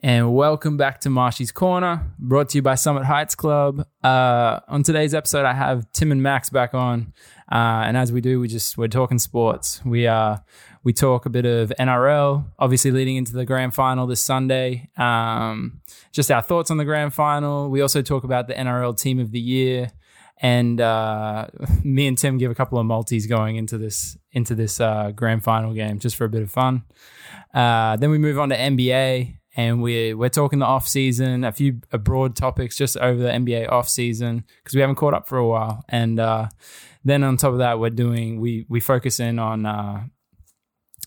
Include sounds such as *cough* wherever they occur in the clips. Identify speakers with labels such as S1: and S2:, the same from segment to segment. S1: and welcome back to Marshy's Corner, brought to you by Summit Heights Club. Uh, on today's episode, I have Tim and Max back on, uh, and as we do, we just we're talking sports. We uh, we talk a bit of NRL, obviously leading into the grand final this Sunday. Um, just our thoughts on the grand final. We also talk about the NRL Team of the Year, and uh, *laughs* me and Tim give a couple of multis going into this into this uh, grand final game just for a bit of fun. Uh, then we move on to NBA, and we're we're talking the off season, a few uh, broad topics just over the NBA off season because we haven't caught up for a while. And uh, then on top of that, we're doing we we focus in on. Uh,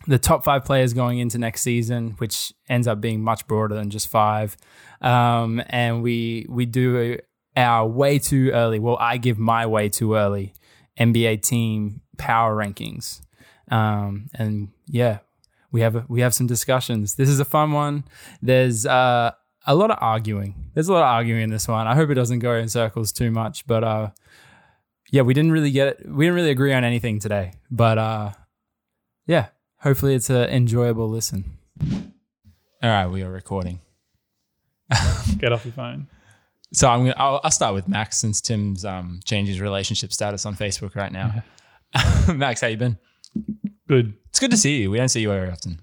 S1: the top five players going into next season, which ends up being much broader than just five, um, and we we do our way too early. Well, I give my way too early NBA team power rankings, um, and yeah, we have a, we have some discussions. This is a fun one. There's uh, a lot of arguing. There's a lot of arguing in this one. I hope it doesn't go in circles too much, but uh, yeah, we didn't really get we didn't really agree on anything today, but uh, yeah, hopefully it's an enjoyable listen. All right, we are recording.
S2: Get off your phone.
S1: So I'm gonna I'll, I'll start with Max since Tim's um changed his relationship status on Facebook right now. *laughs* Max, how you been?
S2: Good.
S1: It's good to see you. We don't see you very often.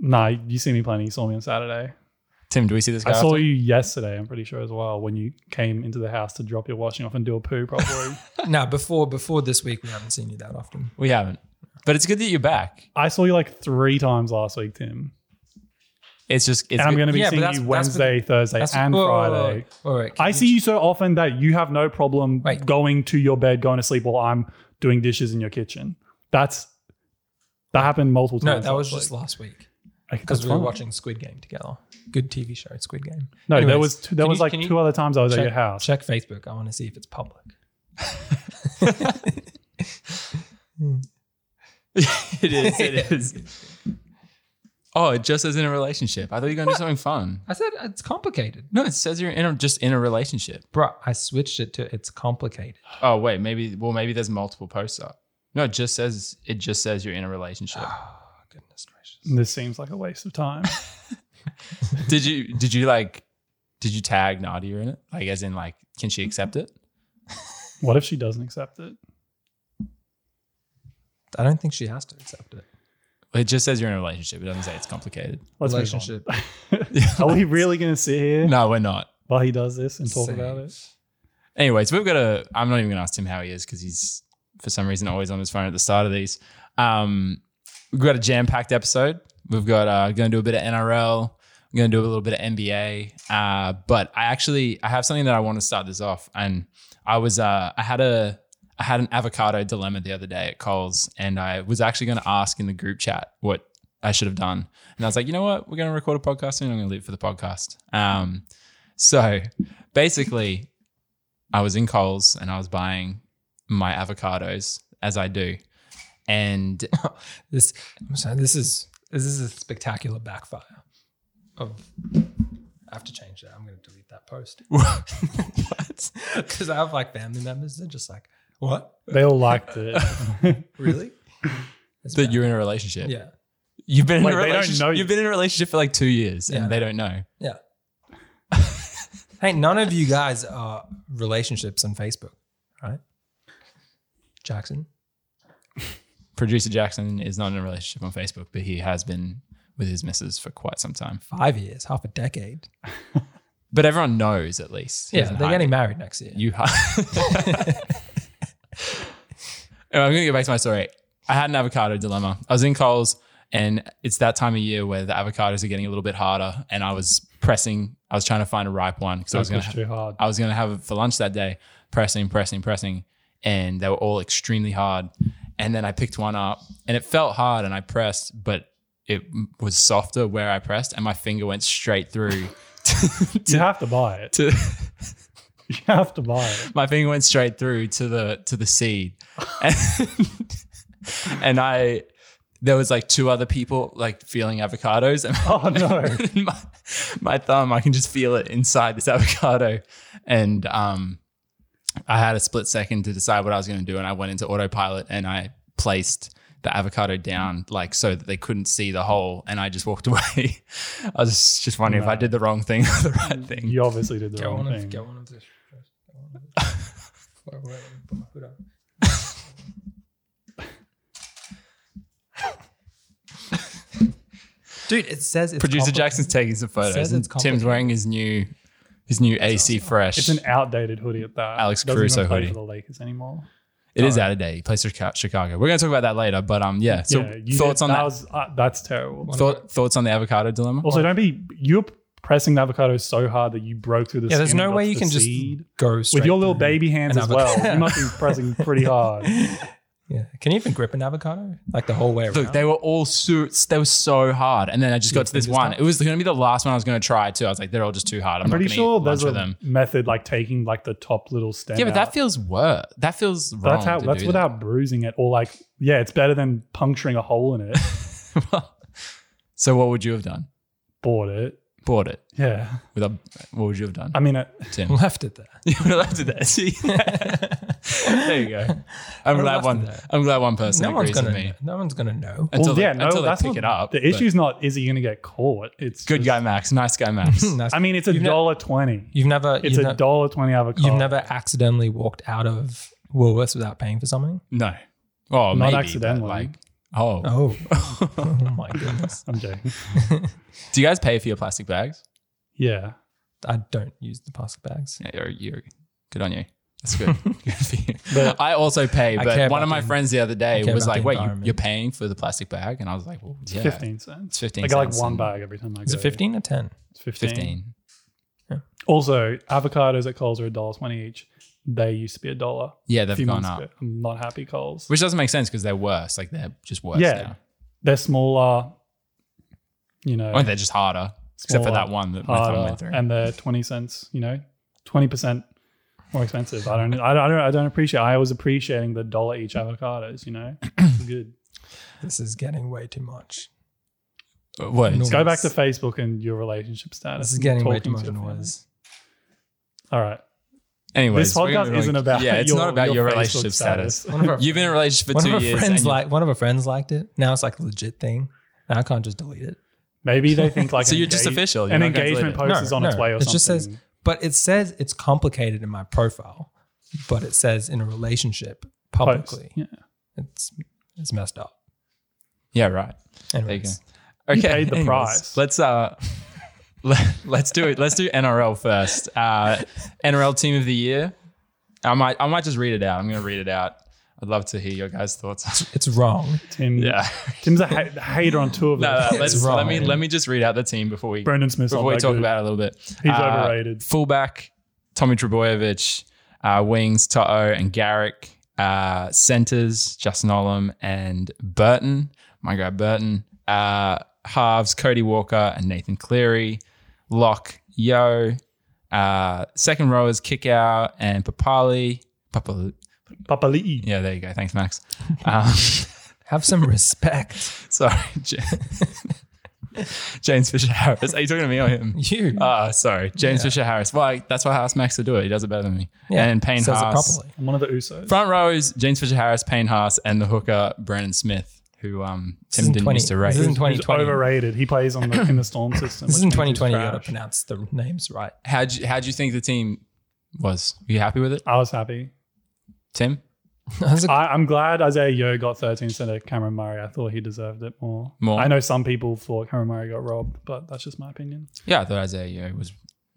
S2: Nah, you see me plenty. You saw me on Saturday.
S1: Tim, do we see this guy?
S2: I saw
S1: often?
S2: you yesterday, I'm pretty sure, as well, when you came into the house to drop your washing off and do a poo,
S3: *laughs*
S2: probably.
S3: No, before before this week, we haven't seen you that often.
S1: We haven't, but it's good that you're back.
S2: I saw you like three times last week, Tim.
S1: It's just it's
S2: And I'm
S1: good-
S2: going to be
S3: Yeah, but
S2: seeing
S3: that's-
S2: you
S3: that's with-
S2: Wednesday, Thursday,
S3: That's-
S2: and
S3: whoa, whoa,
S2: Friday.
S3: whoa, whoa. Oh, All right.
S2: I see you so often that you have no problem
S3: Wait.
S2: going to your bed, going to sleep while I'm doing dishes in your kitchen. That's that happened multiple
S3: No,
S2: times.
S3: that was
S2: last
S3: just
S2: week.
S3: last week
S2: I think
S3: because
S2: that's
S3: we were
S2: fine.
S3: watching Squid Game together. Good TV show, Squid Game.
S2: No, there
S3: Anyways,
S2: was two, there
S3: can
S2: was
S3: you-
S2: like
S3: can you
S2: two other times I was
S3: check,
S2: at your house.
S3: Check Facebook. I want to see if it's public. *laughs*
S2: *laughs*
S1: it is it is. Oh, it just says in a relationship. I thought you were going to do something fun.
S3: I said it's complicated,
S1: No, it says you're in a, just in a relationship.
S3: bro. I switched it to it's complicated.
S1: Oh wait, maybe well maybe there's multiple posts up. No, it just says it just says you're in a relationship.
S3: Oh, goodness gracious.
S2: This seems like a waste of time.
S1: did you did you like did you tag Nadia in it? Like as in like can she accept it?
S2: what if she doesn't accept it?
S3: I don't think she has to accept it.
S1: It just says you're in a relationship. It doesn't say it's complicated.
S2: Let's move on. *laughs*
S3: Relationship.
S2: Are we really going to sit here
S1: No, we're not.
S2: while he does this and talk about it?
S1: Anyways, we've got a. I'm not even going to ask Tim how he is because he's for some reason always on his phone at the start of these. Um, we've got a jam-packed episode. We've got uh, going to do a bit of NRL. We're going to do a little bit of NBA. Uh, but I actually I have something that I want to start this off, and I was uh, I had a I had an avocado dilemma the other day at Coles, and I was actually going to ask in the group chat what I should have done, and I was like, you know what, we're going to record a podcast, and I'm going to leave it for the podcast. Um, so basically, I was in Coles and I was buying my avocados as I do.
S3: *laughs*
S1: And
S3: This. I'm sorry. This is this is a spectacular backfire. Of. I have to change that. I'm going to delete that post. *laughs*
S1: what?
S3: Because I have like family members, they're just like, what?
S2: They all liked
S3: *laughs*
S2: it. Wait,
S3: Really? That's
S1: That
S3: bad.
S1: you're in a relationship.
S3: *laughs* yeah.
S1: You've been in
S2: Wait,
S1: a
S2: they don't
S1: relationship.
S2: know you.
S1: You've been in a relationship for like two years
S3: Yeah.
S1: and they don't know.
S3: Yeah. *laughs* hey, none of you guys are relationships on Facebook, right? Jackson.
S1: Producer Jackson is not in a relationship on Facebook, but he has been with his missus for quite some time.
S3: Five years, half a decade.
S1: But everyone knows at least. He
S3: Yeah,
S1: doesn't
S3: they're
S1: hide
S3: getting
S1: it.
S3: married next year.
S1: You *laughs* hi- Anyway, I'm going to get back to my story. I had an avocado dilemma. I was in Coles and it's that time of year where the avocados are getting a little bit harder. And I was pressing, I was trying to find a ripe one because I was
S2: That
S1: going
S2: was
S1: to,
S2: too hard.
S1: I was going to have it for lunch that day, pressing, pressing, pressing. And they were all extremely hard. And then I picked one up and it felt hard and I pressed, but it was softer where I pressed and my finger went straight through *laughs* to,
S2: You have to buy it.
S1: to
S2: *laughs* You have to buy it.
S1: my finger went straight through to the to the seed and, and i there was like two other people like feeling avocados and *laughs*
S2: Oh no!
S1: my, my thumb i can just feel it inside this avocado and um i had a split second to decide what i was going to do and i went into autopilot and i placed the avocado down, like so that they couldn't see the hole, and I just walked *laughs* away. I was just wondering if I did the wrong thing or the right thing.
S2: *laughs* You obviously did the
S3: Get
S2: wrong
S3: one,
S2: thing.
S3: of, get one of this. Get one of *laughs* this. Wait, wait, wait, put up. Dude, it says it's
S1: Producer
S3: compli-
S1: Jackson's taking some photos.
S3: Says
S1: and
S3: it's
S1: Tim's
S3: complicated.
S1: wearing his new his new AC Fresh.
S2: It's an outdated hoodie at that.
S1: Alex
S2: Doesn't
S1: Caruso
S2: even play
S1: hoodie.
S2: for the Lakers anymore.
S1: It is out of date. He plays for Chica- Chicago. We're going to talk about that later, but um, yeah. So
S2: Yeah, you
S1: thoughts
S2: did-
S1: on that?
S2: was- uh, that's terrible.
S1: Thought, thoughts on the avocado dilemma?
S2: Also, don't be you're pressing the avocado so hard that you broke through the.
S3: Yeah, there's
S2: skin
S3: no
S2: and
S3: way
S2: got
S3: you
S2: to
S3: can
S2: the
S3: just
S2: seed.
S3: go straight
S2: with your little
S3: through.
S2: baby hands
S3: an
S2: as well.
S3: *laughs* avocado.
S2: You must be pressing pretty hard.
S3: Yeah, can you even grip an avocado like the whole way around?
S1: Look, they were all suits. They were so hard, and then I just got to this
S3: fingers
S1: one.
S3: tough.
S1: It was going to be the last one I was going to try too. I was like, they're all just too hard. I'm,
S2: I'm
S1: not
S2: pretty
S1: gonna
S2: sure
S1: eat
S2: there's
S1: lunch
S2: a
S1: with them.
S2: method like taking like the top little stem.
S1: Yeah, but that
S2: out.
S1: feels worse. That feels wrong.
S2: that's how
S1: to
S2: that's
S1: do
S2: without bruising it or like yeah, it's better than puncturing a hole in
S1: *laughs*
S2: it.
S1: that. so what would you have done?
S2: Bought it.
S1: Bought it
S2: Yeah,
S1: with a. What would you have done,
S2: I mean, uh, it,
S1: Tim?
S3: left it there.
S1: *laughs* you would have left it there. See, there you go. I'm glad
S3: would've left it
S1: one.
S3: there.
S1: I'm glad one person
S3: No one's
S1: agrees
S3: gonna.
S1: with
S3: Know.
S1: me
S3: No one's gonna know.
S1: until
S2: well, yeah,
S1: they,
S2: no,
S1: until they
S2: that's
S1: pick
S2: not-
S1: it up.
S2: The
S1: but-
S2: issue's not is he going to get caught. It's
S1: Good
S2: just-
S1: guy Max, nice guy
S3: *laughs*
S1: Max.
S3: That's-
S2: I mean, it's a
S3: You've ne-
S2: dollar twenty.
S3: you've never.
S2: It's
S3: you've
S2: a
S3: ne-
S2: dollar twenty avocado.
S3: You've never accidentally walked out of Woolworths without paying for something?
S1: no, oh,
S2: Not
S1: maybe, but,
S2: accidentally.
S1: Like, oh,
S3: Oh, *laughs* my goodness!
S2: I'm joking.
S1: do you guys pay for your plastic bags?
S2: Yeah.
S3: I don't use the plastic bags.
S1: Yeah, you're, you're good on you. That's good.
S3: *laughs*
S1: good for you.
S2: But-
S1: I also pay,
S3: I
S1: but
S3: care
S1: one
S3: about
S1: of my
S3: the-
S1: friends the other day
S3: I care
S1: was
S3: about
S1: like,
S3: the
S1: "Wait, you,
S3: environment."
S1: you're paying for the plastic bag?" And I was like, "Well, *laughs* yeah,
S2: 15 cents.
S1: It's 15
S2: I get like
S1: cents
S2: one
S1: and-
S2: bag every time I go.
S3: Is it fifteen or ten?
S2: It's 15.
S1: 15.
S2: Also, avocados at Coles are a dollar twenty each. They used to be a dollar.
S1: Yeah,
S2: a
S1: they've
S2: few
S1: gone
S2: months
S1: up,
S2: ago. I'm not happy Coles.
S1: which doesn't make sense because they're worse. Like they're just worse.
S2: Yeah.
S1: now.
S2: They're smaller, you know,
S1: Or they're just harder, except for
S2: Smaller,
S1: that one that my thumb
S2: harder,
S1: went through.
S2: and they're twenty cents. You know, twenty percent more expensive. I don't, I don't, I don't, I don't appreciate. I was appreciating the dollar each avocados. You know, It's
S1: *coughs*
S2: good.
S3: This is getting way too much.
S1: But what?
S3: No.
S2: Go back to Facebook and your relationship status.
S3: This is
S2: and
S3: getting way
S2: talking
S3: too
S2: to
S3: much
S2: your family.
S3: noise.
S2: All right.
S1: Anyways,
S2: this
S1: we're gonna
S2: podcast
S1: be like-
S2: isn't about.
S1: Yeah, it's
S2: your,
S1: not about your,
S2: Facebook
S1: relationship status.
S3: One of our,
S1: You've been in a relationship for
S3: one
S1: two
S3: of our
S1: years.
S3: friends
S1: and you-
S3: like one of our friends liked it. Now it's like a legit thing. Now I can't just delete it.
S2: Maybe they think
S1: *laughs*
S2: like
S1: so
S2: an
S1: you're just
S2: engage-
S1: official. You're
S2: An
S1: not gonna delete
S2: engagement
S1: it.
S2: post is on its way or
S3: it
S2: something.
S3: just says, but it says it's complicated in my profile, but it says in a relationship
S2: Post.
S3: publicly.
S2: Yeah.
S3: It's it's messed up.
S1: Yeah, right. There you go.
S3: Anyways,
S1: Okay,
S2: paid the
S1: anyways,
S2: price.
S1: Let's uh, *laughs* let, let's do it. Let's do NRL first. Uh, NRL team of the year. I might I might just read it out. I'm gonna read it out. I'd love to hear your guys' thoughts.
S3: it's wrong.
S2: Tim.
S1: yeah.
S2: Tim's a ha- hater on two
S1: *laughs*
S2: of
S1: No,
S2: them. *laughs*
S1: no, Uh, let's,
S3: wrong.
S1: let me let me just read out the team before we
S2: Brendan Smith's
S1: before we
S2: not that
S1: talk
S2: good.
S1: about it a little bit. Uh,
S2: He's overrated.
S1: Fullback Tommy Trebojevic, uh, wings Toto and Garrick, uh, centers Justin Olam and Burton. My guy Burton. Uh, halves Cody Walker and Nathan Cleary. Lock Yo. Uh, second rowers Kickout and Papali. Papali.
S2: Papali'i.
S1: Yeah, there you go. Thanks,
S3: *laughs*
S1: Max. Um,
S3: Have some respect.
S1: *laughs* sorry, J- *laughs* James Fisher Harris. Are you talking to me or him?
S3: You
S1: Ah, sorry, James Fisher Harris. Well, I- that's why I asked Max to do it. He does it better than me. and Payne
S3: says it
S1: Haas.
S3: properly.
S2: One of the Usos.
S1: Front row is James Fisher Harris, Payne Haas, and the hooker Brandon Smith, who um Tim
S3: isn't
S1: didn't
S3: 20
S1: used to rate.
S3: this isn't
S2: He's
S3: 2020.
S2: overrated. He plays on the, in the Storm system.
S3: This is
S2: which
S3: in
S2: means he's
S3: 2020. You gotta
S2: trash.
S3: pronounce the names right. *laughs*
S1: How'd you, how'd you think the team was? Were you happy with it,
S2: I was happy.
S1: Tim?
S3: That's a-
S2: I, I'm glad Isaiah Yo got 13 instead of Cameron Murray. I thought he deserved it more.
S1: More?
S2: I know some people thought Cameron Murray got robbed, but that's just my opinion.
S1: Yeah, I thought Isaiah Yo was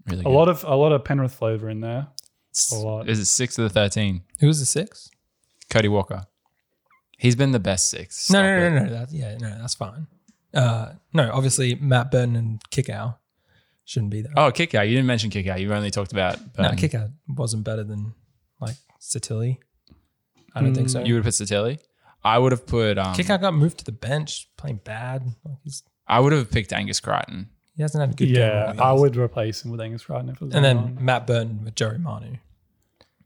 S1: really
S2: A
S1: good.
S2: lot of a lot of Penrith flavor in there.
S1: S-
S2: a lot.
S1: Is it six of the thirteen?
S3: Who was the six?
S1: Cody Walker. He's been the best six.
S3: No,
S1: Stop
S3: no,
S1: it.
S3: no, no, no. That, yeah, no, that's fine. Uh, no, obviously Matt Burton and Kickow shouldn't be there.
S1: Oh, kick out. You didn't mention kick out. You only talked about. um,
S3: no,
S2: um,
S1: Burton.
S3: Kickow wasn't better than like Satili. I don't
S2: Mm,
S3: think so.
S1: You would have put Satelli. I would have put. Um,
S3: Kickow got moved to the bench, playing bad. Like he's,
S1: I would have picked Angus Crichton.
S3: he hasn't had a good
S2: yeah,
S3: game. all
S2: I
S3: year.
S2: would replace him with Angus Crichton if it was
S3: And
S2: going
S3: then
S2: on.
S3: Matt Burton with Joey Manu.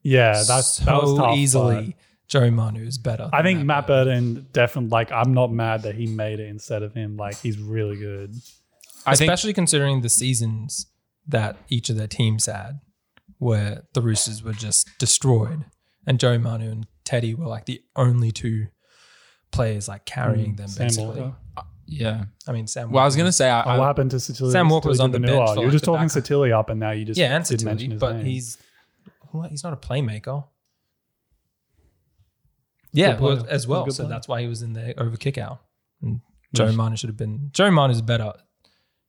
S2: yeah, that's
S3: so
S2: that was tough, but-
S3: easily. Joey Manu is better.
S2: I
S3: than
S2: think Matt Burton definitely like I'm not mad that he made it instead of him. Like he's really good.
S1: I think
S3: especially considering the seasons that each of their teams had, where the Roosters were just destroyed, and Joey Manu and Teddy were like the only two players like carrying them
S2: Mm, Sam
S3: basically.
S2: Walker.
S1: Yeah.
S3: I mean, Sam.
S1: Well, I was
S3: Walker.
S1: gonna say I,
S2: Oh, what
S1: I,
S2: happened to Satili?
S3: Sam Walker was on the bench for,
S2: Oh, You were
S3: like,
S2: just
S3: the
S2: talking
S3: backup.
S2: Satili up, and now you just
S3: yeah, and
S2: didn't mention
S3: Satili,
S2: his
S3: but
S2: name.
S3: he's well, he's not a playmaker. Yeah,
S2: Good
S3: well,
S2: player.
S3: as well.
S2: Good
S3: So
S2: player.
S3: that's why he was in there over kick out. And Joe
S2: Nice.
S3: Manu should have been. Joe Manu's better.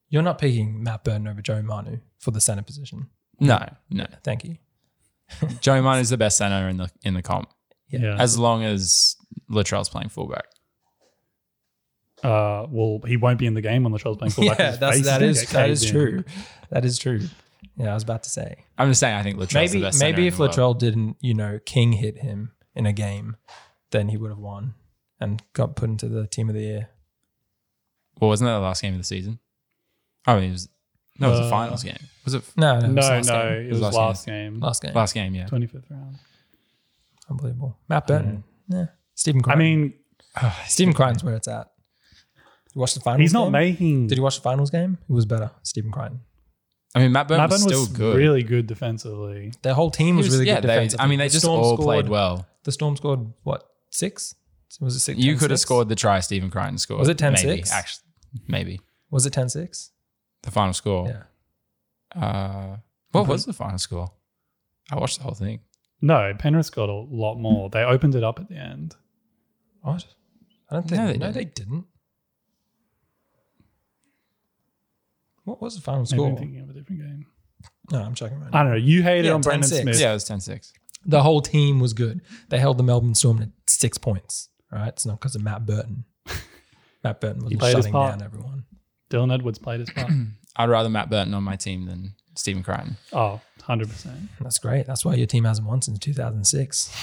S3: You're not picking Matt Burton over Joe Manu for the center position.
S1: no no.
S3: Thank you.
S1: Joey Mine is the best center in the in the comp
S2: yeah.
S1: as long as Latrell's playing fullback.
S2: uh, well, he won't be in the game when Latrell's playing fullback.
S3: yeah,
S2: His
S3: that's,
S2: face
S3: that
S2: gonna
S3: is
S2: get
S3: that is
S2: caved in.
S3: true. That is true. Yeah, I was about to say.
S1: I'm just saying I think Latrell's the
S3: maybe
S1: best. center
S3: maybe
S1: in
S3: if
S1: the world.
S3: Latrell didn't, you know, King hit him in a game, then he would have won and got put into the team of the year.
S1: well, wasn't that the last game of the season? Oh, it was. No, it was the
S2: Uh,
S1: finals game. Was it f-
S3: No, no, it was
S2: No,
S3: last
S2: no,
S3: game.
S2: it was
S1: last
S2: last game,
S3: last game,
S1: last game? *sighs* Yeah.
S2: twenty fifth round.
S3: unbelievable. Matt Burton,
S1: Mm.
S3: yeah, Stephen.
S2: I
S3: Crichton.
S2: mean,
S3: Stephen Crichton's where it's at. You watched the finals.
S2: he's not
S3: game?
S2: making.
S3: Did you watch the finals game? Who was better, Stephen Crichton?
S1: I mean, Matt Burton
S2: Maban
S1: was still
S2: was
S1: good.
S2: really good defensively.
S3: Their whole
S1: He
S3: team was,
S1: was-
S3: really
S1: yeah,
S3: good.
S1: they,
S3: defensively.
S1: I mean, they
S3: The
S1: just
S3: Storm
S1: all
S3: scored-
S1: played well.
S3: The Storm scored what six? Was it six?
S1: You could have
S3: 10-6?
S1: scored the try Stephen Crichton scored.
S3: Was it
S1: Maybe,
S3: 10-6?
S1: actually, maybe
S3: Was it 10-6?
S1: the final score.
S3: Yeah. Mm-hmm.
S1: Uh, what was the final score? I watched the whole thing.
S2: No, Penrith got a lot more. They opened it up at the end.
S3: What? I don't think.
S1: No,
S3: No,
S1: they
S3: they,
S1: didn't.
S3: didn't. What was the final
S2: Maybe
S3: score?
S2: I'm thinking of a different game.
S3: No, I'm checking right now.
S2: I don't know. You hated
S3: Yeah,
S2: on Brendan
S3: 10-6.
S2: Smith.
S1: Yeah, it was 10-6.
S3: Uh, The whole team was good. They held the Melbourne Storm to six points. All right, it's not because of Matt *laughs* Burton. Matt Burton was
S2: He played his
S3: shutting
S2: part.
S3: down everyone.
S2: Dylan Edwards played his
S3: *clears throat*
S2: part.
S1: I'd rather Matt Burton on my team than Stephen Crichton.
S2: oh, 100%.
S3: That's great. That's why your team hasn't won since 2006.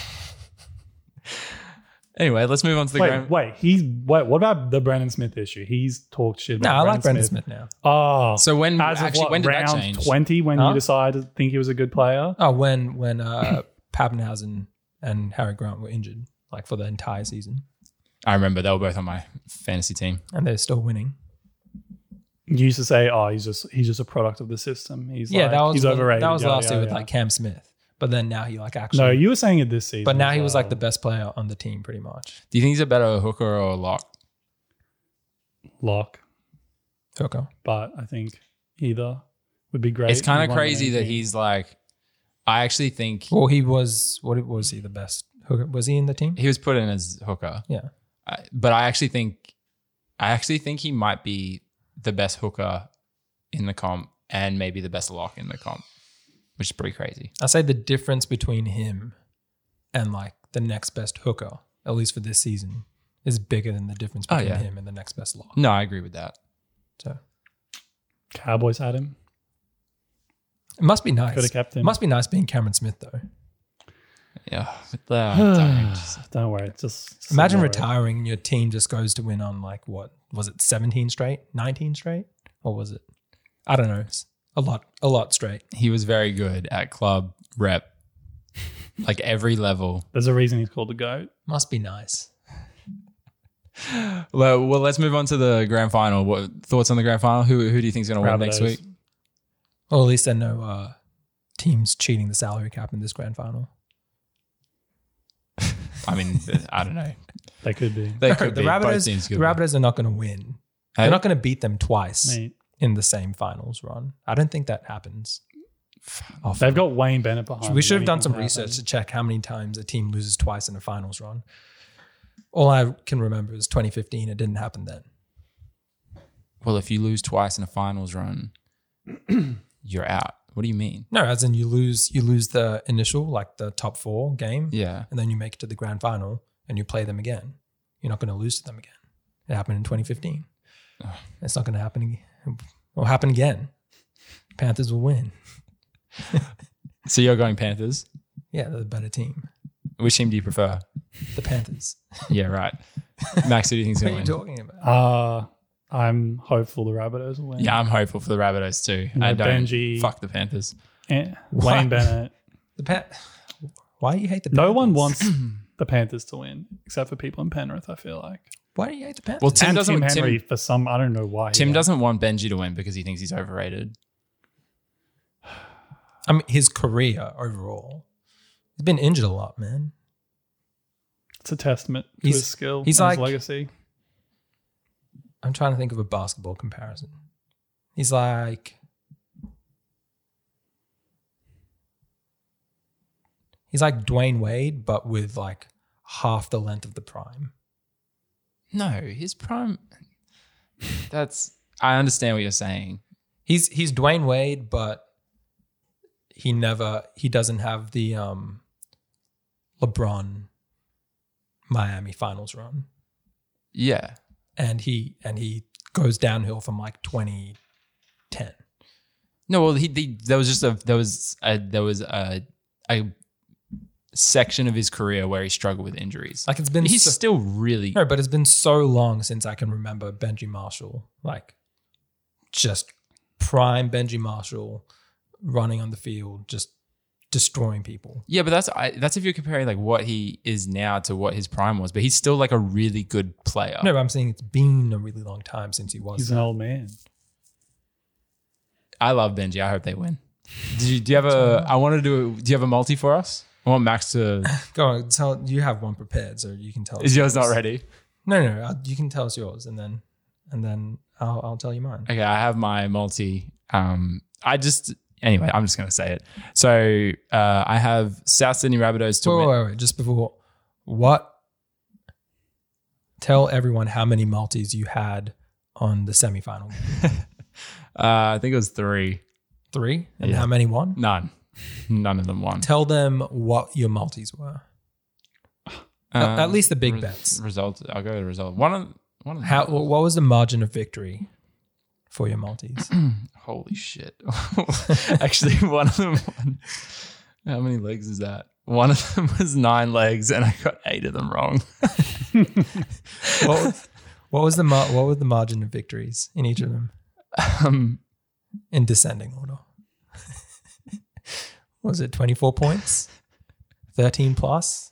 S1: Anyway, let's move on to the
S2: Wait,
S1: grand.
S2: wait. He's wait. What about the Brendan Smith issue? He's talked shit
S3: No,
S2: about.
S3: I like Brendan Smith now.
S2: Oh,
S1: So when
S2: as of
S1: actually
S2: what,
S1: when did
S2: round
S1: that change?
S2: twenty, when
S3: Huh?
S2: you decided to think he was a good player.
S3: Oh, when
S2: *coughs*
S3: when uh, Pappenhausen and Harry Grant were injured, like for the entire season,
S1: I remember they were both on my fantasy team.
S3: and they're still winning.
S2: You used to say, "Oh, he's just he's just a product of the system. He's
S3: yeah,
S2: like,
S3: that was
S2: he's
S3: one-
S2: overrated."
S3: That was
S2: yeah,
S3: last
S2: yeah,
S3: year with
S2: yeah.
S3: like Cam Smith, but then now he like actually.
S2: No, you were saying it this season,
S3: but now he
S2: as
S3: was
S2: well.
S3: like the best player on the team, pretty much.
S1: Do you think he's a better hooker or a lock?
S2: lock.
S3: Hooker.
S2: But I think either would be great.
S1: It's kind
S2: He
S1: of
S2: won the
S1: crazy that
S2: ranking.
S1: he's like. I actually think
S3: Well, he was. What was he the best hooker? Was he in the team?
S1: he was put in as hooker.
S3: Yeah.
S1: I, but I actually think, I actually think he might be the best hooker in the comp, and maybe the best lock in the comp, which is pretty crazy.
S3: I say the difference between him and like the next best hooker, at least for this season, is bigger than the difference
S1: Oh,
S3: between
S1: yeah.
S3: him and the next best lock.
S1: No, I agree with that.
S3: So
S2: Cowboys had
S3: *sighs*
S2: him.
S3: it must be nice.
S2: Could have kept
S3: It
S2: him.
S3: must be nice being Cameron Smith though.
S1: Yeah, but the, don't.
S2: Don't worry. it's Just it's
S3: Imagine
S2: not worry.
S3: retiring and your team just goes to win on like what was it, seventeen straight, nineteen straight, or was it? I don't know. It's a lot, a lot straight.
S1: he was very good at club rep, like every level.
S2: There's a reason he's called the goat.
S3: Must be nice.
S1: Well, well, let's move on to the grand final. What thoughts on the grand final? Who who do you think is going to win next
S2: Rabbitohs.
S1: week?
S3: Well, at least there are no uh, teams cheating the salary cap in this grand final.
S1: I *laughs* mean, I don't know.
S2: They could be.
S1: They could
S3: the
S1: be. Both
S3: Rabbitohs,
S1: teams
S3: the
S1: could be.
S3: Rabbitohs are not going to win.
S1: Hey?
S3: They're not going to beat them twice
S2: Mate,
S3: in the same finals run. I don't think that happens.
S2: they've got Wayne Bennett behind.
S3: we
S2: them.
S3: should have done
S2: Anything
S3: some
S2: can happen.
S3: research to check how many times a team loses twice in a finals run. All I can remember is 2015. It didn't happen then.
S1: Well, if you lose twice in a finals
S3: *clears throat*
S1: run, you're out. What do you mean?
S3: No, as in you lose you lose the initial like the top four game,
S1: Yeah.
S3: and then you make it to the grand final and you play them again. You're not going to lose to them again. It happened in 2015. It's not going to happen. ag- It'll happen again. Panthers will win.
S1: So you're going Panthers.
S3: Yeah, they're the better team.
S1: Which team do you prefer?
S3: The Panthers.
S1: Yeah, right. *laughs* Max, who do you think's
S3: What
S1: going
S3: are you
S1: to win?
S3: talking about?
S2: Uh, I'm hopeful the Rabbitohs will win.
S1: Yeah, I'm hopeful for the Rabbitohs too.
S2: know,
S1: I don't.
S2: Benji-
S1: Fuck the Panthers.
S2: Eh,
S3: Why?
S2: Wayne Bennett.
S3: The Pat. Why do you hate the?
S2: No
S3: Panthers?
S2: one
S3: *clears throat*
S2: wants the Panthers to win except for people in Penrith. I feel like.
S3: Why do you hate the Panthers?
S1: Well, Tim
S2: and
S1: doesn't.
S2: Tim
S1: Tim-
S2: Henry for some. I don't know why. he
S1: Tim
S2: went.
S1: doesn't want Benji to win because he thinks he's overrated.
S3: I mean, his career overall. He's been injured a lot, man.
S2: It's a testament to
S3: He's-
S2: his skill
S3: he's
S2: and his
S3: like-
S2: legacy.
S3: I'm trying to think of a basketball comparison. He's like, he's like Dwayne Wade, but with like half the length of the prime.
S1: No, his prime. *laughs* That's. I understand what you're saying.
S3: He's he's Dwayne Wade, but he never he doesn't have the um LeBron Miami Finals run,
S1: Yeah.
S3: and he and he goes downhill from like 2010.
S1: No, well, he, he there was just a there was a there was a a section of his career where he struggled with injuries.
S3: Like it's been
S1: he's
S3: so-
S1: still really
S3: No, but it's been so long since I can remember Benji Marshall, like just prime Benji Marshall running on the field, just destroying people.
S1: yeah, but that's I, that's if you're comparing like what he is now to what his prime was. But he's still like a really good player.
S3: No, but I'm saying it's been a really long time since he was.
S2: He's an old man.
S1: I love Benji. I hope they win. Do you, do you have a? I want to do. Do you have a multi for us? I want Max to.
S3: Go on, tell you have one prepared, so you can tell. us
S1: Is yours not
S3: yours.
S1: ready?
S3: No, no, I'll- you can tell us yours, and then and then I'll, I'll tell you mine.
S1: Okay, I have my multi. Um, I just anyway, I'm just gonna say it. So uh, I have South Sydney Rabbitohs to
S3: Wait,
S1: win.
S3: wait, wait, wait, just before what? Tell everyone how many multis you had on the semifinal.
S1: Uh, I think it was three.
S3: Three, and
S1: Yeah.
S3: how many won?
S1: None. None of them won.
S3: Tell them what your multis were. uh, at- at least the big bets.
S1: Um, Result. I'll go to the result. One of one of
S3: How? What was the margin of victory for
S2: *coughs*
S3: your multis?
S1: Holy shit! *laughs* Actually, *laughs* one of them. Won. How many legs is that? One of them was nine legs, and I got eight of them wrong.
S3: what, was, what was the mar- what were the margin of victories in each of them
S1: Um,
S3: in descending order? *laughs* was it twenty four points, thirteen plus?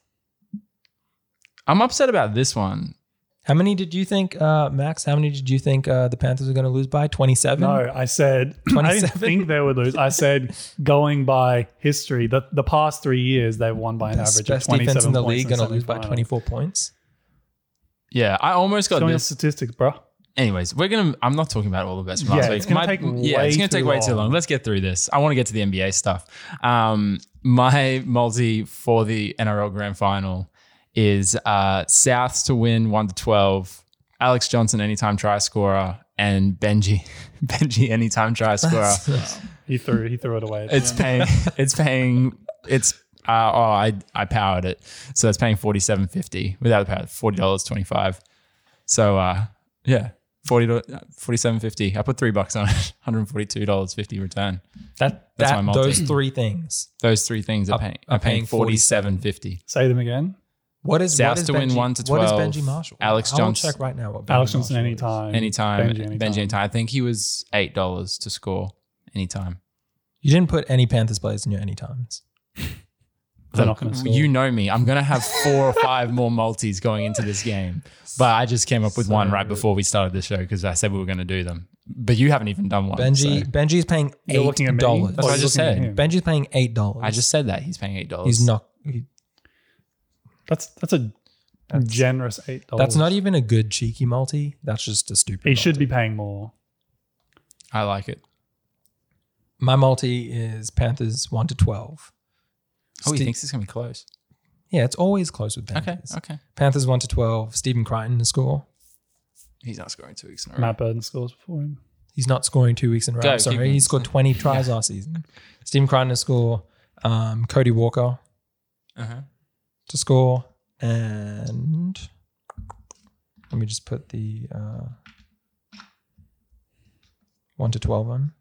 S1: I'm upset about this one.
S3: How many did you think, uh, Max? How many did you think uh, the Panthers were going to lose by? Twenty seven.
S2: No, I said *clears throat* I didn't
S3: 27?
S2: think they would lose. I said going by history, the the past three years they've won by an
S3: Best,
S2: average of twenty
S3: defense
S2: seven
S3: in the
S2: points
S3: league going to lose by
S2: semifinals.
S3: twenty four points.
S1: Yeah, I almost got
S2: Show me your
S1: this.
S2: statistics, bro.
S1: Anyways, we're gonna. I'm not talking about all the best from
S2: Yeah,
S1: last week.
S2: it's gonna take
S1: yeah, it's
S2: way
S1: gonna take
S2: too
S1: way too
S2: long.
S1: long. Let's get through this. I want to get to the NBA stuff. Um, my multi for the NRL Grand Final is uh, Souths to win one to twelve. Alex Johnson anytime try scorer and Benji *laughs* Benji anytime try scorer.
S2: He threw he threw it away. at the
S1: It's
S2: end.
S1: paying. *laughs* It's paying. It's uh, oh, I I powered it, so it's paying forty seven fifty without the power. Forty dollars twenty five. So uh, yeah, forty forty seven fifty. I put three bucks on it. *laughs* One hundred forty two dollars fifty return.
S3: That,
S1: That's
S3: that
S1: my multi.
S3: those three things.
S1: Those three things are
S3: Up-
S1: paying.
S3: are
S1: Are paying
S3: paying
S1: forty seven fifty.
S2: Say them again.
S3: What is what
S1: Souths
S3: is
S1: to win
S3: Benji-
S1: one to
S3: What
S1: 12.
S3: is Benji Marshall?
S1: Alex
S3: I will
S1: Johnson-
S3: check right now. What Benji
S2: Alex Johnson
S3: Marshall
S2: anytime.
S3: is.
S1: Anytime,
S2: Benji anytime.
S1: I think he was eight dollars to score anytime.
S3: You didn't put any Panthers players in your anytimes.
S2: They're not gonna score.
S1: You know me. I'm gonna have four or five more multis going into this game. But I just came up with one right before we started the show because I said we were gonna do them. But you haven't even done one.
S3: Benji
S1: so-
S3: Benji's paying
S2: You're looking at
S3: eight
S2: me?
S3: dollars.
S1: That's what I
S2: You're
S1: just
S2: looking at
S1: said.
S2: him.
S3: Benji's paying eight dollars.
S1: I just said that he's paying eight dollars.
S3: he's not. he-
S2: That's that's a generous eight dollars.
S3: that's not e- even a good cheeky multi. That's just a stupid.
S2: He should
S3: multi.
S2: be paying more.
S1: I like it.
S3: My multi is Panthers one to twelve.
S1: Oh, he
S3: Ste-
S1: thinks it's gonna be close.
S3: Yeah, it's always close with
S1: Okay,
S3: Panthers.
S1: okay.
S3: Panthers one to twelve. Stephen Crichton to score.
S1: He's not scoring two weeks in a row.
S2: Matt Burden scores before him.
S3: He's not scoring two weeks in a row.
S1: Go,
S3: I'm
S1: keep
S3: sorry,
S1: him.
S3: he scored twenty tries last season. Stephen Crichton to score. Um, Cody Walker
S1: Uh-huh.
S3: to score. And let me just put the uh, 1 to 12 on.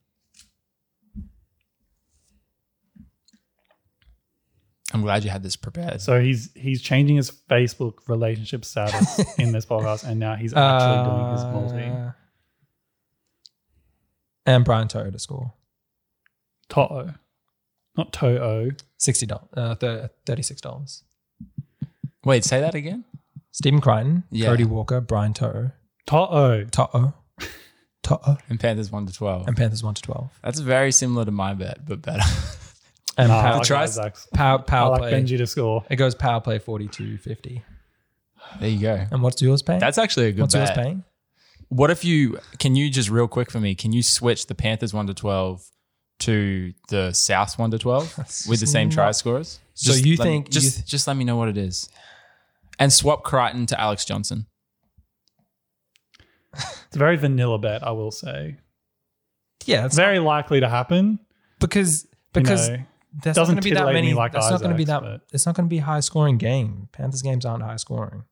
S1: I'm glad you had this prepared.
S2: So he's he's changing his Facebook relationship status in this podcast, and now he's actually doing his multi.
S3: Uh, And Brian Toe to score.
S2: Toto, not Toto.
S3: $60, uh, thir- $36.
S1: Wait, say that again.
S3: Stephen Crichton,
S1: Yeah.
S3: Cody Walker, Brian Toe,
S2: Toto.
S3: To'o, To'o,
S1: And Panthers one to twelve.
S3: and Panthers 1 to 12.
S1: That's very similar to my bet, but better. *laughs*
S3: And
S2: Nah, I
S3: power,
S2: like
S1: tries-
S2: Isaac's.
S3: power,
S2: Ah, I
S3: power
S2: like
S3: play.
S2: Benji to score.
S3: It goes power play 42 50.
S1: There you go.
S3: And what's yours paying?
S1: That's actually a good
S3: what's yours
S1: bet.
S3: paying?
S1: What if you can you just real quick for me? Can you switch the Panthers one to twelve to the Souths one to
S3: *laughs*
S1: twelve with the same try
S3: not-
S1: scorers?
S3: So
S1: Just
S3: you
S1: let me-
S3: think- you
S1: just
S3: th-
S1: just let me know what it is, and swap Crichton to Alex Johnson.
S2: It's a very vanilla bet, I will say.
S3: Yeah,
S2: It's
S3: it's
S2: very likely to happen.
S3: because
S2: you
S3: because
S2: know.
S3: there's not
S2: doesn't
S3: going to be that
S2: titillate me
S3: many.
S2: like
S3: that's not going to be that.
S2: Isaac's,
S3: It's not going to be a high scoring game. Panthers games aren't high scoring.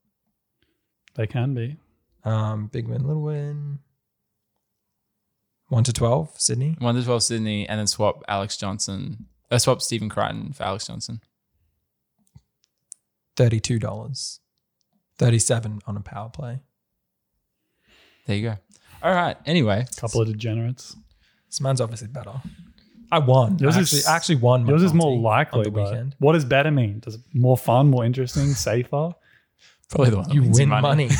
S2: they can be.
S3: Um, big win, little win. One to twelve, Sydney.
S1: One to twelve Sydney, and then swap Alex Johnson. Uh, swap Stephen Crichton for Alex Johnson.
S3: Thirty-two dollars, thirty-seven on a power play.
S1: There you go. All right. Anyway,
S2: couple of degenerates.
S3: This man's obviously better. I won.
S2: Yours
S3: I
S2: is-
S3: actually, I actually won. my
S2: Yours is more
S3: penalty
S2: likely.
S3: on the
S2: but
S3: weekend.
S2: What does better mean? Does it more fun,
S1: *laughs*
S2: more interesting, safer?
S1: probably the one that
S3: You
S1: wins you
S3: win money.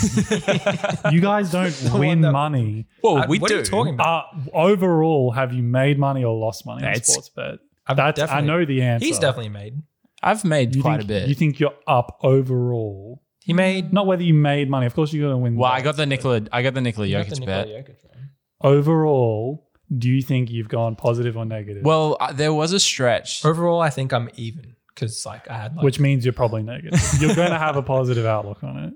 S1: *laughs*
S2: You guys don't
S3: one
S2: win
S3: that-
S2: money.
S1: Well,
S3: Uh,
S1: Oh, we
S3: what
S1: do.
S3: are you talking about?
S2: Uh, overall, have you made money or lost money on
S1: It's-
S2: sports bet?
S3: I've
S2: That's, I
S3: definitely-
S2: know the answer.
S3: He's definitely made.
S1: I've made
S2: You
S1: quite
S2: think-
S1: a bit.
S2: You think you're up overall?
S3: He made.
S2: Not whether you made money. Of course, you're going to win.
S1: well, I
S2: that.
S1: got the Nikola. I got the Nikola
S3: Not the
S1: Jokic
S3: Nikola
S1: bet.
S3: Jokic one.
S2: overall. Do you think you've gone positive or negative?
S1: Well, uh, there was a stretch.
S3: Overall, I think I'm even because like I had like
S2: which means you're probably
S1: *laughs*
S2: negative. you're going to have a positive outlook on it.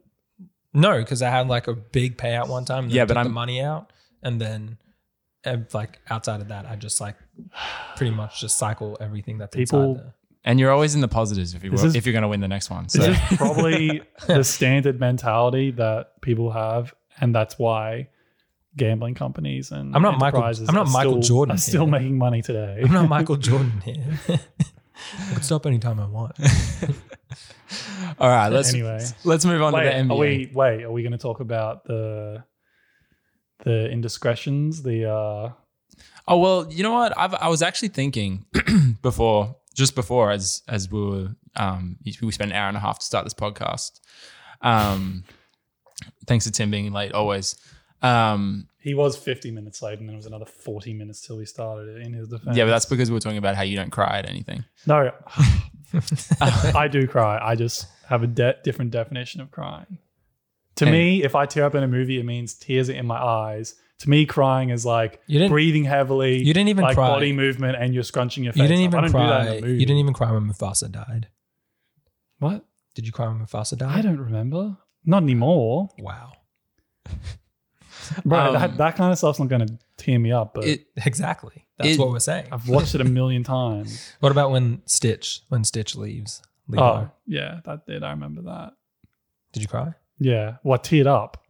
S3: No, because I had like a big payout one time. And then
S1: Yeah,
S3: I
S1: but
S3: took
S1: I'm-
S3: the money out, and then uh, like outside of that, I just like pretty much just cycle everything that's
S2: People-
S3: inside there.
S1: And you're always in the positives if you
S2: This
S1: were-
S2: is-
S1: if you're going to win the next one. So
S2: This
S3: *laughs*
S2: is probably the standard mentality that people have, and that's why gambling companies and
S3: I'm not Michael-
S2: enterprises
S3: I'm not
S2: are
S3: Michael
S2: still,
S3: Jordan
S2: are
S3: here.
S2: still making money today.
S3: I'm not
S2: *laughs*
S3: Michael Jordan here. *laughs* I can stop anytime I want.
S1: all right, let's
S2: anyway,
S1: let's move on to
S2: wait,
S1: the NBA.
S2: are we wait? Are we going to talk about the the indiscretions? The uh,
S1: oh well, you know what? I've, I was actually thinking *clears throat* before, just before, as as we were, um, we spent an hour and a half to start this podcast. Um, thanks to Tim being late always. Um,
S2: he was 50 minutes late, and then it was another 40 minutes till we started it in his defense.
S1: yeah, but that's because we were talking about how you don't cry at anything.
S2: no. *laughs* I do cry. I just have a de- different definition of crying. To
S1: Hey.
S2: me, if I tear up in a movie, it means tears are in my eyes. To me, crying is like
S3: You didn't-
S2: breathing heavily.
S3: you didn't even
S2: like
S3: cry.
S2: body movement, and you're scrunching your face.
S3: you
S2: up.
S3: didn't even
S2: I don't
S3: cry.
S2: Do that in a
S3: you
S2: movie.
S3: didn't even cry when Mufasa died.
S2: What?
S3: Did you cry when Mufasa died?
S2: I don't remember. Not anymore,
S3: Wow.
S2: bro.
S1: Um,
S2: that, that kind of stuff's not going to tear me up. But
S1: It
S3: Exactly. That's
S1: It-
S3: what we're saying.
S2: I've watched it a million
S3: *laughs*
S2: times.
S3: What about when Stitch? When Stitch leaves? Levi.
S2: oh, yeah, that did. I remember that.
S3: Did you cry?
S2: Yeah. What
S1: *laughs*
S2: teared up?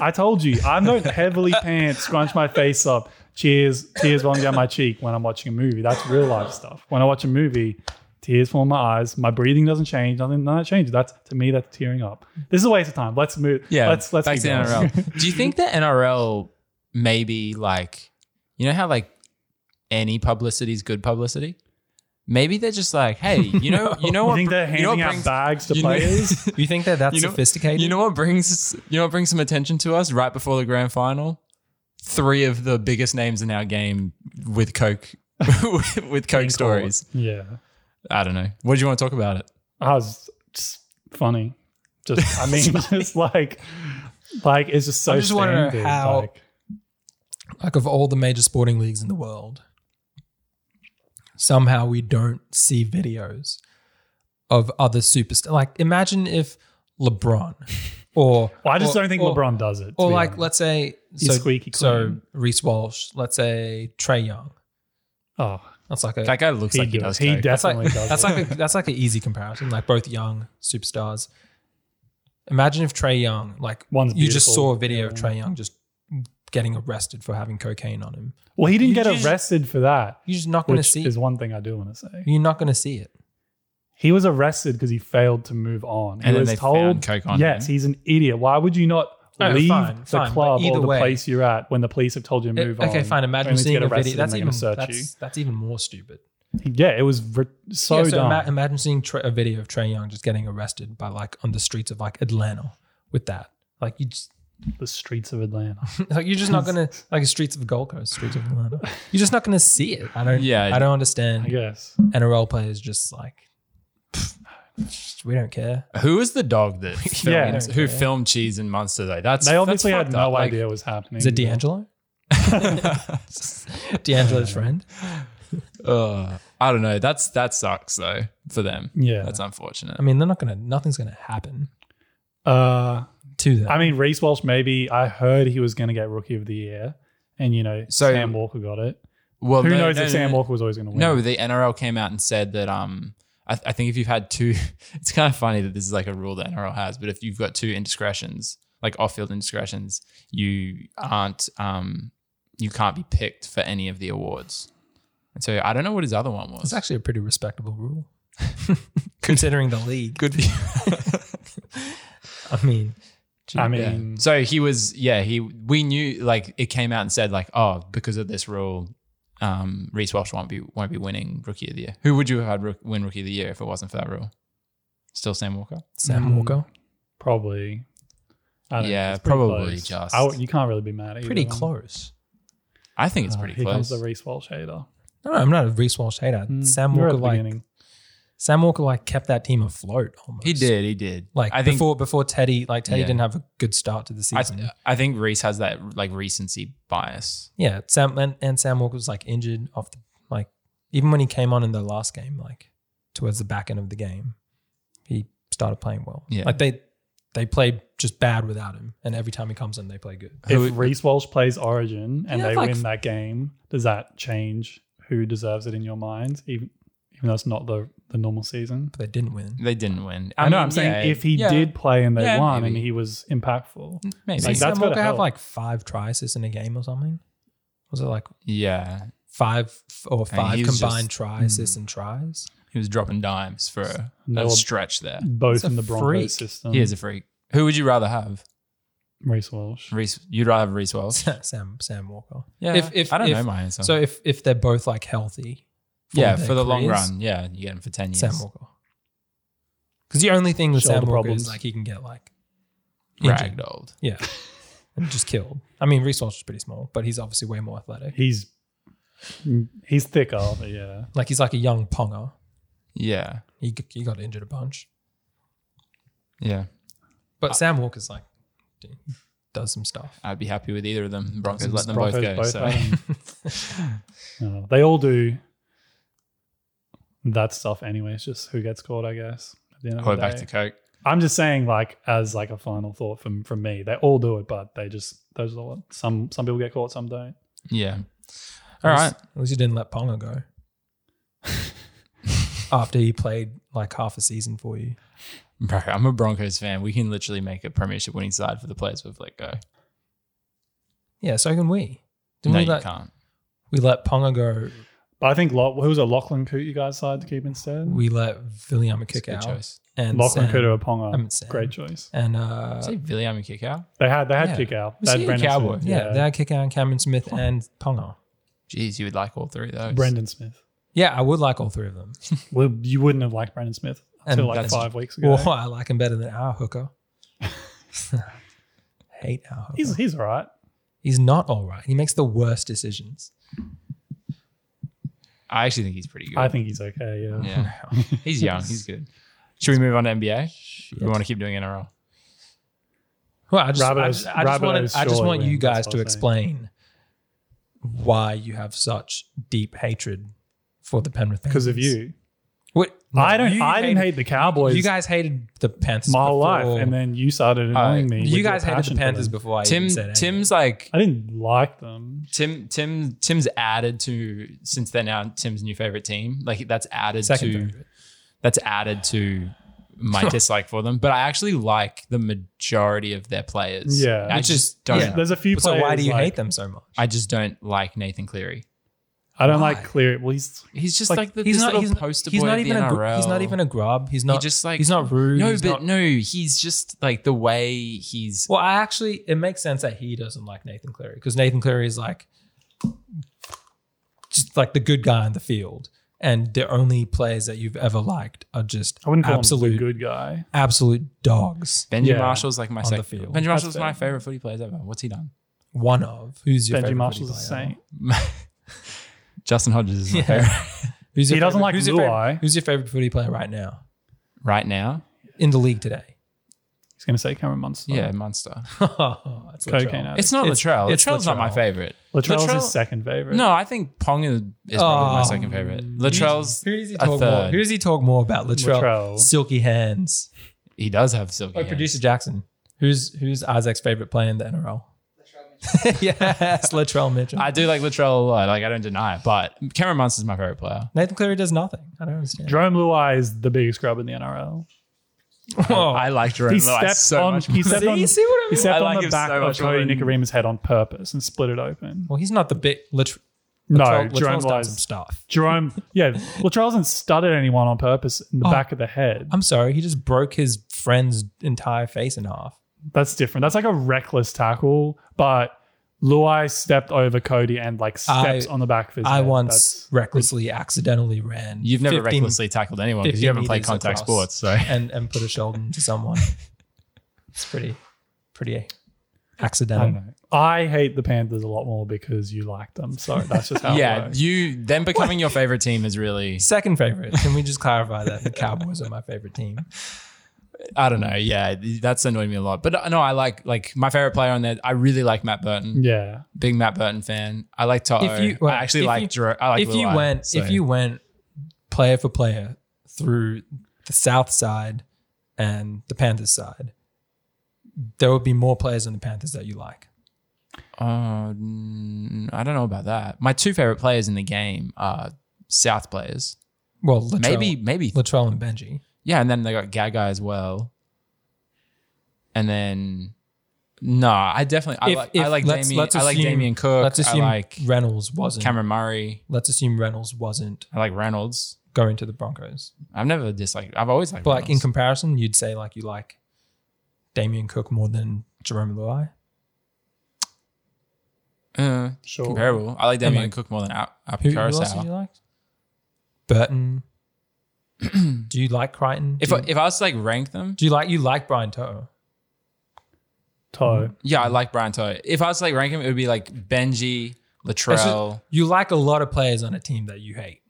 S2: I told you, I don't heavily pants, scrunch my face up, tears, tears rolling down my cheek when I'm watching a movie. That's real life stuff. When I watch a movie, tears form my eyes. My breathing doesn't change. Nothing, none of that changes. That's to me, that's tearing up. This is a waste of time. Let's move.
S1: Yeah,
S2: Let's let's
S1: back
S2: keep
S1: to the
S2: going. *laughs*
S1: NRL. Do you think the NRL maybe like you know how like any publicity is good publicity? Maybe they're just like, hey,
S2: *laughs*
S1: you know, you know
S2: you
S1: what,
S2: think they're
S1: you know
S2: handing
S1: what
S2: out
S1: brings-
S2: bags to
S1: you know- *laughs*
S2: players?
S3: You think
S2: *laughs*
S3: that that's
S1: You know-
S3: sophisticated?
S1: You know what brings you know what brings some attention to us right before the grand final? Three of the biggest names in our game with Coke *laughs* with Coke stories.
S2: yeah.
S1: I don't know. What do you want to talk about it?
S2: I was just funny.
S1: *laughs*
S2: Just I mean, just like like it's just so
S3: I'm just wondering
S2: standard.
S3: how-
S2: like,
S3: like of all the major sporting leagues in the world, somehow we don't see videos of other superstars. Like, imagine if
S2: *laughs*
S3: LeBron or
S2: well, I just
S3: or-
S2: don't think
S3: or-
S2: LeBron does it. to
S3: or
S2: be
S3: like
S2: honest.
S3: let's say
S2: He's
S3: so,
S2: squeaky
S3: so
S2: clean.
S3: Reese Walsh, let's say Trey Young.
S2: oh,
S3: That's like a
S1: That guy looks
S2: he,
S1: like he does.
S2: does. he
S1: coke.
S3: that's
S2: definitely
S3: like
S2: does.
S3: that's
S2: it.
S3: like a, that's like an easy comparison. Like both young superstars. Imagine if Trey Young, like
S2: One's
S3: you just
S2: beautiful,
S3: saw a video of
S2: yeah.
S3: Trey Young just getting arrested for having cocaine on him.
S2: Well, he didn't
S3: You
S2: get
S3: just-
S2: arrested for that,
S3: You're just not going to
S2: which
S3: see.
S2: is one thing I do want to say.
S3: You're not going to see it.
S2: He was arrested because he failed to move on. He
S1: And then
S2: was
S1: they
S2: told,
S1: found coke on
S2: yes,
S1: him.
S2: he's an idiot. Why would you not
S3: No,
S2: leave
S3: fine,
S2: the
S3: fine, but
S2: club or
S3: either
S2: the
S3: way-
S2: place you're at when the police have told you to move
S3: It-
S2: on?
S3: Eh, okay, fine. Imagine
S2: only to
S3: seeing
S2: get
S3: a
S2: arrested
S3: video. That's
S2: and
S3: even
S2: they're gonna search
S3: that's, that's even more stupid.
S2: you. Yeah, it was re- so
S3: yeah, so
S2: dumb.
S3: ima- imagine seeing Trey- a video of Trey Young just getting arrested by like on the streets of like Atlanta with that. Like you just *laughs*
S2: the streets of Atlanta.
S3: like you're just
S2: *laughs*
S3: not gonna like the streets of Gold Coast, streets of Atlanta. You're just not gonna see it. I don't.
S1: Yeah.
S3: *laughs* I don't
S1: I
S3: understand
S2: I guess.
S3: NRL players just like we don't care.
S1: Who was the dog that
S2: *laughs* Yeah.
S1: filmed, who filmed Cheese and Monster though? That's
S2: They obviously
S1: that's
S2: had
S1: fucked
S2: no
S1: up. Like,
S2: idea what was happening.
S3: Is it D'Angelo?
S1: *laughs*
S3: D'Angelo's friend.
S1: uh, I don't know. That's that sucks though for them.
S2: Yeah.
S1: that's unfortunate.
S3: I mean, they're not gonna. Nothing's gonna happen
S2: Uh,
S3: to them.
S2: I mean, Reese Walsh. Maybe I heard he was going to get Rookie of the Year, and you know,
S1: So-
S2: Sam Walker got it.
S1: well,
S2: Who
S1: no,
S2: knows
S1: no,
S2: if
S1: no,
S2: Sam
S1: no.
S2: Walker was always going to win?
S1: No, the NRL came out and said that. Um, I, I think if you've had two, *laughs* it's kind of funny that this is like a rule that NRL has. But if you've got two indiscretions, like off-field indiscretions, you aren't, um, you can't be picked for any of the awards. And so I don't know what his other one was.
S3: it's actually a pretty respectable
S2: *laughs*
S3: rule, considering the league.
S1: good.
S3: I mean,
S1: Yeah.
S2: I mean,
S1: So he was, yeah, he. We knew, like, it came out and said, like, oh, because of this rule, um, Reese Walsh won't be won't be winning Rookie of the Year. Who would you have had rook, win Rookie of the Year if it wasn't for that rule? Still Sam Walker.
S3: Sam
S2: Mm.
S3: Walker,
S2: probably. I don't
S1: Yeah,
S2: know, it's pretty
S1: probably
S2: close.
S1: just-
S2: I w- you can't really be mad at either
S3: pretty
S2: one.
S3: close.
S1: I think it's
S2: Uh,
S1: pretty
S2: here
S1: close.
S2: comes the Reese Walsh hater.
S3: No, no, I'm not a Reese Walsh hater.
S2: Mm,
S3: Sam
S2: you were at
S3: Walker,
S2: the
S3: like
S2: beginning.
S3: Sam Walker, like kept that team afloat. Almost.
S1: he did. He did.
S3: Like
S1: I think.
S3: before, before Teddy, like Teddy
S1: Yeah.
S3: didn't have a good start to the
S1: I,
S3: season.
S1: I think Reese has that like recency bias.
S3: yeah, Sam and, and Sam Walker was like injured off the like even when he came on in the last game, like towards the back end of the game, he started playing well.
S1: Yeah.
S3: like they they played just bad without him, and every time he comes in, they play good.
S1: Who-
S2: If Reese Walsh plays Origin and
S3: Yeah,
S2: they
S3: like-
S2: win that game, does that change who deserves it in your mind? Even even though it's not the the normal season.
S3: But they didn't win.
S1: They didn't win.
S2: I know.
S1: mean,
S2: I'm saying
S1: yeah,
S2: if he
S1: yeah,
S2: did play and they
S1: Yeah,
S2: won
S1: maybe. Mm.
S2: and he was impactful,
S1: maybe.
S3: Did
S2: Like,
S3: Sam
S2: that's gotta
S3: Walker have
S2: help.
S3: like five tries in a game or something? Was it like
S1: yeah,
S3: five or five
S1: he was
S3: combined
S1: just- Hmm.
S3: tries, assists, and tries? *laughs*
S1: he was dropping dimes for a,
S2: No,
S1: a stretch there.
S2: both
S3: He's a
S2: in the Broncos
S3: freak.
S2: system.
S1: He is a freak. Who would you rather have?
S2: Reese Walsh.
S1: Reese, you'd rather have Reese *laughs* Wells.
S3: Sam Sam Walker.
S1: Yeah,
S3: If- if-
S1: I don't
S3: if-
S1: know my answer.
S3: So if if they're both like healthy,
S1: yeah,
S3: their
S1: for the long
S3: careers,
S1: run, yeah, you get him for ten years.
S3: Sam Walker. Because the only thing with
S2: Shoulder
S3: Sam Walker
S2: problems.
S3: is like he can get like injured.
S1: Ragdolled.
S3: Yeah. *laughs* And just killed. I mean, Reese Walsh is pretty small, but he's obviously way more athletic.
S2: He's he's thicker, but yeah.
S3: Like he's like a young ponger.
S1: Yeah,
S3: He, g- he got injured a bunch.
S1: yeah. Uh,
S3: But Sam Walker's like d- does some stuff.
S1: I'd be happy with either of them. The Broncos
S2: Since
S1: let them
S2: Broncos
S1: both go.
S2: both
S1: so *laughs*
S2: had him. No, they all do that stuff anyway. It's just who gets caught, I guess. At the end of
S1: go
S2: the
S1: back
S2: day.
S1: to Coke.
S2: I'm just saying, like as like a final thought from from me, they all do it, but they just those are what some some people get caught, some don't.
S1: Yeah. All
S3: At
S1: right.
S3: least- At least you didn't let
S1: *laughs*
S3: Ponga go. After he played like half a season for you.
S1: Bro, I'm a Broncos fan. We can literally make a premiership winning side for the players we've let go.
S3: Yeah, so can we. Didn't
S1: no,
S3: we
S1: you
S3: let,
S1: can't.
S3: we let Ponga go.
S2: But I think Lock, who was a Lachlan Coote you guys decided to keep instead?
S3: We let Viliama
S1: It's a
S3: kick
S1: good
S3: out.
S1: choice.
S3: And
S2: Lachlan
S3: Sam-
S2: Coote or
S3: I mean,
S2: Ponga,
S3: Sam.
S2: great choice.
S3: And uh,
S1: Say Viliami kick out.
S2: They had they had
S3: Yeah.
S2: kick out.
S1: Was
S2: They had
S1: he a
S2: Brendan
S1: Cowboy?
S2: Smith.
S3: yeah, they had kick out Cameron Smith and Ponga.
S1: Jeez, you would like all three of those.
S2: Brendan Smith.
S3: Yeah, I would like all three of them.
S2: Well, you wouldn't have liked Brendan Smith
S3: And
S2: until like
S3: that's-
S2: five weeks ago.
S3: Well, I like him better than our hooker.
S2: *laughs*
S3: Hate our hooker.
S2: he's
S3: He's,
S2: he's all right.
S3: not all right. He makes the worst decisions.
S1: I actually think he's pretty good.
S2: I think he's okay. Yeah.
S1: Yeah. he's young. He's good. Should we move on to NBA? We want to keep doing NRL.
S3: Well, I just, I
S2: Rabbitohs-
S3: just, I just, wanted,
S2: Rabbitohs
S3: I just
S2: surely
S3: want you
S2: win, that's
S3: guys
S2: what
S3: to
S2: I'm saying.
S3: explain why you have such deep hatred for the Penrith
S2: Because of
S3: Panthers.
S2: you.
S3: What? no,
S2: I don't.
S3: you
S2: I didn't
S3: hated-
S2: hate the Cowboys.
S3: You guys hated the Panthers
S2: my whole life,
S3: before-
S2: and then you started annoying
S1: Uh,
S2: me. with
S3: you
S2: your
S3: guys hated
S2: passion
S3: the
S2: for
S3: Panthers
S2: them.
S3: beful I
S1: Tim
S3: even said anything.
S1: Tim's like
S2: I didn't like them.
S1: Tim Tim Tim's added to since they're now Tim's new favorite team. Like that's added
S3: second.
S1: to
S3: favorite.
S1: that's added to
S3: *laughs*
S1: my dislike for them. But I actually like the majority of their players.
S2: Yeah.
S1: I
S3: Which is-
S1: just don't.
S3: yeah.
S2: There's a few.
S3: So why
S2: players,
S3: do you
S2: like-
S3: hate them so much?
S1: I just don't like Nathan Cleary.
S2: I don't
S3: Why?
S2: like Clear. Well, he's
S1: He's just like,
S2: Like,
S1: the he's not, he's, poster
S3: he's
S1: boy
S3: not
S1: of the
S3: even a gr-
S1: NRL.
S3: he's not even a grub. He's
S1: he
S3: not
S1: just like
S3: he's not rude.
S1: No,
S3: he's
S1: but
S3: not-
S1: no, he's just like the way he's.
S3: Well, I actually it makes sense that he doesn't like Nathan Cleary because Nathan Cleary is like just like the good guy in the field, and the only players that you've ever liked are just
S2: I wouldn't call
S3: absolute
S2: him the good guy.
S3: absolute dogs.
S1: Benji
S2: Yeah.
S1: Marshall's like my
S3: On the
S1: second.
S3: field.
S1: Benji Marshall's
S2: fair.
S1: my favorite footy player ever. What's he done?
S3: One of who's your
S2: Benji
S3: favorite
S2: Marshall's a
S3: footy player?
S2: saint.
S1: Justin Hodges is my
S3: Yeah.
S1: favorite.
S3: Who's your
S2: He doesn't
S3: favorite-
S2: like
S3: who's your favorite-
S2: Luai.
S3: Who's your favorite footy player right now?
S1: *laughs* right now.
S3: in the league today. *laughs*
S2: He's going to say Cameron Munster.
S1: Yeah, Munster.
S3: That's
S2: Cocaine
S3: Latrell.
S2: addict.
S1: It's not
S3: It's-
S1: Latrell.
S3: it's
S1: Latrell's not my
S3: Latrell.
S1: favorite.
S2: Latrell's
S1: Latrell-
S2: his second favorite.
S1: No, I think Pong is, is probably my
S3: Oh.
S1: second favorite. Latrell's
S3: Who does he
S1: a
S3: talk more?
S1: third.
S3: Who does he talk more about? Latrell.
S2: Latrell.
S3: Silky hands.
S1: he does have silky.
S3: Oh,
S1: hands.
S3: producer Jackson. Who's who's Isaac's favorite player in the NRL? *laughs* yes, Latrell Mitchell.
S1: I do like Latrell a lot. Like I don't deny it, but Cameron Munster's my favorite player.
S3: Nathan Cleary does nothing. I don't understand.
S2: Jerome Luai is the biggest grub in the NRL.
S3: Whoa.
S1: I like Jerome
S2: He
S1: Lewis
S2: stepped
S1: so
S2: on.
S1: much.
S2: He stepped
S3: See-
S2: on.
S3: you see what I
S2: He
S3: mean?
S2: stepped
S1: I like
S2: on
S1: him
S2: the back
S1: so
S2: of
S1: much
S2: Cody
S1: more than-
S2: Nikarema's head on purpose and split it open.
S3: well, he's not the big Latr-
S2: No, Jerome
S3: Latrell, Latrell's done some *laughs*
S2: Luai's
S3: stuff.
S2: Jerome, yeah. Latrell hasn't studded anyone on purpose in the
S3: Oh.
S2: back of the head.
S3: I'm sorry, he just broke his friend's entire face in half.
S2: That's different. That's like a reckless tackle, but Luai stepped over Cody and like steps
S3: I-
S2: on the back of his
S3: I
S2: head.
S3: once recklessly, accidentally ran.
S1: *laughs* You've never
S3: 15
S1: recklessly tackled anyone because you
S3: 15
S1: haven't played
S3: meters
S1: contact
S3: across.
S1: sports.
S3: *laughs*
S1: So
S3: and and put a shoulder into someone.
S1: *laughs*
S3: It's pretty, pretty
S2: That's, I don't
S3: accidental.
S2: know. I hate the Panthers a lot more because you like them. So that's
S3: *laughs*
S2: just how it
S1: yeah,
S2: works.
S1: you them becoming your favorite team is really
S3: Second favorite. Can we just clarify that the Cowboys are my favorite team?
S1: I don't know. Yeah, that's annoyed me a lot. But uh, no, I like like my favorite player on there. I really like Matt Burton.
S2: Yeah.
S1: Big Matt Burton fan. I like Toto.
S3: If you-
S1: I actually
S3: if
S1: like
S3: you-
S1: Jerome. I like
S3: if you
S1: Luai,
S3: went,
S1: so-
S3: if you went player for player through the South side and the Panthers side, there would be more players on the Panthers that you like.
S1: Uh, mm, I don't know about that. My two favorite players in the game are South players.
S3: Well, Latrell,
S1: Maybe maybe
S3: Latrell and Benji.
S1: yeah, and then they got Gaga as well. And then no, I definitely I
S3: If-
S1: like I
S3: if-
S1: like
S3: let's-
S1: Damien.
S3: let's
S1: I like
S3: assume-
S1: Damien Cook.
S3: Let's assume
S1: I like
S3: Reynolds wasn't.
S1: Cameron Murray.
S3: Let's assume Reynolds wasn't
S1: I like Reynolds.
S3: going to the Broncos.
S1: I've never disliked. I've always liked.
S3: But like in
S1: Reynolds.
S3: comparison, you'd say like you like Damien Cook more than Jerome Luai.
S1: Uh,
S2: Sure.
S1: comparable. I like Damien
S3: like-
S1: Cook more than Al- uh, Al
S3: Who, who else did you
S1: Carousel.
S3: like?
S2: *clears throat*
S3: Burton. do you like Crichton?
S1: If
S3: do,
S1: I,
S3: you,
S1: if I was to like rank them,
S3: do you like you like Brian Toto? Mm-hmm.
S2: Toe.
S1: yeah, I like Brian Toe. If I was to like rank him, it would be like Benji,
S3: It's just-
S1: Latrell.
S3: you like a lot of players on a team that you hate,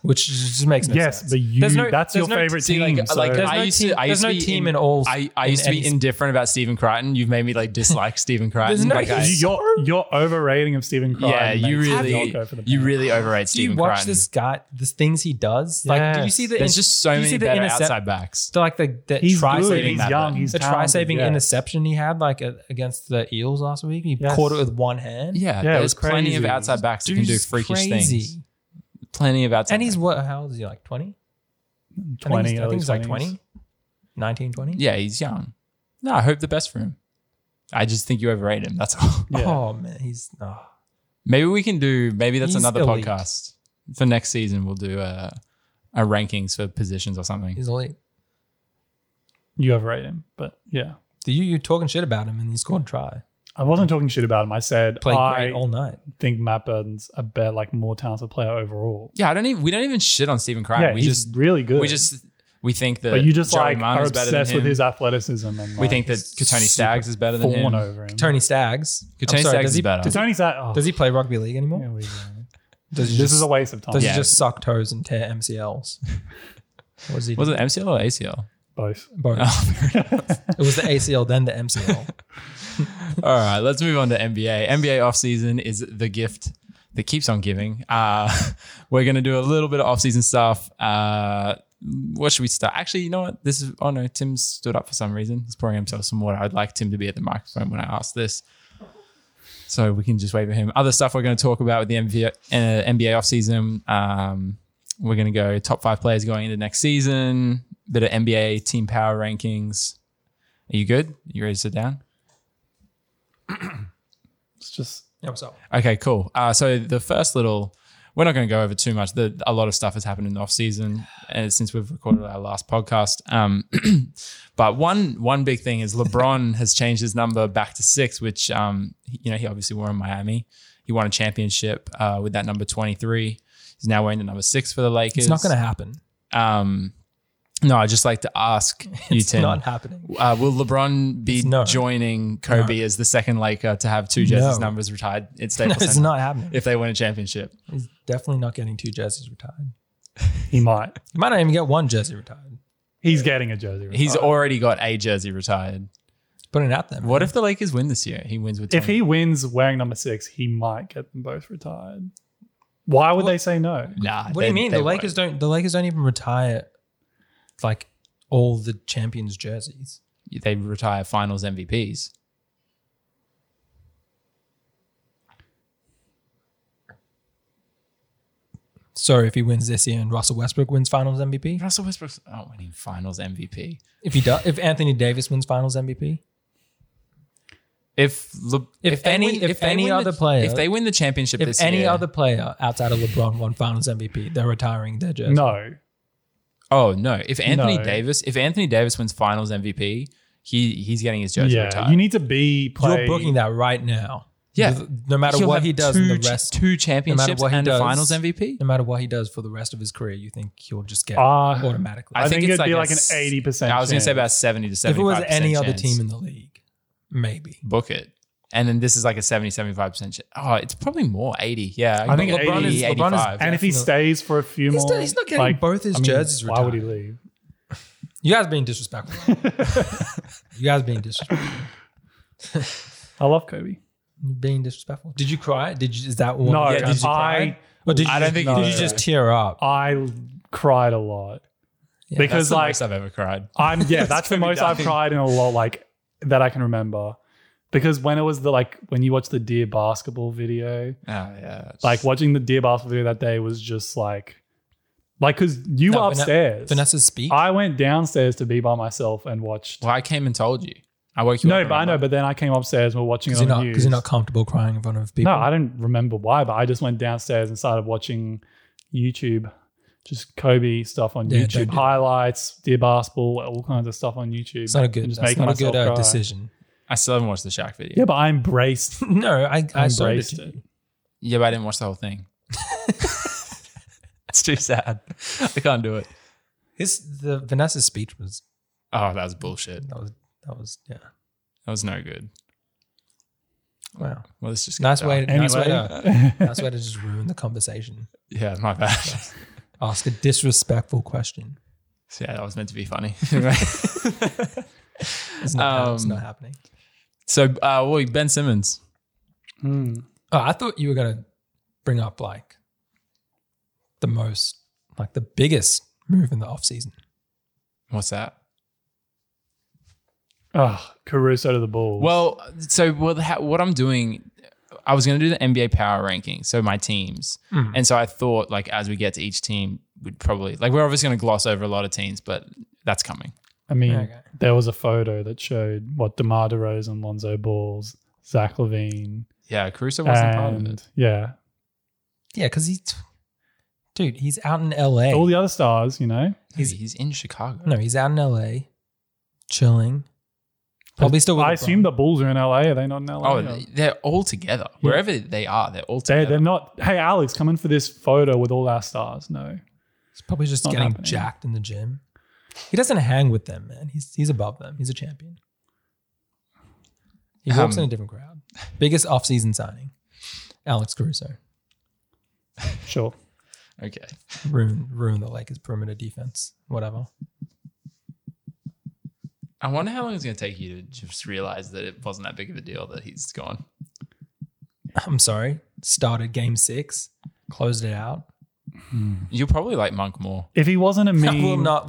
S3: which just makes no
S2: Yes,
S3: sense.
S2: but you,
S3: There's no-
S2: that's your
S3: there's no-
S2: favorite
S1: See,
S2: team.
S1: like,
S2: so
S1: like
S3: There's
S1: I
S3: no
S1: used
S3: team-
S1: to, I
S3: there's
S1: used
S3: no
S1: to be
S3: team in all-
S1: I, I
S3: in
S1: used to be
S3: any-
S1: indifferent about Stephen Crichton. You've made me like
S3: *laughs*
S1: dislike Stephen Crichton.
S3: There's no-
S1: Like, I-
S3: he's-
S2: your, your overrating of Stephen Crichton.
S1: yeah, you
S2: makes me
S1: really,
S2: not go for the
S1: you
S2: Panthers.
S1: really overrate
S3: do you
S1: Stephen
S3: watch
S1: Crichton.
S3: this guy? The things he does. Like, did you
S2: Yes.
S3: see the?
S1: There's just so
S3: do you
S1: many
S3: see the
S1: better
S3: intercep-
S1: outside backs.
S3: the, like the, the
S2: He's
S3: try
S2: good.
S3: saving
S2: He's
S3: that-
S2: young. He's
S3: the try
S2: talented,
S3: saving
S2: yeah.
S3: interception he had like uh, against the Eels last week. He
S2: Yes.
S3: caught it with one hand.
S1: Yeah,
S2: Yeah, it
S1: there's
S2: was
S1: plenty of
S2: crazy.
S1: outside backs that can do
S3: Dude's
S1: freakish
S3: crazy.
S1: things. Plenty of outside.
S3: And he's
S1: backs.
S3: what? How old is he? Like 20? I think
S2: 20,
S3: he's, I
S2: early
S3: think he's like
S2: 20s.
S3: 20, 19, 20.
S1: yeah, he's young. No, I hope the best for him. I just think you overrate him. That's all. *laughs*
S2: Yeah.
S3: Oh man, he's oh.
S1: Maybe we can do. Maybe that's
S3: He's
S1: another
S3: elite.
S1: podcast for next season. We'll do a, a rankings for positions or something.
S3: he's elite.
S2: You overrate him, but yeah.
S3: Do you you talking shit about him and he scored a try.
S2: I wasn't talking shit about him. I said
S3: Played
S2: I
S3: great all night.
S2: think Matt Burton's a better, like more talented player overall.
S1: Yeah, I don't even. We don't even shit on Stephen Crichton.
S2: yeah,
S1: we
S2: he's
S1: just
S2: really good.
S1: we just we think that.
S2: but you just
S1: Joey
S2: like
S1: Manu
S2: are
S1: is better than
S2: obsessed with
S1: him.
S2: his athleticism and
S1: We
S2: like,
S1: think that Katoni Staggs is better than
S2: fawn
S1: him.
S2: over him.
S3: Tony Staggs. I'm
S1: Katoni
S3: sorry,
S1: Staggs
S3: does
S1: is
S3: he,
S1: better.
S2: Katoni Staggs. Oh,
S3: Does he play rugby league anymore?
S2: here we go.
S3: Does
S2: This
S3: he just,
S2: is a waste of time.
S3: does
S1: Yeah.
S3: he just suck toes and tear
S2: *laughs*
S3: MCLs? What does he do?
S1: Was it Oh, MCL or ACL?
S2: Both.
S1: *laughs*
S3: Both. it was the ACL then the MCL.
S1: *laughs* All right, let's move on to NBA. NBA offseason is the gift that keeps on giving. Uh, *laughs* we're going to do a little bit of offseason stuff. Uh, what should we start? Actually, you know what? This is, oh no, Tim stood up for some reason. He's pouring himself some water. I'd like Tim to be at the microphone when I ask this. So we can just wait for him. Other stuff we're going to talk about with the NBA, uh, NBA offseason. Um, we're going to go top five players going into next season, bit of NBA team power rankings. Are you good? You ready to sit down?
S2: It's just
S3: Yeah, what's up?
S1: Okay, cool. Uh, so the first little, we're not going to go over too much. The, a lot of stuff has happened in the off season and since we've recorded our last podcast. Um, *clears throat* but one one big thing is LeBron *laughs* has changed his number back to six, which um, you know he obviously wore in Miami. He won a championship uh, with that number twenty three. He's now wearing the number six for the Lakers.
S3: It's not going to happen.
S1: Um, no, I just like to ask you,
S3: *laughs* It's
S1: Tim.
S3: not happening.
S1: uh, will LeBron be
S3: It's no.
S1: joining Kobe as the second Laker to have two jerseys
S3: No.
S1: numbers retired in
S3: No,
S1: Staples
S3: *laughs* it's
S1: Center?
S3: not happening.
S1: if they win a championship.
S3: He's definitely not getting two jerseys retired.
S2: he might.
S3: He might not even get one jersey retired.
S2: He's getting a jersey.
S1: He's
S2: retired.
S1: already got a jersey retired.
S3: Put it out there.
S1: What if the Lakers win this year? He wins with 20.
S2: if he wins wearing number six, he might get them both retired. Why would they say no?
S1: Nah.
S3: What
S1: they-
S3: do you mean?
S1: they
S3: The
S1: won't.
S3: Lakers don't. The Lakers don't even retire, like all the champions' jerseys.
S1: They retire Finals MVPs.
S3: So if he wins this year and Russell Westbrook wins Finals MVP,
S1: Russell Westbrook's not winning Finals MVP.
S3: if he does, if Anthony Davis wins Finals MVP,
S1: If Le-
S3: If
S1: they
S3: any-
S1: win-
S3: if
S1: they
S3: any
S1: win the-
S3: other player-
S1: if they win the championship
S3: if
S1: this
S3: any
S1: year-
S3: other player outside of LeBron won Finals MVP, they're retiring their jersey.
S2: No.
S1: oh no, if Anthony
S2: No.
S1: Davis, if Anthony Davis wins Finals MVP, he he's getting his jersey
S2: Yeah.
S1: retired.
S2: You need to be
S3: you're
S2: playing.
S3: booking that right now.
S1: Yeah.
S3: With- no matter
S1: He'll
S3: what
S1: have
S3: he does,
S1: two,
S3: in the
S1: ch-
S3: rest,
S1: two championships
S3: what he
S1: and a
S3: does,
S1: Finals MVP.
S3: no matter what he does for the rest of his career, you think he'll just get
S2: Ah.
S3: automatically.
S2: I, think,
S1: it's
S2: it'd be
S1: a
S2: like an
S1: s-
S2: 80%.
S1: I was going to say
S2: chance.
S1: about seventy to
S3: if it
S1: seventy-five.
S3: was any other team in the league, maybe.
S1: book it. And then this is like a 70, 75%. ch- Oh, it's probably more, 80. Yeah.
S2: I think
S1: LeBron
S2: 80
S1: is,
S3: LeBron is-
S1: 85.
S2: And if he
S3: Definitely.
S2: stays for a few
S3: He's
S2: more,
S3: not- he's not getting both his jerseys
S2: Why would he leave?
S3: You guys being disrespectful. you guys being disrespectful.
S2: I love Kobe.
S3: Being disrespectful. Did you cry? Did you? Is that one?
S2: No,
S3: of the
S1: Yeah,
S3: times you cried?
S2: I
S3: Or did you
S1: I don't
S3: just-
S1: think
S3: Did
S2: you
S3: you
S2: did.
S3: just tear up?
S2: I cried a lot
S1: That's
S3: Yeah,
S2: because
S1: the
S2: like
S1: most I've ever cried.
S3: *laughs*
S2: I'm yeah,
S1: That's
S2: that's the
S1: gonna be
S2: most I've
S1: dying.
S2: cried in a lot like that I can remember. Because when it was the like when you watch the deer basketball video,
S1: Oh,
S3: Ah,
S1: yeah.
S2: like watching the deer basketball video that day was just like, like because you
S3: No,
S2: were
S3: Vana-
S2: upstairs.
S3: Vanessa's speech.
S2: I went downstairs to be by myself and watched.
S1: Well, I came and told you. I woke you up.
S2: no,
S1: and
S2: but I know.
S1: I'm like,
S2: But then I came upstairs and we're watching it
S3: Because
S2: on the
S3: you're not
S2: news.
S3: because you're not comfortable crying in front of people.
S2: No, I don't remember why, but I just went downstairs and started watching YouTube, just Kobe stuff on
S3: Yeah, don't do
S2: YouTube,
S3: that.
S2: highlights, deer basketball, all kinds of stuff on YouTube.
S3: It's not a good.
S2: and just
S3: That's
S2: making
S3: not a good
S2: myself
S3: uh,
S2: cry.
S3: decision.
S1: I still haven't watched the Shaq video.
S2: Yeah, but I
S3: *laughs*
S2: embraced.
S3: no, I I sold it.
S2: embraced
S3: to
S2: it.
S3: you.
S1: Yeah, but I didn't watch the whole thing. *laughs* it's too sad. I can't do it.
S3: His the Vanessa's speech was
S1: Oh, that was bullshit.
S3: that was that was yeah.
S1: That was no good.
S3: Wow.
S1: Well, it's just
S3: Nice way, nice way, to,
S2: Anyway,
S3: nice way to just ruin the conversation.
S1: Yeah, my bad. *laughs*
S3: Ask a disrespectful question.
S1: So, yeah, that was meant to be funny. *laughs* Anyway.
S3: It's not, it's
S1: Um,
S3: not happening.
S1: *laughs* so, uh, well, Ben Simmons.
S2: *laughs* Hmm.
S3: Oh, I thought you were gonna bring up like the most, like the biggest move in the offseason.
S1: What's that?
S2: Ugh, Ah, Caruso to the Bulls.
S1: Well, so well, the- how- what I'm doing, I was going to do the NBA power ranking, so my teams,
S3: Mm.
S1: and so I thought like as we get to each team, we'd probably like we're obviously going to gloss over a lot of teams, but that's coming.
S2: I mean,
S3: Okay.
S2: there was a photo that showed what DeMar DeRozan, Lonzo Balls, Zach Levine,
S1: Yeah, Caruso wasn't part of
S2: and
S1: it.
S2: yeah,
S3: Yeah, because he, dude, he's out in LA.
S2: all the other stars. You know,
S1: He's, he's in Chicago.
S3: no, he's out in LA, chilling. Probably still. With
S2: I
S3: LeBron.
S2: assume the Bulls are in LA. Are they not in LA?
S1: Oh, they- they're all together wherever they are. They're all
S2: They,
S1: together.
S2: they're not. Hey, Alex, come in for this photo with all our stars. No.
S3: he's probably just
S2: not
S3: getting
S2: happening.
S3: jacked in the gym. He doesn't hang with them, man. He's he's above them. He's a champion. He walks
S1: Um,
S3: in a different crowd. Biggest offseason signing, Alex Caruso.
S2: Sure.
S1: okay,
S3: Ruin ruin the Lakers perimeter defense. Whatever.
S1: I wonder how long it's going to take you to just realize that it wasn't that big of a deal that he's gone.
S3: I'm sorry. Started game six, closed it out.
S1: You'll probably like Monk more.
S2: If he wasn't a
S3: *laughs* I will
S2: meme,
S3: not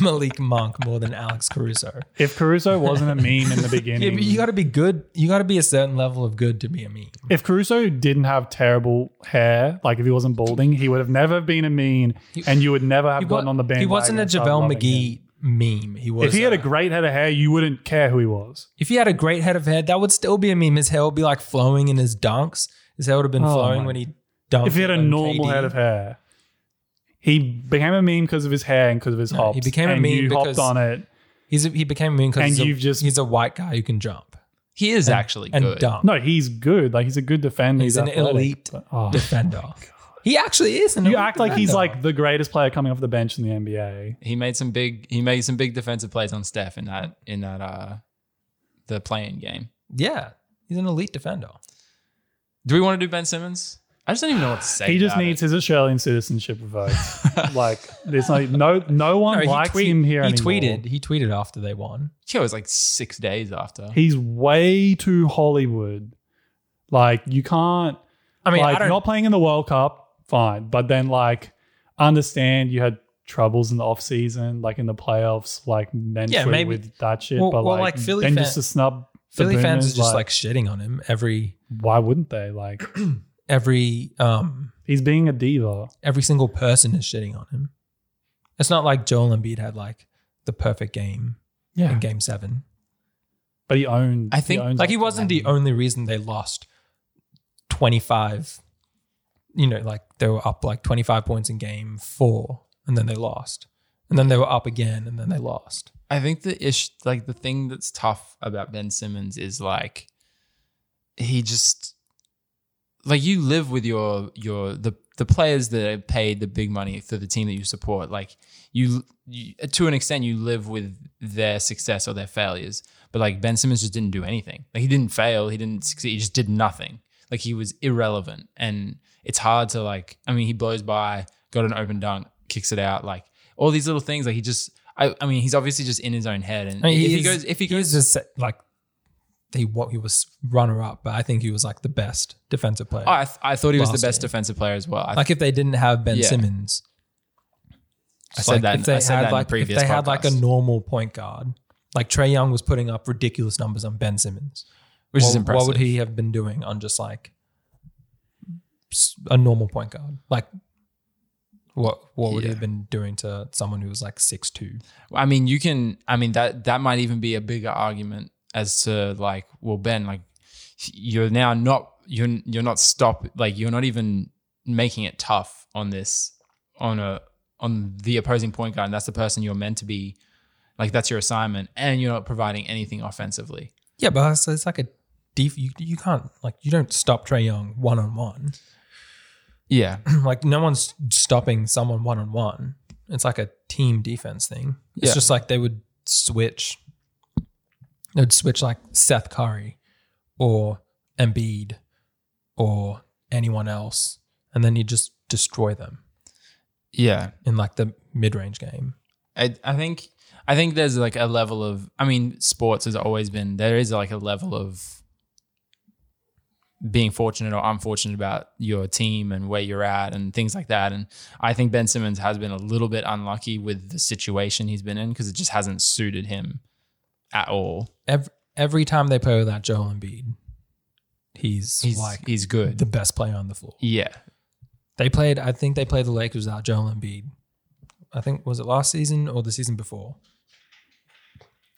S2: *laughs*
S3: Malik Monk more than Alex Caruso.
S2: if Caruso wasn't a meme
S3: *laughs*
S2: in the
S3: Yeah,
S2: beginning,
S3: but you got to be good. You got to be a certain level of good to be a meme.
S2: if Caruso didn't have terrible hair, like if he wasn't balding, he would have never been a mean, and you would never have gotten
S3: wa-
S2: on the band.
S3: he wasn't a JaVale McGee meme. He was.
S2: If he had a
S3: great,
S2: great head of hair, you wouldn't care who he was.
S3: if he had a great head of hair, that would still be a meme. His hair would be like flowing in his dunks. His hair would have been
S2: Oh
S3: flowing
S2: my-
S3: when he dunked.
S2: If he had a
S3: on
S2: normal
S3: KD.
S2: head of hair, he became a meme because of his hair and because of his
S3: No,
S2: hops.
S3: he became a
S2: and
S3: meme
S2: You
S3: because-
S2: hopped on it.
S3: He's a, he became a meme
S2: And
S3: because
S2: you've
S3: he's,
S2: just-
S3: a- he's a white guy who can jump
S1: He is actually
S3: and
S1: good.
S3: dunk.
S2: No, he's good. Like he's a good defender.
S3: He's an
S2: athletic,
S3: elite
S2: but- oh.
S3: defender. He actually is. An
S2: You
S3: elite
S2: act like he's
S3: defender.
S2: like the greatest player coming off the bench in the NBA.
S1: He made some big. He made some big defensive plays on Steph in that in that uh the playing game.
S3: yeah, he's an elite defender.
S1: Do we want to do Ben Simmons? I just don't even know what to say.
S2: He just
S1: about
S2: needs
S1: it.
S2: his Australian citizenship revoked.
S3: *laughs*
S2: like there's no no no one
S3: he,
S2: likes
S3: tweet-
S2: him here
S3: he
S2: anymore.
S3: tweeted. He tweeted after they won.
S1: Yeah, it was like six days after.
S2: He's way too Hollywood. Like you can't.
S3: I mean,
S2: like
S3: I don't.
S2: not playing in the World Cup, fine. But then like understand you had troubles in the off season, like in the playoffs, like mentally
S3: maybe-
S2: with that shit.
S3: Well-
S2: but
S3: well,
S2: like,
S3: like, Philly
S2: then
S3: fan-
S2: just to snub the
S3: Philly fans
S2: Boomers,
S3: are just like shitting on him every
S2: why wouldn't they? Like
S3: every um
S2: he's being a diva.
S3: every single person is shitting on him. It's not like Joel Embiid had like the perfect game in
S2: Yeah,
S3: Game Seven.
S2: but he owned.
S1: I think-
S2: he owns
S3: Like he
S2: up to
S3: wasn't
S2: that.
S3: the only reason they lost twenty five. You know, like they were up like twenty five points in Game Four, and then they lost, and then they were up again, and then they lost.
S1: I think the ish, like the thing that's tough about Ben Simmons is like he just like you live with your your the the players that are paid the big money for the team that you support. Like you, you to an extent, you live with their success or their failures. But like Ben Simmons just didn't do anything. Like he didn't fail. He didn't succeed. He just did nothing. Like he was irrelevant. And it's hard to like. I mean, he blows by, got an open dunk, kicks it out. Like all these little things. Like he just. I, I mean, he's obviously just in his own head. And
S3: I mean,
S1: if he
S3: is-
S1: goes, if he goes,
S3: is just like they what he was runner up, but I think he was like the best defensive player.
S1: oh, I, th- I thought he was the
S3: Last
S1: best
S3: game.
S1: defensive player as well. I,
S3: like if they didn't have Ben
S1: Yeah.
S3: Simmons,
S1: I
S3: It's
S1: said
S3: like
S1: that.
S3: If
S1: in,
S3: they
S1: I said
S3: had
S1: that in
S3: like
S1: the previous
S3: if they had like a
S1: podcast,
S3: normal point guard, like Trey Young was putting up ridiculous numbers on Ben Simmons,
S1: which
S3: what,
S1: is impressive.
S3: What would he have been doing on just like s- a normal point guard? Like what what would he
S1: Yeah.
S3: have been doing to someone who was like six two?
S1: I mean, you can. I mean that that might even be a bigger argument as to like, well, Ben, like you're now not you're you're not stop like you're not even making it tough on this on a on the opposing point guard. And that's the person you're meant to be. Like that's your assignment, and you're not providing anything offensively.
S3: Yeah, but it's, it's like a def- you, you can't like you don't stop Trey Young one on one.
S1: Yeah,
S3: *clears throat* like no one's stopping someone one on one. It's like a team defense thing. It's
S1: Yeah.
S3: just like they would switch. They'd switch like Seth Curry or Embiid or anyone else, and then you just destroy them
S1: yeah.
S3: in like the mid range game.
S1: I, I think I think there's like a level of I mean sports has always been there is like a level of being fortunate or unfortunate about your team and where you're at and things like that and I think Ben Simmons has been a little bit unlucky with the situation he's been in because it just hasn't suited him at all.
S3: Every every time they play without Joel Embiid, he's,
S1: He's
S3: like
S1: he's good.
S3: the best player on the floor.
S1: yeah.
S3: They played. I think they played the Lakers without Joel Embiid. I think was it last season or the season before.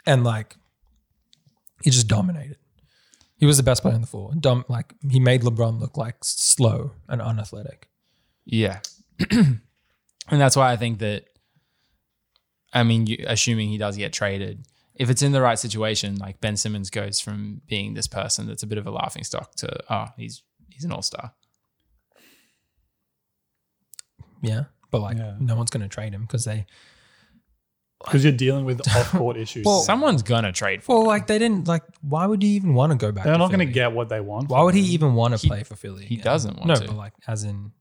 S3: And like, he just dominated. He was the best player on the floor. Dom, like he made LeBron look like slow and unathletic.
S1: Yeah. *clears throat* and that's why I think that, I mean, you, assuming he does get traded, if it's in the right situation, like Ben Simmons goes from being this person that's a bit of a laughing stock to, oh, he's he's an all star.
S3: Yeah, but like
S2: Yeah.
S3: no one's going to trade him because they.
S2: because you're dealing with
S3: *laughs*
S2: off court issues.
S3: Well,
S1: Someone's going to trade for
S3: Well, like they didn't like. Why would you even want to go back?
S2: They're
S3: to
S2: not going to
S3: Philly?
S2: get what they want.
S3: Why would he even want to
S1: He-
S3: play for Philly?
S1: he
S3: again?
S1: doesn't want
S3: no,
S1: to.
S3: but like as in,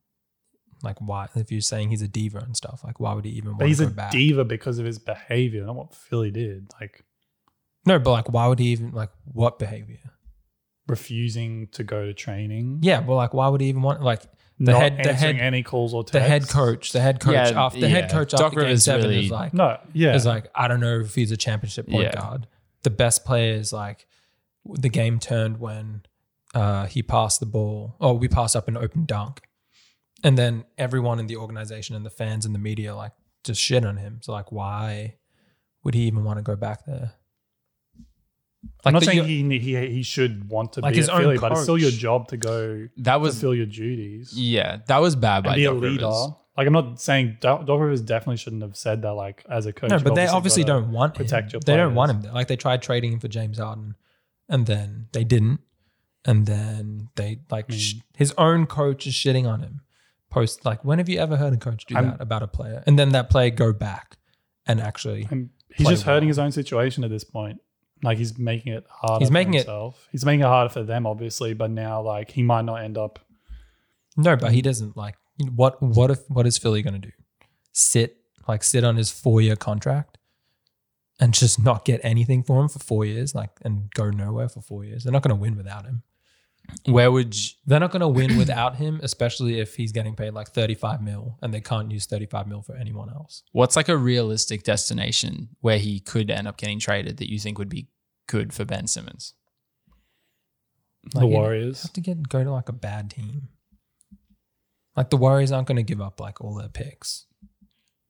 S3: like why? If you're saying he's a diva and stuff, like why would he even?
S2: But
S3: want
S2: he's
S3: to
S2: a
S3: go back?
S2: diva because of his behavior, not what Philly did. Like
S3: No, but like, why would he even like what behavior?
S2: refusing to go to training.
S3: Yeah, well, like, why would he even want like the
S2: not
S3: head, the
S2: answering
S3: head,
S2: any calls or texts.
S3: the head coach, the head coach
S1: Yeah,
S3: after the head
S1: yeah.
S3: coach
S1: Doc
S3: after game
S1: Rivers
S3: seven
S1: really-
S3: is like,
S2: No, yeah.
S3: is like, I don't know if he's a championship point
S1: Yeah.
S3: guard. The best player is like, the game turned when uh, he passed the ball, or we passed up an open dunk, and then everyone in the organization and the fans and the media like just shit on him. So like, why would he even want to go back there?
S2: I'm not
S3: the-
S2: saying he, ne- he he should want to
S3: Like
S2: be
S3: his
S2: at
S3: own
S2: Philly, but it's still your
S3: coach.
S2: job to go
S1: That was,
S2: fulfill your duties.
S1: yeah, that was bad
S2: and
S1: by
S2: be a
S1: Doc
S2: leader.
S1: Rivers.
S2: Like I'm not saying Doc Doc Rivers definitely shouldn't have said that. Like as a coach,
S3: No,
S2: you've
S3: but they obviously
S2: gotta-
S3: don't want
S2: protect
S3: him.
S2: your
S3: They don't want
S2: players.
S3: him. There. Like they tried trading him for James Harden, and then they didn't, and then they like sh-
S2: Mm.
S3: his own coach is shitting on him. Post like, when have you ever heard a coach do
S2: I'm-
S3: that about a player? And then that player go back and actually,
S2: And he's
S3: play
S2: just hurting
S3: well.
S2: his own situation at this point. Like he's making it harder.
S3: He's
S2: for
S3: making it-
S2: himself. He's making it harder for them, obviously. But now, like he might not end up
S3: No, but he doesn't like you know, what what if what is Philly gonna do? Sit like sit on his four year contract and just not get anything for him for four years, like and go nowhere for four years. They're not gonna win without him.
S1: Where would you,
S3: They're not
S2: *clears throat*
S3: gonna win without him, especially if he's getting paid like thirty five mil and they can't use thirty five mil for anyone else.
S1: what's like a realistic destination where he could end up getting traded that you think would be good for Ben Simmons?
S3: Like,
S2: the
S3: you
S2: Warriors.
S3: have to get go to like a bad team. Like the Warriors aren't going to give up like all their picks,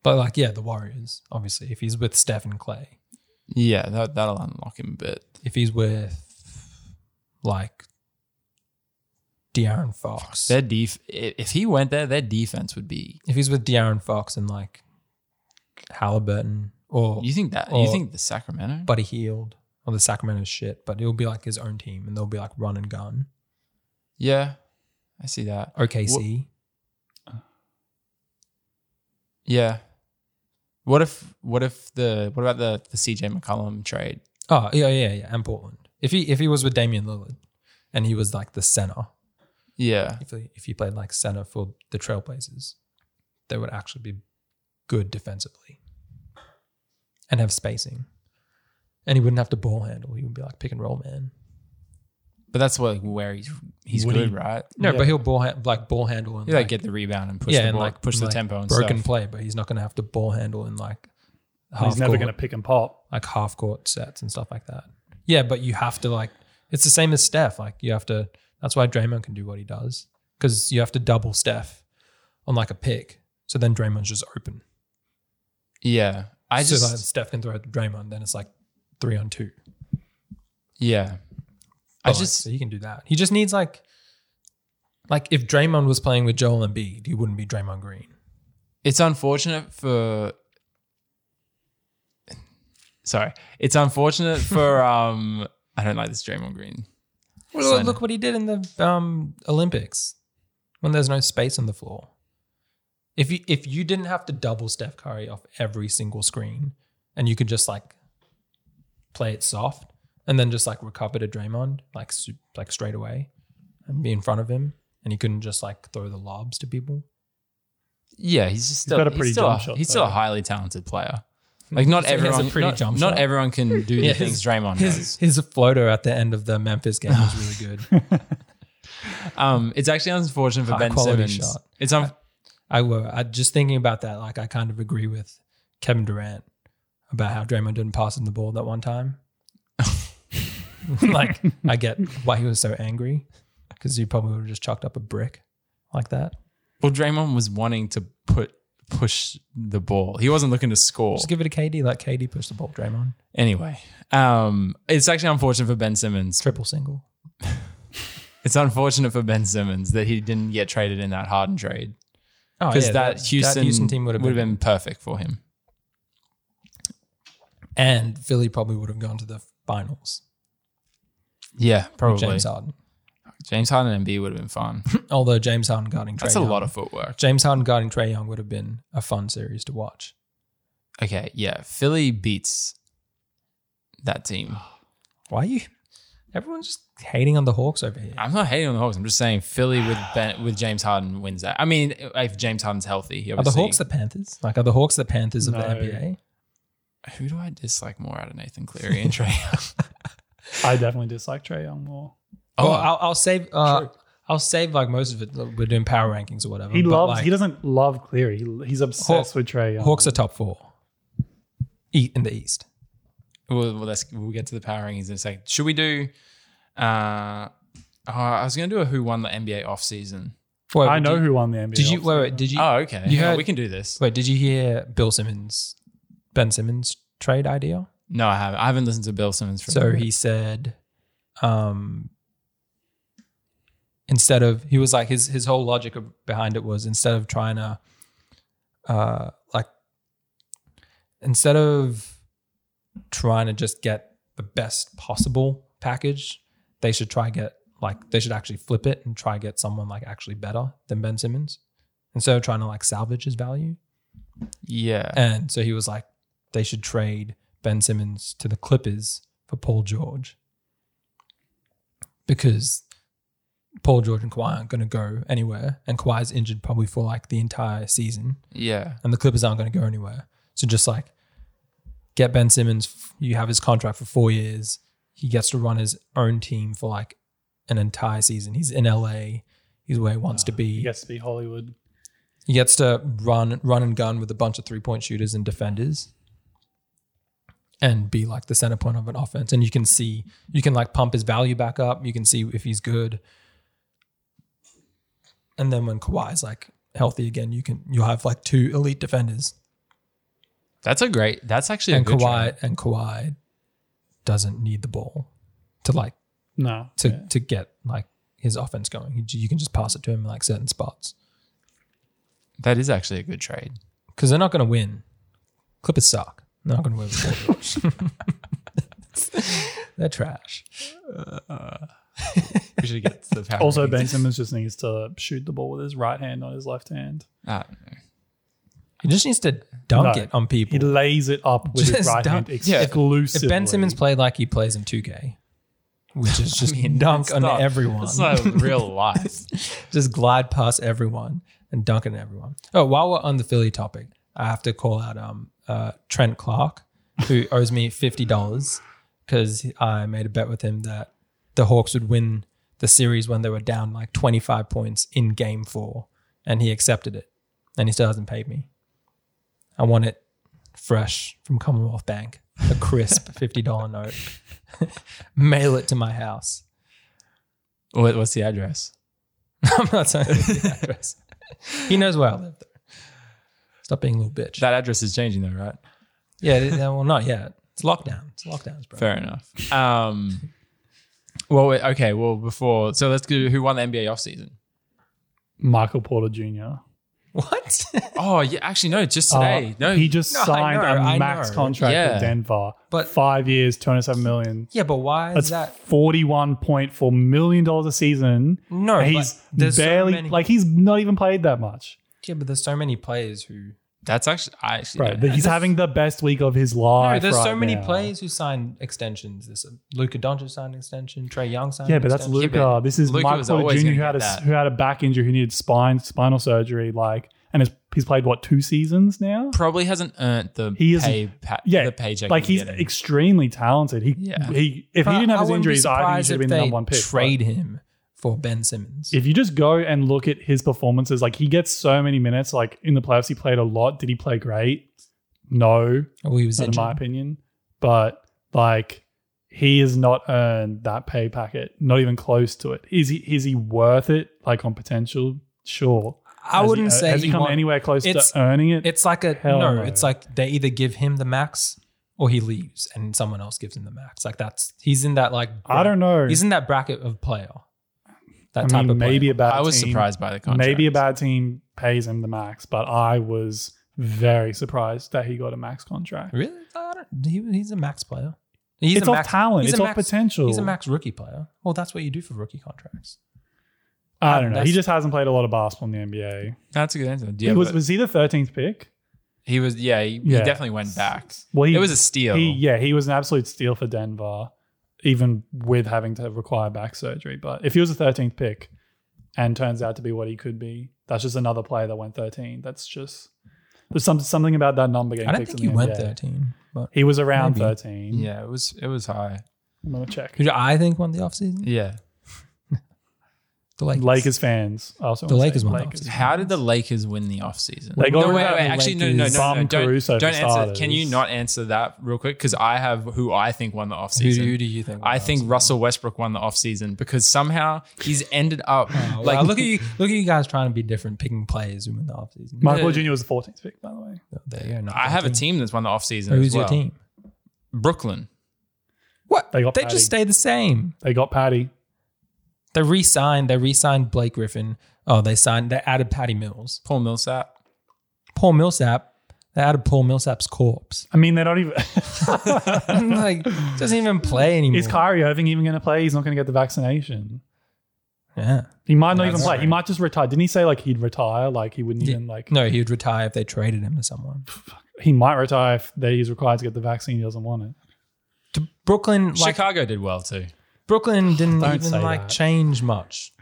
S3: but like yeah, the Warriors obviously. If he's with Steph and Clay,
S1: Yeah, that, that'll unlock him a bit.
S3: if he's with like De'Aaron Fox,
S1: Their def- i- if he went there, their defense would be.
S3: if he's with De'Aaron Fox and like Halliburton or
S1: You think that?
S3: Or-
S1: you think the Sacramento?
S3: Buddy Healed or the Sacramento shit, but it'll be like his own team and they'll be like run and gun.
S1: yeah, I see that.
S3: OKC,
S1: Yeah. What if? What if the? What about the the CJ McCollum trade?
S3: Oh yeah, yeah, yeah, and Portland. If he if he was with Damian Lillard, and he was like the center,
S1: Yeah,
S3: if he, if he played like center for the Trailblazers, they would actually be good defensively, and have spacing, and he wouldn't have to ball handle. He would be like pick and roll man.
S1: but that's what where he's he's
S2: Would
S1: good,
S2: he-
S1: right?
S3: No,
S2: Yeah.
S3: but he'll ball ha- like ball handle and
S1: You like, get the rebound and push
S3: yeah,
S1: the
S3: and,
S1: ball,
S3: like
S1: push the
S3: like,
S1: tempo and
S3: broken
S1: stuff.
S3: play, but he's not going to have to ball handle and like half
S2: He's never
S3: court.
S2: going to pick and pop.
S3: like half court sets and stuff like that. Yeah, but you have to like it's the same as Steph. Like you have to. That's why Draymond can do what he does because you have to double Steph on like a pick. So then Draymond's just open.
S1: yeah, I
S3: so
S1: just
S3: like Steph can throw it to Draymond. Then it's like three on two.
S1: yeah, I
S3: But, like,
S1: just
S3: so he can do that. He just needs like like if Draymond was playing with Joel Embiid, he wouldn't be Draymond Green.
S1: it's unfortunate for sorry it's unfortunate
S3: *laughs*
S1: for um i don't like this draymond green
S3: Well,
S1: Center.
S3: look what he did in the um, Olympics when there's no space on the floor. If you if you didn't have to double Steph Curry off every single screen, and you could just like play it soft and then just like recover to Draymond like su- like straight away and be in front of him, and he couldn't just like throw the lobs to people.
S1: yeah he's just still,
S2: got a
S1: he's
S2: pretty
S1: still
S2: jump shot,
S1: he's still a
S2: though.
S1: highly talented
S3: *laughs*
S1: player like not
S3: He has a
S1: everyone
S3: pretty
S1: not,
S3: jump
S1: not
S3: shot.
S1: everyone can do
S3: *laughs* Yeah,
S1: the things
S3: his-
S1: draymond
S3: His
S1: does
S3: his floater at the end of the Memphis game was really good.
S1: um it's actually unfortunate for
S3: High
S1: ben
S3: quality
S1: simmons
S3: shot.
S1: it's un-
S3: I were I just thinking about that. Like I kind of agree with Kevin Durant about how Draymond didn't pass him the ball that one time. *laughs* like I get why he was so angry because he probably would have just chucked up a brick like that.
S1: well draymond was wanting to put push the ball he wasn't looking to score
S3: Just give it to KD. Let KD push the ball. Draymond
S1: anyway um it's actually unfortunate for ben simmons
S3: triple single.
S1: it's unfortunate for ben simmons that he didn't get traded in that harden trade
S3: Oh
S1: because that, Houston team would have been,
S3: been.
S1: perfect for him.
S3: And Philly probably would have gone to the finals.
S1: Yeah,
S3: with
S1: probably. James
S3: James
S1: Harden,
S3: Harden.
S1: and B would have been
S3: *laughs*
S1: fun.
S3: Although James Harden guarding Trey
S1: That's a
S3: Young,
S1: lot of footwork.
S3: James Harden guarding Trey Young would have been a fun series to watch.
S1: Okay, yeah, Philly beats that team.
S3: Why are you? Everyone's just hating on the Hawks over here.
S1: *sighs* I'm not hating on the Hawks. I'm just saying Philly *sighs* with ben, with James Harden wins that. I mean, if James Harden's healthy, he
S3: Are the
S1: obviously.
S3: Hawks the Panthers? Like, are the Hawks the Panthers of
S2: No.
S3: the NBA?
S1: Who do I dislike more out of Nathan Cleary and Trey?
S3: *laughs*
S2: I definitely dislike Trey Young more.
S3: Oh,
S1: Oh.
S3: I'll, I'll save. Uh, I'll save like most of it. We're doing power rankings or whatever.
S2: He
S3: Mm, but,
S2: loves.
S3: like,
S2: he doesn't love Cleary. He, he's obsessed
S3: Hawk-
S2: with Trey Young.
S3: Hawks are top four. Eat in the East.
S1: well, well, that's we'll get to the power rankings in a second. Should we do? Uh, oh, I was going to do a who won the NBA offseason.
S3: Wait,
S2: I
S3: did
S2: know
S3: you-
S2: who won the NBA.
S3: Did you
S2: offseason.
S3: wait? Wait, did you
S1: Oh, okay.
S3: You
S1: Hang on,
S3: heard-
S1: we can do this.
S3: wait? Did you hear Bill Simmons, Ben Simmons trade idea?
S1: No, I haven't. I haven't listened to Bill Simmons for. a
S3: So
S1: bit.
S3: he said, um, instead of he was like his his whole logic of- behind it was instead of trying to, uh, like, instead of trying to just get the best possible package, they should try get like they should actually flip it and try get someone like actually better than Ben Simmons instead of trying to like salvage his value.
S1: yeah.
S3: And so he was like, they should trade Ben Simmons to the Clippers for Paul George because Paul George and Kawhi aren't going to go anywhere, and Kawhi's injured probably for like the entire season,
S1: Yeah.
S3: and the Clippers aren't going to go anywhere. So just like get Ben Simmons, f- you have his contract for four years. He gets to run his own team for like an entire season. He's in LA. He's where he wants to be.
S2: He gets to be Hollywood.
S3: He gets to run, run and gun with a bunch of three point shooters and defenders, and be like the center point of an offense. And you can see, you can like pump his value back up. You can see if he's good. And then when Kawhi's like healthy again, you can you'll have like two elite defenders,
S1: That's a great. That's actually
S3: and
S1: a good
S3: Kawhi and Kawhi doesn't need the ball to like
S2: No.
S3: to to get like his offense going. You- You can just pass it to him in like certain spots.
S1: That is actually a good trade.
S3: because they're not going to win. Clippers suck. They're not going to win. with Paul George.
S1: *laughs*
S3: they're trash.
S1: We should get
S3: *laughs*
S1: the power.
S2: Also, Ben
S1: rankings.
S2: Simmons just needs to shoot the ball with his right hand, not his left hand.
S1: Ah,
S3: He just needs to dunk
S2: No.
S3: it on people.
S2: He lays it up with his
S3: Just
S2: right
S3: dunk-
S2: hand
S1: Yeah.
S2: exclusively.
S3: if Ben Simmons played like he plays in 2K, which
S1: *laughs*
S3: is just dunk
S1: it's
S3: on
S1: not-
S3: everyone,
S1: It's
S3: *laughs*
S1: not real
S2: *laughs*
S1: life.
S3: just glide past everyone and dunk on everyone. Oh, while we're on the Philly topic, I have to call out um uh, Trent Clark, who owes me fifty dollars because I made a bet with him that the Hawks would win the series when they were down like twenty five points in Game Four, and he accepted it, and he still hasn't paid me. I want it fresh from Commonwealth Bank, a crisp fifty dollar note. *laughs* Mail it to my house.
S1: What, what's the address?
S3: *laughs* I'm not
S2: *laughs*
S3: saying the address. he knows where I live, though. Stop being a little bitch.
S1: That address is changing though, right?
S3: yeah, it- yeah, well, not yet. It's lockdown. It's lockdowns, bro.
S1: Fair enough. Um, well, wait, okay. Well, before so let's do who won the NBA offseason.
S2: Michael Porter Jr.
S3: What? *laughs*
S1: Oh yeah, actually no, just today.
S2: Uh,
S1: no,
S2: he just
S3: No, I
S2: signed
S3: know, I
S2: a max
S3: know.
S2: contract
S1: Yeah.
S2: with Denver,
S3: But-
S2: five years, two hundred seven million.
S3: yeah, but why
S2: That's
S3: is that?
S2: forty-one point four million dollars a season.
S3: No,
S2: And he's
S3: but there's so
S2: barely
S3: many-
S2: like he's not even played that much.
S3: Yeah, but there's so many players who.
S1: that's actually I actually
S2: Right, he's having the best week of his
S3: No,
S2: life.
S3: there's so
S2: right
S3: many
S2: now.
S3: players who signed extensions. This Luka Doncic signed an extension. Trey Young signed.
S2: Yeah,
S3: an
S2: but that's
S3: extension.
S2: Luca.
S1: but
S2: this is
S1: Luka
S2: Michael
S1: was
S2: Porter
S1: always
S2: Jr.
S1: gonna
S2: who had a
S1: get that.
S2: who had a back injury, who needed spine spinal surgery, like, and has, he's played what two seasons now?
S1: probably hasn't earned the
S2: He is-
S1: pay pa-
S2: Yeah,
S1: the paycheck.
S2: Like he's
S1: getting.
S2: extremely talented. He
S1: Yeah.
S2: he if he
S3: But
S2: didn't have
S3: I
S2: his
S3: wouldn't be
S2: injuries, I think he
S3: surprised
S2: should have
S3: if
S2: been the
S3: they
S2: number one pick. but-
S3: Trade him for Ben Simmons.
S2: if you just go and look at his performances, like he gets so many minutes. Like in the playoffs, he played a lot. Did he play great? No,
S3: oh, he was
S2: not in my
S3: injured.
S2: opinion. But like he has not earned that pay packet, not even close to it. Is he is he worth it? Like on potential? Sure. Has
S3: I
S2: he- uh,
S3: wouldn't say
S2: has he
S3: you
S2: come
S3: want-
S2: anywhere close to
S3: It's-
S2: earning it.
S3: It's like a
S2: Hell
S3: no,
S2: no.
S3: It's like they either give him the max or he leaves, and someone else gives him the max. Like that's he's in that like
S2: I don't know.
S3: He's in that bracket of player. That
S2: I
S3: type
S2: mean,
S3: of player.
S2: maybe a bad.
S1: I was
S2: team-
S1: surprised by the contract.
S2: Maybe a bad team pays him the max, but I was very surprised that he got a max contract.
S3: really. I don't, he, he's a max player. He's
S2: It's
S3: a
S2: off
S3: max,
S2: talent.
S3: he's a
S2: It's off
S3: max-
S2: potential.
S3: He's a max rookie player. Well, that's what you do for rookie contracts.
S2: I don't know. He
S3: That's-
S2: just hasn't played a lot of basketball in the NBA.
S1: That's a good answer.
S2: he
S1: Yeah,
S2: was was he the thirteenth pick?
S1: he was yeah, he, he
S2: Yeah.
S1: definitely went back.
S2: Well, he
S1: it was a steal.
S2: He yeah, he was an absolute steal for Denver, even with having to require back surgery. But if he was a thirteenth pick, and turns out to be what he could be, that's just another player that went thirteen. That's just there's some something about that number getting
S3: I don't
S2: picked
S3: think
S2: in
S3: he
S2: the
S3: went
S2: NBA.
S3: thirteen, but
S2: He was around
S3: Maybe.
S2: thirteen.
S1: yeah, it was it was high.
S2: I'm gonna check.
S3: who do I think won the offseason?
S1: Yeah.
S3: The Lakers.
S2: Lakers fans. I Also
S3: The
S2: wanna
S3: Lakers
S2: say
S3: won the
S2: Lakers.
S1: How did the Lakers win the offseason?
S2: They got
S1: no,
S2: rid
S1: wait,
S2: of
S1: wait,
S2: the
S1: actually, no, no, no,
S3: Lakers.
S1: no, no.
S2: Bum
S1: Don't,
S2: Caruso
S1: don't
S2: for
S1: answer.
S2: starters.
S1: Can you not answer that real quick? Because I have who I think won the
S3: Who,
S1: offseason.
S3: who do you think? won
S1: I
S3: the
S1: think
S3: offseason?
S1: Russell Westbrook won the offseason because somehow he's ended up
S3: Oh,
S1: like
S3: wow, look at you, look at you guys trying to be different, picking players who win the offseason.
S2: Michael
S1: Yeah.
S2: Jr. was the 14th pick, by the way.
S3: There you go.
S1: *laughs*
S3: not
S1: I have a
S3: 13.
S1: team that's won the offseason.
S3: Who's
S1: as well.
S3: your team?
S1: Brooklyn.
S3: What?
S2: They
S3: They,
S2: got Patty.
S3: just stay the same.
S2: They got Patty.
S3: They re-signed. They re-signed Blake Griffin. Oh, they signed. They added Patty Mills.
S1: Paul Millsap.
S3: Paul Millsap. They added Paul Millsap's
S1: *laughs*
S3: corpse. *laughs*
S2: I mean, they don't even.
S3: like doesn't even play anymore.
S2: Is Kyrie Irving even going to play? He's not going to get the vaccination.
S3: yeah.
S2: He might not
S1: That's
S2: even play. He
S1: right.
S2: might just retire. Didn't he say like he'd retire? Like he wouldn't
S3: Yeah.
S2: even like.
S3: No, he would retire if they traded him to someone.
S2: He might retire if that he's required to get the vaccine. He doesn't want it.
S3: To Brooklyn, like
S1: Chicago did well too.
S3: Brooklyn didn't
S2: Don't
S3: even
S2: say
S3: like
S2: that.
S3: change much.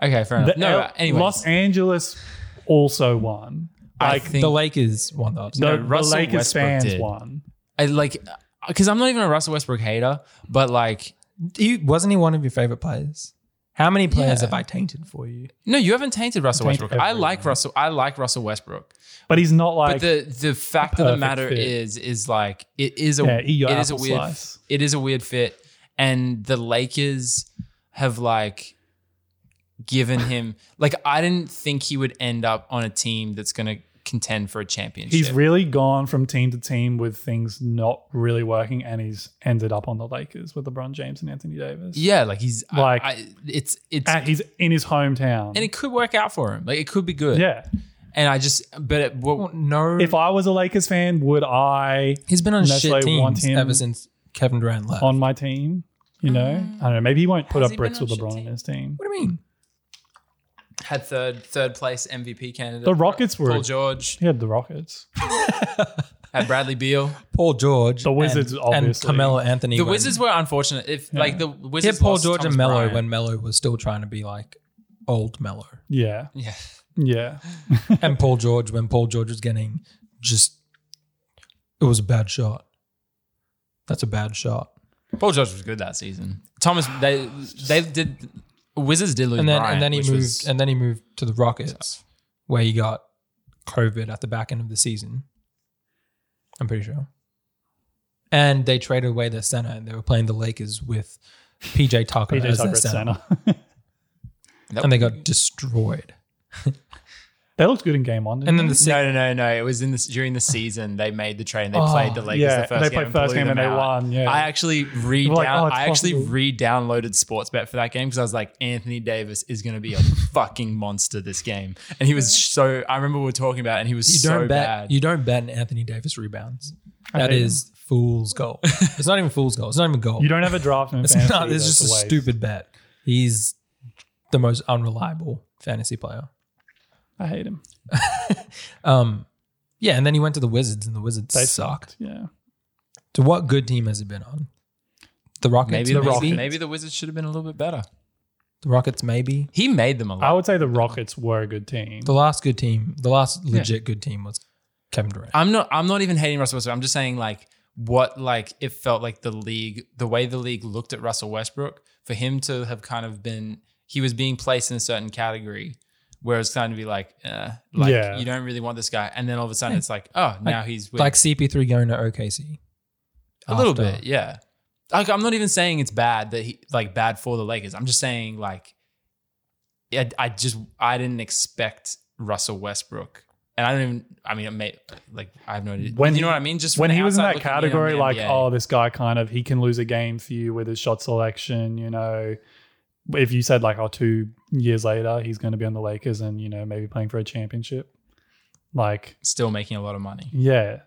S1: Okay, fair enough.
S2: The
S1: no, uh,
S2: L-
S1: anyway,
S2: Los Angeles also won.
S1: I
S2: Like
S1: think
S3: the Lakers won the upset.
S1: No,
S2: the,
S1: Russell
S2: the Lakers
S1: Westbrook
S2: fans
S1: did.
S2: won.
S1: I like because I'm not even a Russell Westbrook hater, but like,
S3: He, wasn't he one of your favorite players? How many players
S1: Yeah.
S3: have I tainted for you?
S1: no, you haven't tainted Russell
S2: Tainted
S1: Westbrook. I
S2: everyone.
S1: like Russell. I like Russell Westbrook.
S2: But he's not like
S1: But the the fact of the
S2: perfect
S1: matter
S2: fit.
S1: is, is like it is a
S2: yeah, eat your
S1: it is a
S2: apple
S1: weird
S2: slice.
S1: it is a weird fit, and the Lakers have like given him like I didn't think he would end up on a team that's going to contend for a championship.
S2: He's really gone from team to team with things not really working, and he's ended up on the Lakers with LeBron James and Anthony Davis.
S1: yeah, like he's like
S2: Like-
S1: I, it's it's
S2: And he's in his hometown.
S1: and it could work out for him. Like it could be good.
S2: yeah.
S1: And I just but it, what,
S3: Well, no,
S2: If I was a Lakers fan, would I
S3: he's been on
S2: unless
S3: shit
S2: they want
S3: teams
S2: him
S3: ever since Kevin Durant left.
S2: on my team? You know, I don't know. Maybe he won't put
S1: Has
S2: up
S1: he
S2: bricks
S1: been
S2: with
S1: on shit
S2: LeBron in
S1: team?
S2: his team.
S3: what do you mean?
S1: had third third place MVP candidate.
S2: The Rockets were-
S1: Paul George
S2: He had the Rockets.
S1: had Bradley Beal.
S3: Paul George,
S2: The Wizards,
S3: and,
S2: obviously.
S3: and Carmelo Anthony.
S1: The
S3: when-
S1: Wizards were unfortunate. If like the
S3: he
S1: Wizards
S3: had Paul
S1: lost
S3: George
S1: Thomas
S3: and Mello
S1: Bryant.
S3: when Mello was still trying to be like old Mello, *laughs*
S2: Yeah,
S1: yeah.
S2: yeah.
S3: and Paul George when Paul George was getting just it was a bad shot. That's a bad shot.
S1: Paul George was good that season. Thomas they they did Wizards did lose
S3: and then
S1: Bryant,
S3: and then he
S1: which
S3: moved
S1: was-
S3: and then he moved to the Rockets, where he got COVID at the back end of the season. I'm pretty sure. And they traded away their center, and they were playing the Lakers with PJ Tucker
S2: PJ
S3: as
S2: Tucker
S3: their
S2: at
S3: center,
S2: center.
S1: that-
S3: and they got destroyed.
S2: they looked good in game one. didn't
S3: And then
S2: they?
S3: the sec-
S1: no no no no. It was in this during the season they made the trade. and They
S3: Oh,
S1: played the Lakers
S2: yeah,
S1: the first
S2: they
S1: game.
S2: played first
S1: blew
S2: game and
S1: them
S2: they
S1: out.
S2: won. Yeah,
S1: I actually re
S2: We're like, oh, it's
S1: I actually
S2: possible.
S1: re-downloaded Sportsbet for that game because I was like, Anthony Davis is going to
S3: *laughs*
S1: be a fucking monster this game, and he was so. I remember we were talking about, it and he was
S3: You
S1: so
S3: don't bet.
S1: bad.
S3: You don't bet an Anthony Davis rebounds. That
S2: hate
S3: is
S1: *laughs*
S3: fool's goal. it's not even fool's goal. It's not even goal.
S2: you don't have a draft. In
S3: It's
S2: fantasy,
S3: not. It's
S2: that's
S3: just a
S2: waste.
S3: stupid bet. He's the most unreliable fantasy player.
S2: I hate him.
S3: Um, yeah, and then he went to the Wizards, and the Wizards
S2: They
S3: sucked.
S2: Yeah,
S3: So what good team has he been on? The Rockets,
S1: maybe
S3: the
S1: the
S3: Rockets,
S1: maybe, maybe the Wizards should have been a little bit better.
S3: the Rockets, maybe
S1: He made them a
S2: I
S1: lot.
S2: would say the Rockets were a good team.
S3: the last good team, the last legit good team was Kevin Durant.
S1: I'm not. I'm not even hating Russell Westbrook. I'm just saying like what like it felt like the league, the way the league looked at Russell Westbrook for him to have kind of been he was being placed in a certain category. Where it's kind of be like, uh, like
S2: Yeah.
S1: you don't really want this guy, and then all of a sudden it's like, oh, now he's with
S3: Like CP3 going to OKC,
S1: A little
S3: After.
S1: bit, yeah. Like I'm not even saying it's bad that he like bad for the Lakers. I'm just saying like I, I just I didn't expect Russell Westbrook. And I don't even I mean it may, like I have no idea.
S2: When
S1: you know
S2: he-
S1: what I mean? Just from
S2: when
S1: the
S2: he was in
S1: outside
S2: that
S1: looking in on
S2: category,
S1: the
S2: like,
S1: NBA.
S2: oh, this guy kind of he can lose a game for you with his shot selection, you know. If you said like, oh, two years later he's going to be on the Lakers and you know maybe playing for a championship, like
S1: still making a lot of money.
S2: yeah,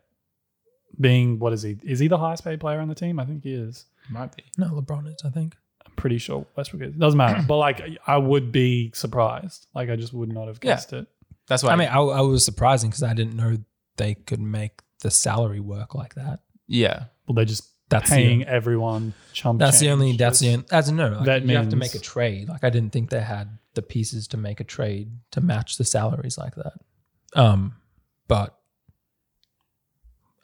S2: being what is he? Is he the highest paid player on the team? I think he is.
S1: Might be.
S3: no LeBron is, I think.
S2: I'm pretty sure Westbrook is.
S1: *clears throat*
S2: Doesn't matter, but like I would be surprised. Like I just would not have
S1: Yeah.
S2: guessed it.
S1: That's why
S3: I mean, I, I was surprising because I didn't know they could make the salary work like that.
S1: yeah.
S2: Well, they're just
S3: That's the-
S2: paying everyone chump.
S3: That's the only.
S2: change.
S3: That's the only. As no, like,
S2: that
S3: you have to
S2: means-
S3: make a trade. Like I didn't think they had the pieces to make a trade to match the salaries like that. Um, but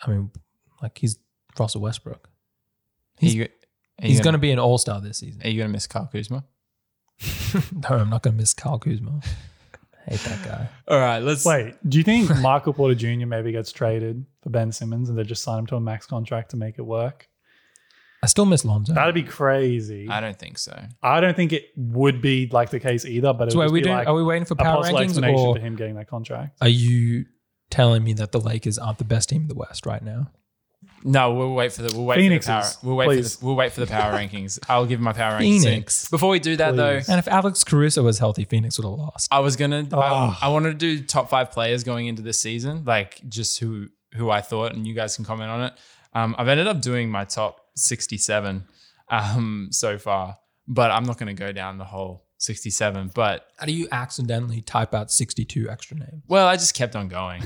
S3: I mean, like he's Russell Westbrook.
S1: He's, are you, are you
S3: He's going
S1: gonna,
S3: to be an All Star this season.
S1: are you gonna miss Kyle Kuzma?
S3: no, I'm not going to miss Kyle Kuzma. I hate that guy.
S1: All right, let's
S2: Wait, do you think Michael Porter Jr. maybe gets traded for Ben Simmons and they just sign him to a max contract to make it work?
S3: I still miss Lonzo.
S2: That'd be crazy.
S1: I don't think so.
S2: I don't think it would be like the case either, but it
S3: so
S2: would
S3: wait,
S2: just
S3: we
S2: be
S3: doing,
S2: like
S3: are we waiting for
S2: a
S3: power
S2: possible
S3: rankings,
S2: explanation
S3: or
S2: for him getting that contract.
S3: are you telling me that the Lakers aren't the best team in the West right now?
S1: No, we'll wait for the we'll wait for the power.
S2: Phoenixes,
S1: We'll wait
S2: please.
S1: for the, we'll wait for the
S2: *laughs*
S1: power rankings. I'll give my power rankings. soon.
S3: Phoenix.
S1: Before we do that though,
S2: Please.
S3: And if Alex Caruso was healthy, Phoenix would have lost.
S1: I was gonna. I,
S2: Ah.
S1: I wanted to do top five players going into this season, like just who who I thought, and you guys can comment on it. Um, I've ended up doing my top sixty-seven um, so far, but I'm not gonna go down the whole sixty-seven. But
S3: How do you accidentally type out 62 extra names?
S1: well, I just kept on going.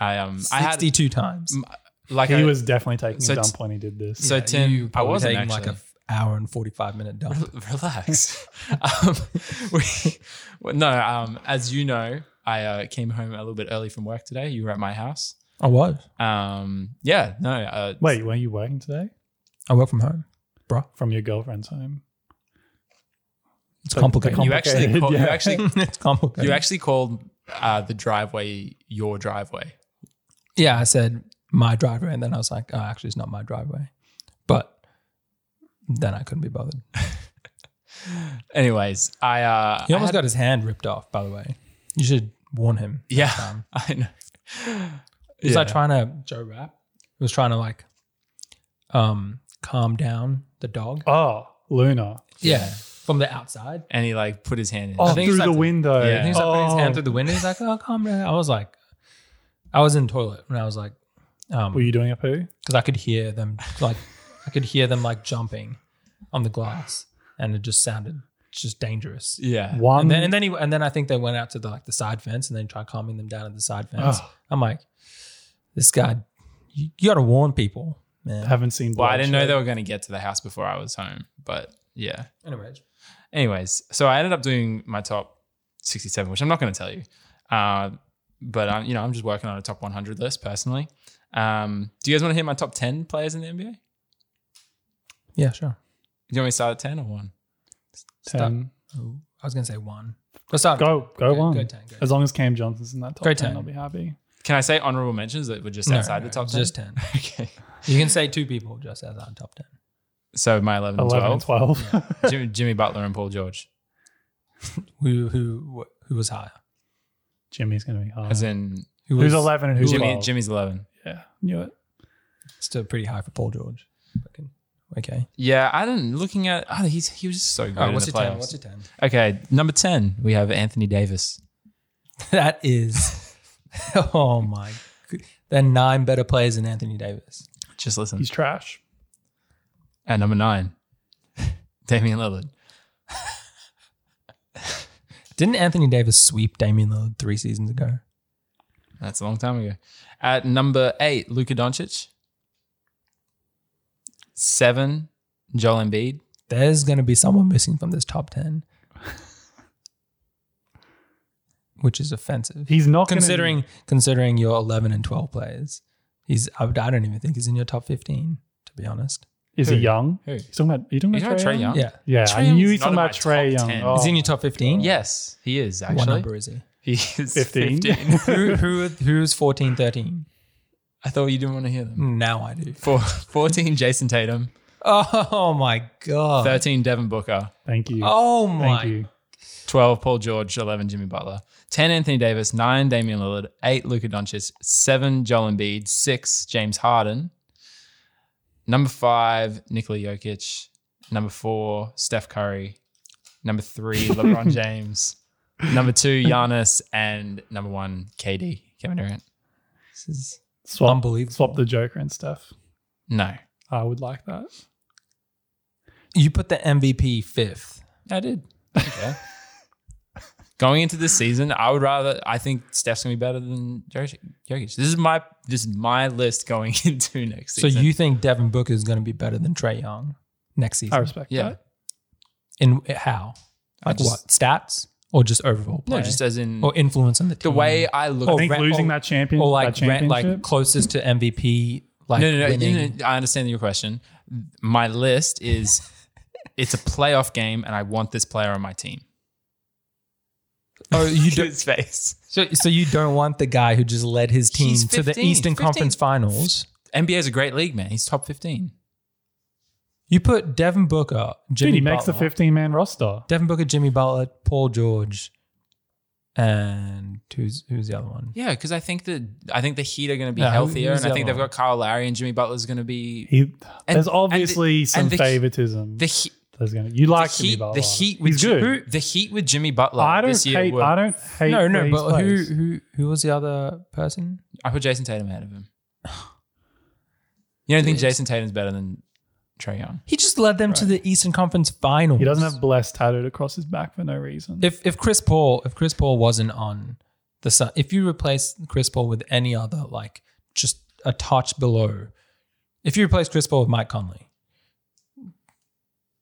S1: I um, I had
S3: 62 times.
S1: like
S2: He
S1: I,
S2: was definitely taking
S1: So
S2: a
S1: t-
S2: dump when he did this.
S1: so Tim. I
S3: probably
S1: wasn't
S3: taking
S1: actually.
S3: like a f- hour and 45
S1: *laughs*
S3: minute dump.
S1: *laughs* relax. um, we, well, no, um, as you know, I uh, came home a little bit early from work today. You were at my house.
S3: I was.
S1: Um, yeah, no. Uh,
S2: Wait, were you working today?
S3: I work from home.
S2: From your girlfriend's home?
S3: It's
S2: The- the
S3: complicated.
S1: You actually,
S2: complicated,
S1: call, you
S2: yeah.
S1: actually,
S3: *laughs* it's complicated.
S1: you actually called uh, the driveway your driveway.
S3: yeah, I said my driveway. And then I was like, oh, actually, it's not my driveway. But then I couldn't be bothered.
S1: Anyways, I uh,
S3: He
S1: I
S3: almost
S1: had-
S3: got his hand ripped off, by the way. You should warn him. *laughs*
S1: yeah,
S3: Um,
S1: *laughs* I know.
S3: He was like
S1: Yeah.
S3: trying to Joe Rap. He was trying to like um calm down the dog.
S2: Oh, Luna.
S3: Yeah. From the outside.
S1: and he like put his hand in.
S2: Oh,
S1: I think
S2: through
S1: it's
S2: the
S1: like-
S2: window.
S1: Yeah.
S3: And he's like putting his hand
S2: Oh.
S3: through the window. He's like, oh calm down. I was like I was in the toilet and I was like um
S2: Were you doing a poo?
S3: because I could hear them like I could hear them like jumping on the glass and it just sounded just dangerous.
S1: Yeah,
S2: One.
S3: And then, and then he, and then I think they went out to the, like the side fence and then tried calming them down at the side fence.
S2: Oh.
S3: I'm like, this guy, you, you got to warn people, man.
S2: haven't seen.
S1: well, I didn't know
S2: bloodshed.
S1: they were going to get to the house before I was home, but yeah.
S3: Anyways,
S1: Anyways, so I ended up doing my top 67, which I'm not going to tell you. Uh, but I'm, you know, I'm just working on a top 100 list personally. Um, do you guys want to hear my top 10 players in the NBA? Do
S3: yeah, sure.
S1: you want me to start at 10 or one?
S2: Ten.
S3: Ooh, I was gonna say one. Let's start.
S2: Go, go
S3: Go-
S2: on.
S3: go ten, go
S2: as long as Cam Johnson's in that top
S3: Go
S2: ten,
S3: ten.
S2: I'll be happy.
S1: Can I say honorable mentions that were just
S3: No,
S1: outside
S3: no,
S1: the top 10?
S3: Just ten.
S1: *laughs* okay.
S3: You can say two people just as our top ten.
S1: So my 11 and
S2: 11 and
S1: 12,
S2: 12.
S1: Jimmy, Jimmy Butler and Paul George,
S3: Who who who was higher?
S2: *laughs* Jimmy's going to be hard.
S1: as in
S3: Who
S2: Who's
S3: was
S2: 11 and who's
S1: Jimmy,
S2: 12?
S1: Jimmy's 11.
S2: Yeah, knew it.
S3: Still pretty high for Paul George. Fucking- Okay.
S1: Yeah, I didn't, looking at, oh, he's, he was so good.
S3: All
S1: in
S3: right, what's
S1: the
S3: your
S1: playoffs.
S3: ten? What's your ten? *laughs*
S1: Okay, number 10, we have Anthony Davis.
S3: That is. *laughs* oh my. good- They're nine better players than Anthony Davis.
S1: Just listen.
S2: He's trash.
S1: At number nine, *laughs* Damian Lillard.
S3: Didn't Anthony Davis sweep Damian Lillard three seasons ago?
S1: That's a long time ago. At number eight, Luka Doncic. Seven, Joel Embiid.
S3: There's gonna be someone missing from this top ten, *laughs* which is offensive.
S2: He's not gonna-
S3: considering considering your 11 and 12 players he's I, I don't even think he's in your top 15 to be honest
S2: Is he
S1: Who?
S2: young?
S1: Who?
S2: He's talking about. You talking
S1: You
S2: about
S1: know Trey Young?
S3: yeah
S2: Yeah,
S1: Trae
S2: I knew
S1: Young's
S2: he's talking
S1: not in
S2: about
S1: my
S2: Trey
S1: top
S2: Young.
S1: 10.
S2: Oh,
S3: he's in your top 15
S1: Yes, he is actually.
S3: what number is he
S1: He is 15.
S2: 15.
S3: who, who who's 14 13
S1: *laughs* I thought you didn't want to hear them.
S3: now I do
S1: Four, 14, Jason Tatum.
S3: oh my god
S1: 13, Devin Booker.
S2: Thank you.
S3: oh my
S2: Thank you.
S1: 12, Paul George. 11, Jimmy Butler. 10, Anthony Davis. 9, Damian Lillard. 8, Luka Doncic. 7, Joel Embiid. 6, James Harden. Number 5, Nikola Jokic. Number 4, Steph Curry. Number
S3: *laughs*
S1: 3, LeBron James. Number 2, Giannis. And number 1, KD, Kevin Durant.
S3: this is
S2: Swap,
S3: Unbelievable.
S2: Swap the Joker and stuff.
S1: No,
S2: I would like that.
S3: you put the MVP fifth
S1: I did.
S3: *laughs*
S1: Okay. Going into this season, I would rather. I think Steph's gonna be better than Jokic. Jokic. This is my this is my list going *laughs* into next
S3: so
S1: season.
S3: you think Devin Booker is going to be better than Trey Young next
S2: I
S3: season
S2: respect
S1: yeah,
S2: that.
S3: in how
S1: I
S3: like
S1: just-
S3: what stats or just overall play
S1: no, just as in
S3: or Mm. Oh, influence on the
S1: the
S3: team
S1: way I look.
S2: I think
S3: Ran-
S2: losing
S3: or-
S2: that champion
S3: or like
S2: that
S3: rent, like
S2: championship-
S3: closest to MVP. Like
S1: no, no, no,
S3: winning.
S1: no, no. I understand your question. My list
S3: *laughs*
S1: is it's a playoff game, and I want this player on my team.
S3: Oh,
S1: *laughs*
S3: you do,
S1: His face.
S3: *laughs* so, so you don't want the guy who just led his team
S1: He's
S3: to the
S1: 15,
S3: Eastern
S1: 15.
S3: Conference Finals.
S1: NBA is a great league, man. He's top fifteen.
S3: You put Devin Booker,
S2: Dude,
S3: Jimmy
S2: he makes the
S3: Butler-
S2: 15 man roster.
S3: Devin Booker, Jimmy Butler, Paul George, and who's who's the other one?
S1: Yeah, because I think that I think the Heat are going to be
S3: Yeah, who-
S1: healthier,
S3: who's
S1: and I
S3: the
S1: think
S3: other
S1: they've
S3: one?
S1: got Kyle Lowry and Jimmy Butler's going to be
S2: He, there's
S1: and
S2: obviously some
S1: and the-
S2: favoritism.
S1: the Heat.
S2: there's gonna, you
S1: The
S2: like Jimmy
S1: heat,
S2: Butler.
S1: the heat with
S2: He's
S1: Jim-
S2: good.
S1: the heat with Jimmy Butler
S2: I don't
S1: this year.
S2: hate.
S1: were-
S2: I don't hate.
S3: No,
S2: where
S3: no,
S2: he
S3: but who
S2: plays.
S3: who who was the other person?
S1: I put Jason Tatum ahead of him. You don't think Jason Tatum's better than Trey Young?
S3: He just led them to the Eastern Conference Finals.
S2: He doesn't have blessed tattooed across his back for no reason.
S3: if if Chris Paul if Chris Paul wasn't on the Sun, if you replace Chris Paul with any other like just a touch below, if you replace Chris Paul with Mike Conley,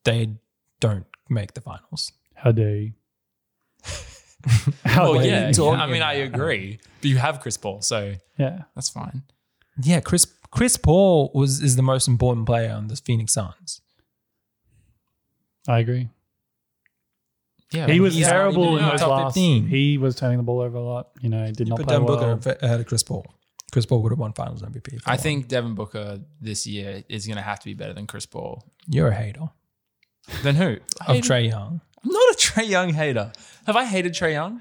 S3: they don't make the finals.
S2: How dare
S3: *laughs*
S2: you? How
S1: Oh
S2: dare
S1: yeah,
S2: you?
S3: talking
S1: I mean, I agree. But you have Chris Paul, so
S2: Yeah.
S1: that's fine.
S3: Yeah, Chris Chris Paul was is the most important player on the Phoenix Suns.
S2: I agree.
S1: Yeah,
S2: He was
S3: he's not
S2: terrible
S3: even
S2: in
S3: in
S2: those
S3: top
S2: last.
S3: 15.
S2: He was turning the ball over a lot. You know, did not
S3: Put
S2: play
S3: Dan
S2: well.
S3: Booker ahead of Chris Paul. Chris Paul would have won Finals MVP. if he
S1: I
S3: won.
S1: think Devin Booker this year is going to have to be better than Chris Paul.
S3: you're a hater
S1: Then who?
S3: of Trey Young.
S1: I'm not a Trey Young hater. Have I hated Trey Young?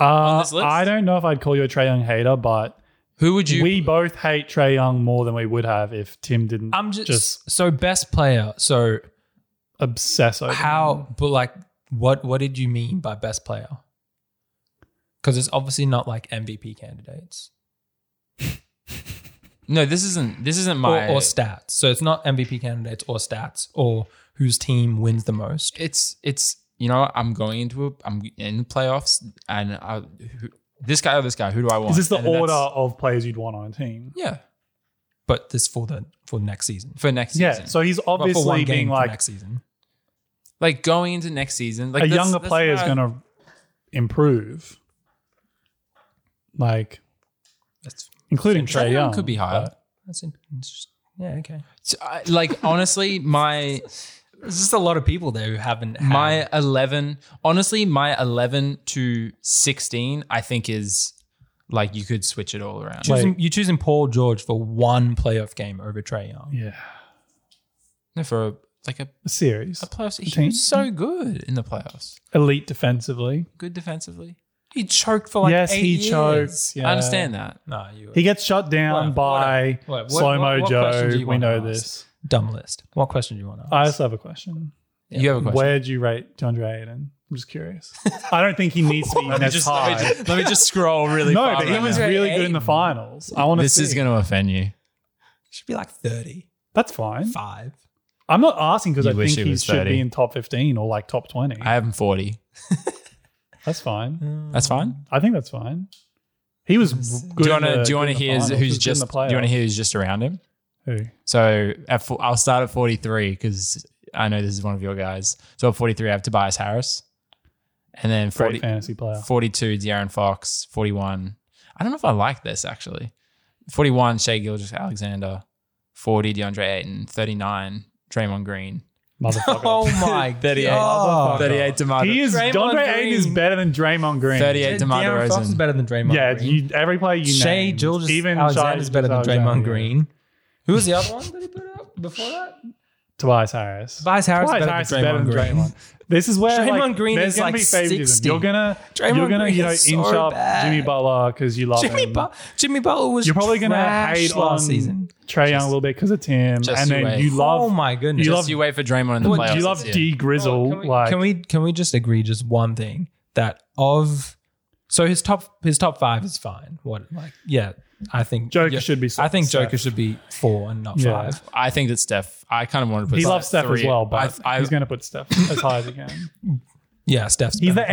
S2: Uh,
S1: this list?
S2: I don't know if I'd call you a Trey Young hater, but
S1: Who would you?
S2: we both hate Trey Young more than we would have if Tim didn't
S3: I'm just,
S2: Just-
S3: so best player. So
S2: obsess over. him.
S3: how? But like, what what did you mean by best player? Because it's obviously not like MVP candidates
S1: no, this isn't. This isn't
S3: or,
S1: my.
S3: or stats. So it's not MVP candidates or stats or whose team wins the most.
S1: it's it's you know I'm going into a, I'm in the playoffs and I, who, this guy or this guy. Who do I want?
S2: Is this the
S1: And then
S2: order
S1: that's-
S2: of players you'd want on a team?
S1: Yeah,
S3: But this for the for next season.
S1: for next
S2: Yeah.
S1: season.
S2: So he's
S3: But for one
S2: obviously
S3: game
S2: being
S3: for
S2: like
S3: next season.
S1: like going into next season, like
S2: a
S1: that's-
S2: younger
S1: that's
S2: player is
S1: how-
S2: going to improve. Like,
S3: That's
S2: including
S1: Trae
S2: Trey
S1: Young
S2: Young.
S1: could be higher.
S2: but-
S3: that's in- it's just- yeah okay.
S1: So I- like honestly, my
S3: There's just a lot of people there who haven't. Had,
S1: my 11 honestly my 11 to 16 i think is like you could switch it all around
S3: choosing, you choosing Paul George for one playoff game over Trey Young.
S2: Yeah.
S1: no, for a, like a,
S2: A series.
S1: a playoffs he
S2: Team.
S1: was so good in the playoffs
S2: Elite defensively.
S1: good defensively
S3: He choked for like
S2: yes,
S3: eight
S2: he
S3: years.
S2: chokes. Yeah.
S1: i understand that
S3: No, you
S2: He gets shot down
S3: What-
S2: by
S3: what- what-
S2: Slow
S3: what-
S2: Mo
S3: what question
S2: Joe.
S3: do you
S2: we
S3: want
S2: know
S3: to ask?
S2: this.
S3: dumb list. What question do you want to ask?
S2: I also have a question.
S1: you have a question
S2: Where'd you rate DeAndre Ayton? I'm just
S1: *laughs*
S2: curious. I don't think he needs to be
S1: let, me
S2: this
S1: just,
S2: high.
S1: let, me just, let me just scroll really
S2: *laughs* no,
S1: far
S2: but he
S1: right
S2: was
S1: now.
S2: really good in the finals. I want to
S1: this
S2: see.
S1: is going to offend you
S3: should be
S2: *laughs*
S3: like thirty-five.
S2: That's fine. I'm not asking because
S1: You
S2: I
S1: wish
S2: think
S1: he
S2: he,
S1: was
S2: should
S1: 30.
S2: be in top 15 or like top 20.
S1: i have him 40
S2: that's fine.
S1: that's fine
S2: I think that's fine. He was
S1: do
S2: good.
S1: you want
S2: in
S1: to
S2: the-
S1: do you want to
S2: good in the
S1: hear
S2: finals. He was
S1: who's
S2: good
S1: just
S2: in
S1: do
S2: the
S1: you want to
S2: playoffs.
S1: hear who's just around him
S2: Who?
S1: So at fo- I'll start at 43 because I know this is one of your guys. So at 43, I have Tobias Harris. And then
S2: Great
S1: 40,
S2: fantasy
S3: *laughs*
S2: player.
S3: Oh
S1: 42, De'Aaron Fox. 41. I don't know if I like this actually. 41, Shea Gilgis Alexander. 40, DeAndre Ayton. 39, Draymond Green.
S2: Motherfucker.
S3: Oh *laughs* my
S1: 38.
S3: god!
S1: 38, DeMar.
S2: Oh, He is
S1: Draymond
S2: DeAndre Ayton is
S1: Green.
S2: better than Draymond Green.
S1: 38, DeMar
S3: De'Aaron Fox is
S1: DeRozan.
S3: better than Draymond.
S2: Yeah,
S3: Green.
S2: you, every player you
S3: Shea
S2: named,
S3: Gilgeous
S2: even
S3: Alexander is
S2: Shai
S3: better than
S2: Gilgeous-Alexander,
S3: Draymond
S2: yeah.
S3: Green. Who was the other one that he put up before that?
S2: Tobias Harris.
S3: Tobias Harris
S2: Tobias
S3: is better
S2: Harris
S3: than Draymond Green.
S2: This is where
S3: Draymond
S2: like,
S3: Green
S2: there's
S3: is
S2: gonna
S3: like
S2: be favoritism.
S3: 60.
S2: You're gonna
S3: Draymond
S2: you're gonna
S3: Green
S2: you know
S3: is
S2: inch
S3: so
S2: up
S3: bad.
S2: Jimmy Butler because you love
S3: *laughs* Jimmy,
S2: him.
S3: Bu- Jimmy Butler was.
S2: You're probably gonna
S3: trash
S2: hate
S3: last
S2: on
S3: season.
S2: Trey Young a little bit because of Tim,
S1: just
S2: and
S1: you
S2: then
S1: wait.
S2: you love
S3: oh my goodness!
S2: you
S1: Just
S2: love-
S1: you wait for Draymond in the
S3: What-
S1: playoffs.
S2: you love
S1: this year.
S2: D Grizzle.
S3: Oh, Can we,
S2: like
S3: can we can we just agree just one thing that of so his top his top five is fine. What like yeah, I think
S2: Joker
S3: yeah,
S2: should be.
S3: I think
S2: Steph.
S3: Joker should be four and not
S2: Yeah.
S3: five.
S1: I think that Steph, I kind of want to put
S2: He loves Steph
S1: three.
S2: as well, but
S1: I, I,
S2: he's gonna put Steph as high as he can.
S3: Yeah, Steph's
S2: He's the
S3: better.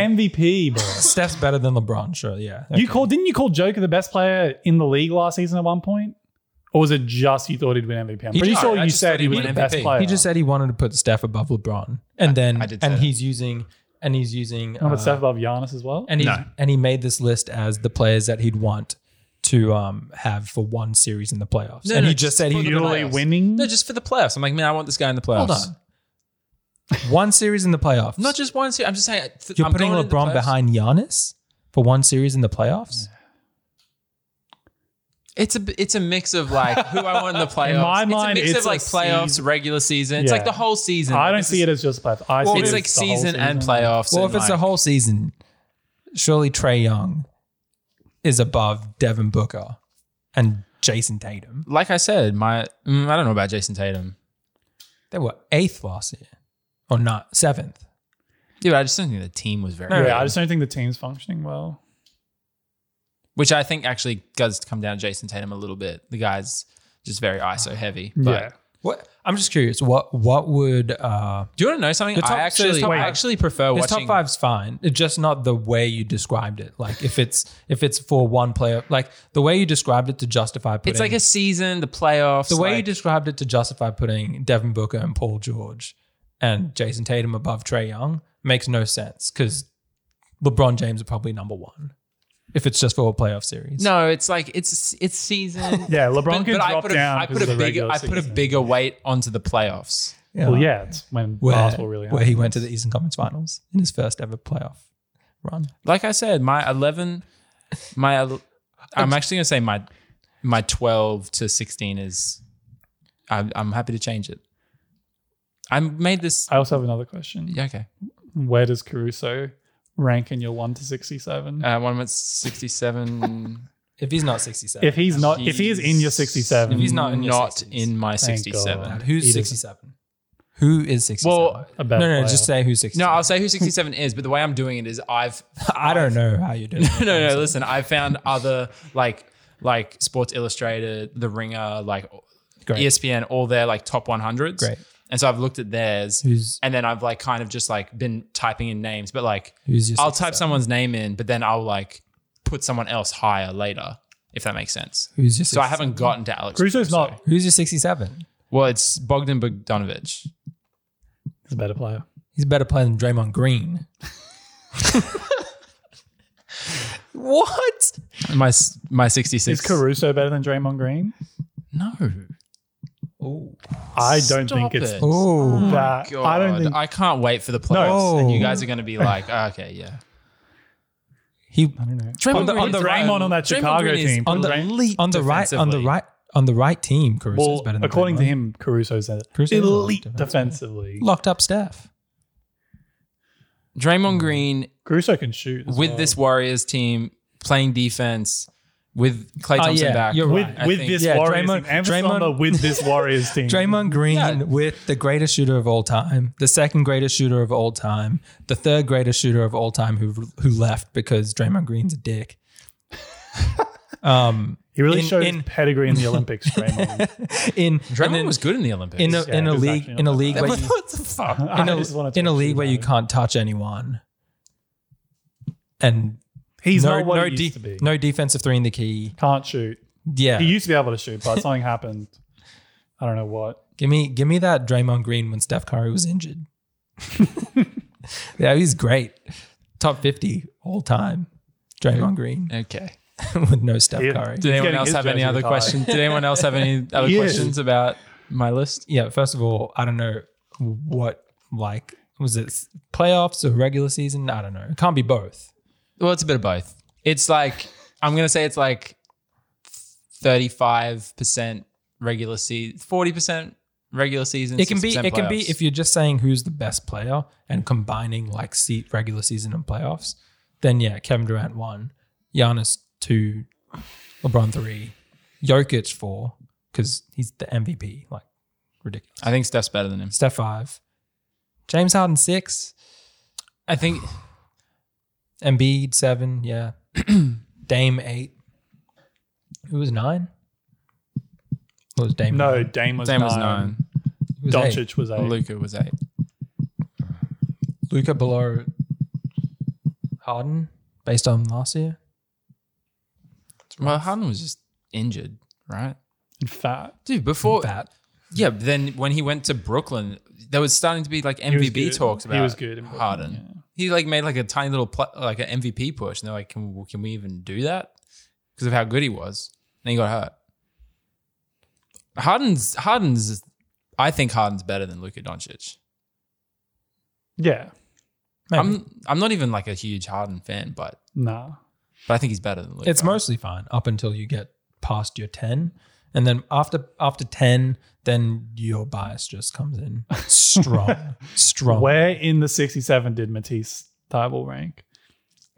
S1: *laughs*
S2: MVP, bro.
S3: Steph's better than LeBron. Sure, yeah.
S2: You called didn't you call Joker the best player in the league last season at one point? Or was it just you thought he'd win MVP? I'm
S3: He
S2: pretty
S3: just-
S2: sure
S1: I
S2: you
S1: just thought
S2: said
S1: he'd
S2: he was
S1: win
S2: the
S1: MVP.
S2: best player.
S3: he just said he wanted to put Steph above LeBron, and then
S1: I did say
S3: and
S1: that.
S3: he's using and he's using
S2: Oh,
S3: uh,
S2: but Steph above Giannis as well.
S3: and he's,
S1: No.
S3: and he made this list as the players that he'd want to um have for one series in the playoffs.
S1: No,
S3: and
S1: no,
S3: he just
S1: just
S3: said he
S1: put him in
S2: Purely
S1: playoffs.
S2: winning.
S1: no, just for the playoffs. I'm like, man, I want this guy in the playoffs.
S3: Hold on. one series in the playoffs.
S1: Not just one series. I'm just saying. th-
S3: You're
S1: I'm
S3: putting
S1: going into the
S3: LeBron
S1: playoffs.
S3: behind Giannis for one series in the playoffs.
S1: It's a it's a mix of like who I
S2: *laughs*
S1: want in the playoffs.
S2: my mind,
S1: it's a mix
S2: it's
S1: of like
S2: a
S1: playoffs,
S2: season.
S1: regular season. It's
S2: Yeah.
S1: like the whole season.
S2: I
S1: Like,
S2: don't
S1: this
S2: see
S1: is-
S2: it as just playoffs. I see
S1: It's
S2: it
S1: like
S2: as the whole
S1: season, and playoffs.
S3: Well,
S1: and
S3: if it's a
S1: like-
S3: whole season, surely Trey Young is above Devin Booker and Jason Tatum.
S1: like I said, my mm, I don't know about Jason Tatum.
S3: They were eighth last year, or not seventh.
S1: Dude, I just don't think the team was very.
S2: Yeah,
S1: good,
S2: I just don't think the team's functioning well.
S1: which I think actually does come down to Jason Tatum a little bit. The guy's just very ISO heavy. But
S2: yeah.
S3: What I'm just curious. What what would uh,
S1: Do you want to know something?
S3: The top-
S1: I
S3: so
S1: actually
S3: his top
S1: I
S3: five-
S1: actually prefer
S3: his
S1: watching
S3: top five's fine. It's just not the way you described it. Like if it's if it's for one player, like the way you described it to justify. Putting,
S1: It's like a season, the playoffs.
S3: the way you
S1: like-
S3: described it to justify putting Devin Booker and Paul George and Jason Tatum above Trey Young makes no sense because LeBron James are probably number one if it's just for a playoff series.
S1: No, it's like it's it's
S2: *laughs*
S1: season.
S2: Yeah, LeBron
S1: But,
S2: can
S1: but I
S2: drop
S1: put a,
S2: down
S1: I
S2: because
S1: put
S2: of
S1: a
S2: the
S1: bigger
S2: regular
S1: I put a
S2: season.
S1: bigger weight onto the playoffs.
S2: Well, yeah, it's when
S3: where,
S2: basketball really
S3: where he
S2: happens.
S3: went to the Eastern Conference Finals in his first ever playoff run.
S1: Like I said, my eleven, my el- I'm actually gonna say my my twelve to sixteen is. I'm, I'm happy to change it. I made this.
S2: I also have another question.
S1: Yeah, okay.
S2: Where does Caruso rank in your one to sixty-seven?
S1: Uh, one was *laughs* 67.
S3: If he's not 67,
S2: if he's not, if he is in your
S3: If
S2: sixty-seven,
S3: he's not in your
S1: not
S3: 60s.
S1: in my
S2: Thank
S1: 67.
S2: God.
S3: who's
S2: He doesn't-
S3: 67? Who is 67?
S1: Well,
S2: a
S3: no,
S2: bad
S3: no, no,
S2: player.
S3: just say who's 67.
S1: No, I'll say who 67 is, but the way I'm doing it is
S3: *laughs*
S1: I've
S3: I don't know how you do it.
S1: no, no, no. Listen, I found other like like Sports Illustrated, The Ringer, like E
S3: Great.
S1: ESPN, all their like top 100s.
S3: Great.
S1: And so I've looked at theirs,
S3: Who's-
S1: and then I've like kind of just like been typing in names, but like
S3: Who's your
S1: I'll type
S3: 67?
S1: someone's name in, but then I'll like put someone else higher later, if that makes sense.
S3: Who's your
S1: So I
S3: 67?
S1: haven't gotten to Alex.
S2: Caruso's not.
S3: Who's your 67?
S1: Well, it's Bogdan Bogdanovic.
S2: He's a better player.
S3: He's a better player than Draymond Green. what?
S1: My s- my 66.
S2: Is Caruso better than Draymond Green?
S1: No.
S3: Oh,
S2: I don't
S1: Stop
S2: think it's
S1: it.
S3: oh,
S2: that. I don't think.
S1: I can't wait for the playoffs,
S3: No.
S1: and you guys are going to be like, oh, okay, yeah.
S3: he
S2: I don't know. on
S3: Draymond
S2: the,
S3: Green
S2: on the
S3: is-
S2: Draymond on that
S1: Draymond
S2: Chicago
S1: Green is
S2: team.
S3: on the
S2: Draymond-
S3: elite, on the right, on the
S1: defensively.
S3: right, on the right team. Caruso's
S2: well,
S3: better than
S2: according to
S3: Draymond.
S2: him, Caruso's a
S3: Caruso's a
S2: elite
S3: defensive
S2: defensively.
S3: locked up Steph.
S1: Draymond Green
S2: Caruso can shoot as
S1: with
S2: well.
S1: this Warriors team playing defense with Clay
S3: Oh,
S1: Thompson
S3: yeah,
S1: back.
S3: you're
S2: with,
S3: right.
S1: I
S2: with
S1: think-
S2: this
S3: Yeah,
S2: Warriors
S3: Draymond-
S2: team. Emphasis on
S3: Draymond-
S2: the with
S3: *laughs*
S2: this Warriors team.
S3: Mm-hmm. Draymond Green
S1: Yeah.
S3: with the greatest shooter of all time, the second greatest shooter of all time, the third greatest shooter of all time who who left because Draymond Green's a dick. um,
S2: He really
S3: in-
S2: showed his
S3: in-
S2: pedigree in the
S3: *laughs*
S2: Olympics, Draymond.
S3: in
S1: Draymond
S3: and then
S1: was good in the Olympics.
S3: in a
S2: Yeah,
S3: in a
S2: it was
S3: league
S2: actually
S3: in a
S2: not
S3: league
S1: *laughs*
S2: *laughs*
S3: where
S1: what,
S3: you,
S1: what the
S3: *laughs*
S1: fuck?
S2: *laughs* I
S3: in
S2: just
S3: a,
S2: wanna
S3: in a
S2: talk
S3: league
S2: shit
S3: where
S2: about
S3: you
S2: him.
S3: can't touch anyone, and
S2: He's
S3: no
S2: not what
S3: no
S2: he used
S3: de-
S2: to be.
S3: no defensive three in the key.
S2: Can't shoot.
S3: Yeah,
S2: He used to be able to shoot, but something happened. I don't know what.
S3: Give me give me that Draymond Green when Steph Curry
S2: *laughs*
S3: was injured. *laughs* yeah, he's great. Top 50 all time. Draymond Green
S1: Okay.
S3: *laughs* with no Steph
S2: Yeah.
S3: Curry.
S1: Did anyone
S2: getting
S1: else
S2: his
S1: have any
S2: jersey
S1: other
S2: retired.
S1: questions? Did anyone else have any other
S2: *laughs* He is.
S1: questions about my list?
S3: Yeah, first of all, I don't know what like was it playoffs or regular season? I don't know. It can't be both.
S1: Well, it's a bit of both. It's like I'm gonna say it's like 35 percent regular season, 40 percent regular season.
S3: It can be it
S1: 60%
S3: can be
S1: playoffs.
S3: if you're just saying who's the best player and combining like seat regular season and playoffs, then yeah, Kevin Durant one, Giannis two, LeBron three, Jokic four because he's the MVP. Like ridiculous.
S1: I think Steph's better than him.
S3: Steph five, James Harden six,
S1: I *sighs* think
S3: Embiid seven, yeah,
S1: *clears throat*
S3: Dame eight. Who was nine? What was Dame?
S2: No,
S3: nine?
S2: Dame was
S1: Dame
S2: nine.
S1: was nine.
S3: Who was eight?
S2: Doncic was eight.
S1: Luca was eight.
S3: Luca below Harden based on last year.
S1: Well, Harden was just injured, right?
S2: In fact,
S1: Dude, before
S3: That
S1: yeah, but then when he went to Brooklyn, there was starting to be like
S2: was
S1: MVP
S2: good.
S1: talks
S2: He
S1: about
S2: was good in Brooklyn,
S1: Harden.
S2: yeah.
S1: He like made like a tiny little pl- like an MVP push, and they're like, "Can we- can we even do that?" Because of how good he was, and he got hurt. Harden's Harden's, I think Harden's better than Luka Doncic.
S2: yeah,
S3: maybe.
S1: I'm I'm not even like a huge Harden fan, but
S2: nah.
S1: but I think he's better than Luka.
S3: it's mostly fine up until you get past your ten, and then after after ten, then your bias just comes in
S2: *laughs*
S3: strong, strong.
S2: Where in the 67 did Matisse Tybal rank?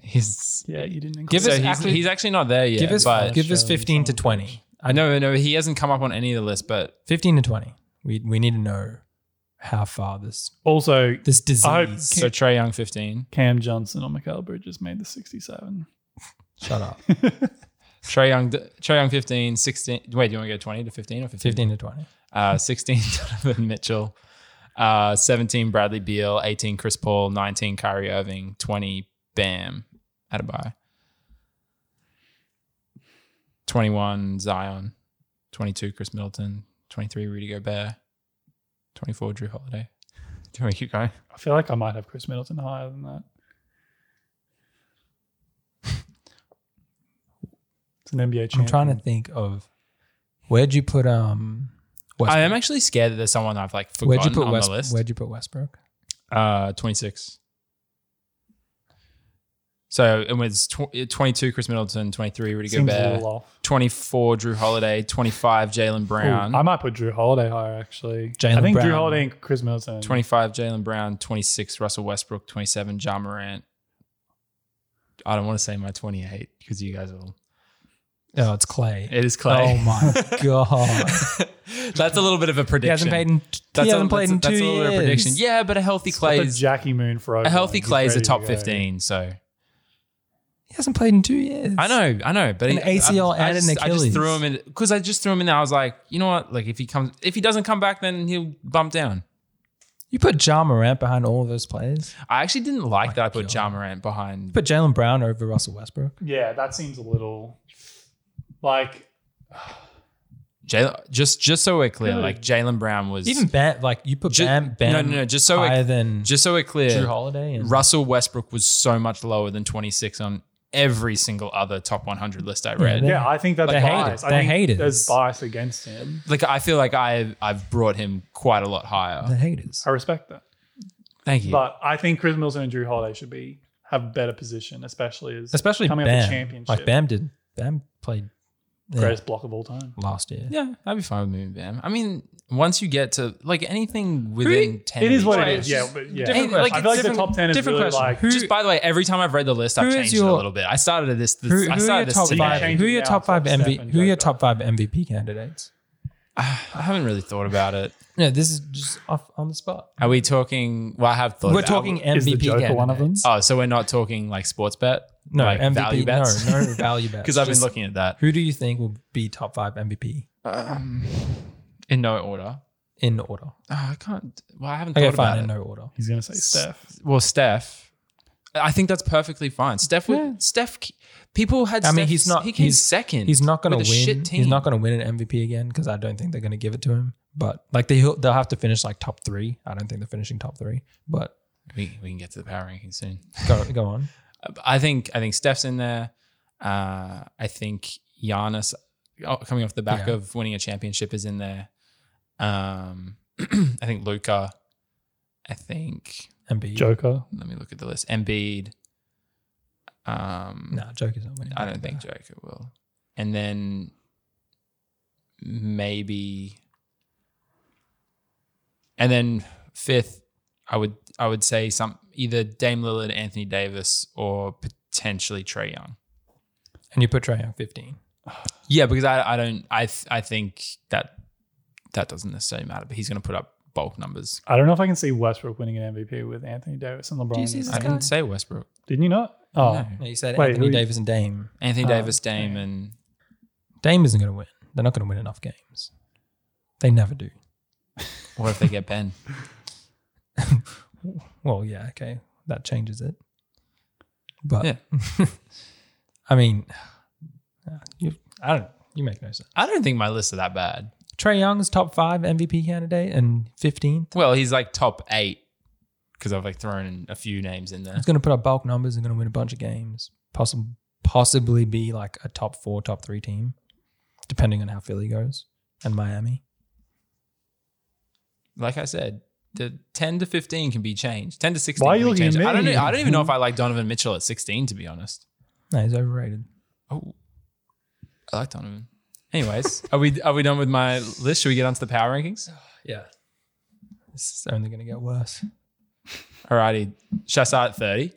S1: he's
S2: Yeah, you didn't include
S3: Give
S1: so
S3: us
S1: he's,
S3: actually-
S1: he's actually not there yet.
S3: give us
S1: but
S3: give us
S2: Shows
S3: fifteen to
S2: on-
S3: twenty.
S1: I know no he hasn't come up on any of the list, but
S3: Fifteen to twenty. We we need to know how far this
S2: Also,
S3: this
S2: I hope
S3: disease.
S1: so Trey Young fifteen.
S2: Cam Johnson or Mikael Bridges made the 67.
S3: Shut up.
S1: Trey Young, Trey Young 15, 16. Wait, do you want to go 20 to 15 or 15?
S3: *laughs* Fifteen to twenty.
S1: Uh, 16, *laughs* Donovan Mitchell. Uh, 17, Bradley Beal. 18, Chris Paul. 19, Kyrie Irving. 20, Bam. Adebayo. 21, Zion.
S3: *laughs*
S1: 22, Chris Middleton. 23, Rudy Gobert. 24, Drew Holiday. Do we keep going?
S2: I feel like I might have Chris Middleton higher than that. *laughs* It's an NBA champion.
S3: I'm trying to think of where'd you put um
S1: I
S3: Westbrook?
S1: am actually scared that there's someone I've like forgotten
S3: Where'd you put
S1: on
S3: West,
S1: the list.
S3: Where'd you put Westbrook?
S1: Uh, 26. So it was tw- 22 Chris Middleton, 23 Rudy
S2: Seems a
S1: Gobert,
S2: little off.
S1: 24 Drew Holiday, 25 Jalen
S2: Ooh,
S1: Brown,
S2: I might put Drew Holiday higher actually.
S3: Jalen
S2: I think Drew
S3: Brown.
S2: Holiday and Chris Middleton.
S1: 25 Jalen Brown, 26 Russell Westbrook, 27 John Morant. I don't want to say my 28 because you guys will.
S3: Oh, it's Clay.
S1: It is Clay. *laughs*
S3: Oh my god.
S1: that's a little bit of a
S3: he
S1: prediction.
S3: hasn't played in
S1: that's
S3: he
S1: a,
S3: hasn't played
S1: that's,
S3: in
S1: a- that's
S3: two
S1: a little bit of
S3: years.
S1: a prediction. Yeah, but a healthy
S2: Put
S1: Clay's
S2: Jackie Moon for
S1: a healthy Clay's
S2: Clay's
S1: a top 15. So
S3: He hasn't played in two years.
S1: I know, I know, but
S3: An
S1: he-
S3: ACL
S1: I, I
S3: and an
S1: just, I just
S3: Achilles.
S1: threw him in because I just threw him in there. I was like, you know what? Like if he comes, if he doesn't come back, then he'll bump down.
S3: You put Ja Morant behind all of those players.
S1: I actually didn't like that. I put
S3: God.
S1: Ja Morant
S3: You
S1: behind.
S3: put Jalen Brown over Russell Westbrook.
S2: Yeah, that seems a little like
S1: Jalen, just just so we're clear,
S2: Really?
S1: like Jalen Brown was
S3: Even Bam, like you put
S1: Ju-
S3: Bam, Bam
S1: no, no, no, just so it-
S3: higher than
S1: just so we're
S3: Drew
S1: clear.
S3: Holiday and
S1: Russell Westbrook was so much lower than 26 on every single other top 100 list I read.
S3: they-
S2: yeah, I think that's
S3: They hate it.
S2: bias. I
S3: They
S2: think
S3: hate it.
S2: There's bias against him.
S1: Like I feel like I I've brought him quite a lot
S3: the
S1: higher.
S3: haters.
S2: I respect that.
S1: Thank you.
S2: But I think Chris Middleton and Drew Holiday should be have better position, especially as
S3: Especially
S2: coming
S3: Bam.
S2: up the championship.
S3: Like Bam did. Bam played yeah,
S2: greatest block of all time.
S3: last year.
S1: yeah, I'd be fine with moving Bam. I mean, once you get to like anything within 10
S2: It is what
S1: of
S2: it
S1: each-
S2: is. Yeah, but yeah.
S1: Hey,
S2: I feel like the
S1: different-
S2: top ten is
S3: different
S2: really
S3: question.
S2: like
S3: Who-
S1: just by the way, every time I've read the list,
S3: Who
S1: I've
S3: is
S1: changed it a
S3: your-
S1: little bit. I started at this. this
S3: Who,
S1: I
S3: who are your
S1: started this
S3: top
S1: today.
S2: You
S3: five?
S2: change
S3: Who
S2: it
S3: are your
S2: now,
S3: top five
S2: top step
S3: MVP?
S2: and
S3: Who are
S2: go
S3: your
S2: back.
S3: top five MVP candidates?
S1: I haven't really thought about it.
S3: No, this is just off on the spot.
S1: Are we talking? Well, I have thought.
S3: We're
S1: about
S3: talking
S1: It.
S3: MVP
S2: is the Joker
S3: candidates. Uh,
S2: one of them?
S1: Oh, so we're not talking like sports bet.
S3: No,
S1: like
S3: MVP.
S1: value *laughs* bets.
S3: No, no value *laughs* bets.
S1: Because I've been
S3: Just
S1: looking at that
S3: Who do you think will be top five MVP
S1: um, in no order.
S3: in order?
S1: Oh, I can't. Well, I haven't
S3: Okay,
S1: thought about
S3: fine. In
S1: it.
S3: no order.
S2: he's gonna say Steph.
S1: Well, Steph. I think that's perfectly fine. Steph, would, Steph, people had.
S3: I mean,
S1: Steph-
S3: he's not-
S1: He came
S3: he's-
S1: second.
S3: He's not going to
S1: with
S3: win.
S1: a Shit team.
S3: He's not going to win an MVP again because I don't think they're going to give it to him. But like they they'll have to finish like top three. I don't think they're finishing top three. But
S1: We, we can get to the power ranking soon.
S3: go go on.
S1: I think I think Steph's in there. Uh, I think Giannis oh, coming off the back
S3: Yeah.
S1: of winning a championship is in there. Um, *clears throat* I think Luca. I think
S3: Embiid.
S2: Joker.
S1: let me look at the list. Embiid. Um,
S3: No, Joker's not winning.
S1: I don't think Joker will. And then maybe and then fifth, I would I would say some either Dame Lillard, Anthony Davis, or potentially Trey Young.
S3: And you put Trae Young fifteen.
S1: Yeah, because I, I don't I th- I think that that doesn't necessarily matter, but he's going to put up bulk numbers.
S2: I don't know if I can see Westbrook winning an MVP with Anthony Davis and LeBron.
S3: Do you see
S2: in
S3: this
S1: I
S2: it.
S3: guy?
S1: didn't say Westbrook.
S2: Didn't you not? Oh,
S1: No.
S3: No, you said
S2: Wait, who
S3: Anthony
S2: you-
S3: Davis and Dame.
S1: Anthony
S2: Oh,
S1: Davis, Dame,
S2: okay.
S1: and
S3: Dame isn't going to win. They're not going to win enough games. They never do.
S1: what if they get Ben?
S3: Well, yeah, okay, that changes it. But
S1: Yeah.
S3: *laughs* I mean, uh, you, I don't. You make no sense.
S1: I don't think my lists are that bad.
S3: Trey Young's top five MVP candidate and fifteenth.
S1: Well, he's like top eight because I've like thrown in a few names in there.
S3: He's going to put up bulk numbers and going to win a bunch of games. Possibly, possibly be like a top four, top three team, depending on how Philly goes and Miami.
S1: Like I said, the ten to fifteen can be changed. Ten to sixteen.
S2: Why
S1: can
S2: are you
S1: be
S2: looking at
S1: changed. I don't.
S2: me?
S1: Know, I don't even know if I like Donovan Mitchell at sixteen. To be honest,
S3: No, he's overrated.
S1: oh, I like Donovan.
S3: *laughs*
S1: Anyways, are we are we done with my list? Should we get onto the power rankings?
S3: Yeah, this is only going to get worse.
S1: Alrighty, should I start at thirty?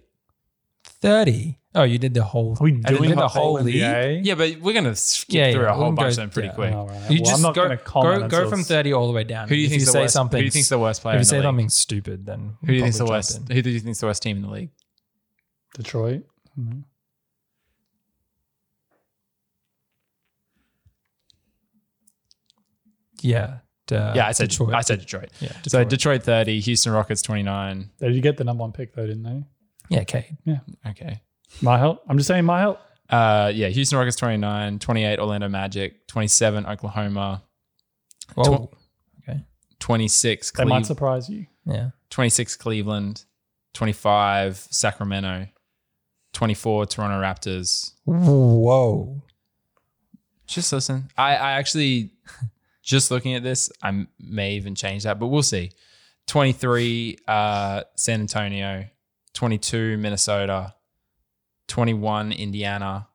S3: Thirty. Oh, you did the whole.
S2: Are
S1: I
S2: we
S1: didn't
S2: doing
S1: do the whole
S2: NBA?
S1: Yeah, but we're gonna skip
S3: Yeah,
S1: through
S3: yeah,
S1: a whole
S3: we can
S1: bunch
S3: go-
S1: of them pretty
S3: yeah.
S1: quick.
S2: All right.
S3: You
S2: Well,
S3: just
S2: I'm not
S3: go,
S2: gonna comment
S3: go, go
S2: until
S3: from
S2: s-
S3: thirty all the way down.
S1: Who do you
S3: If
S1: think's the
S3: say
S1: worst?
S3: something?
S1: Who do you think's the worst player?
S3: If you
S1: in
S3: say
S1: the league?
S3: something stupid, then
S1: Who do you
S3: we'll
S1: think's the
S3: probably jump
S1: worst?
S3: in.
S1: Who do you think's the worst team in the league?
S2: Detroit. Mhm.
S3: Yeah, uh,
S1: yeah, I said
S3: Detroit.
S1: I said Detroit.
S3: yeah.
S1: So
S3: Detroit.
S1: Detroit thirty, Houston Rockets twenty nine.
S2: They did get the number one pick though, didn't they?
S3: yeah, Kate.
S1: Okay.
S2: My help. I'm just saying my help.
S1: Uh, yeah, Houston Rockets 29, 28 Orlando Magic, 27 Oklahoma,
S3: Well,
S1: 26
S2: They might
S1: Cleveland.
S2: surprise you.
S3: Yeah.
S1: 26 Cleveland, 25 Sacramento, 24 Toronto Raptors.
S3: Whoa.
S1: Just listen. I, I actually, *laughs* just looking at this, I m- may even change that, but we'll see. 23 uh, San Antonio, 22 Minnesota, 21 Indiana,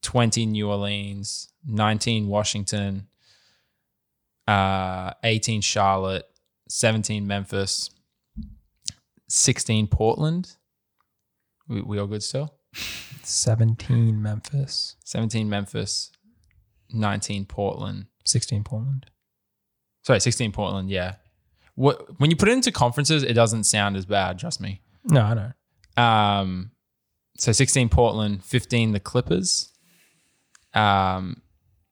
S1: 20 New Orleans, 19 Washington, uh, 18 Charlotte, 17 Memphis, 16 Portland. We, we all good still?
S3: 17 Memphis,
S1: 17 Memphis, 19 Portland.
S3: 16 Portland.
S1: Sorry, 16 Portland, yeah. What, when you put it into conferences, it doesn't sound as bad, trust me.
S3: No, I know. *laughs*
S1: Um, so 16 Portland, 15 the Clippers. Um,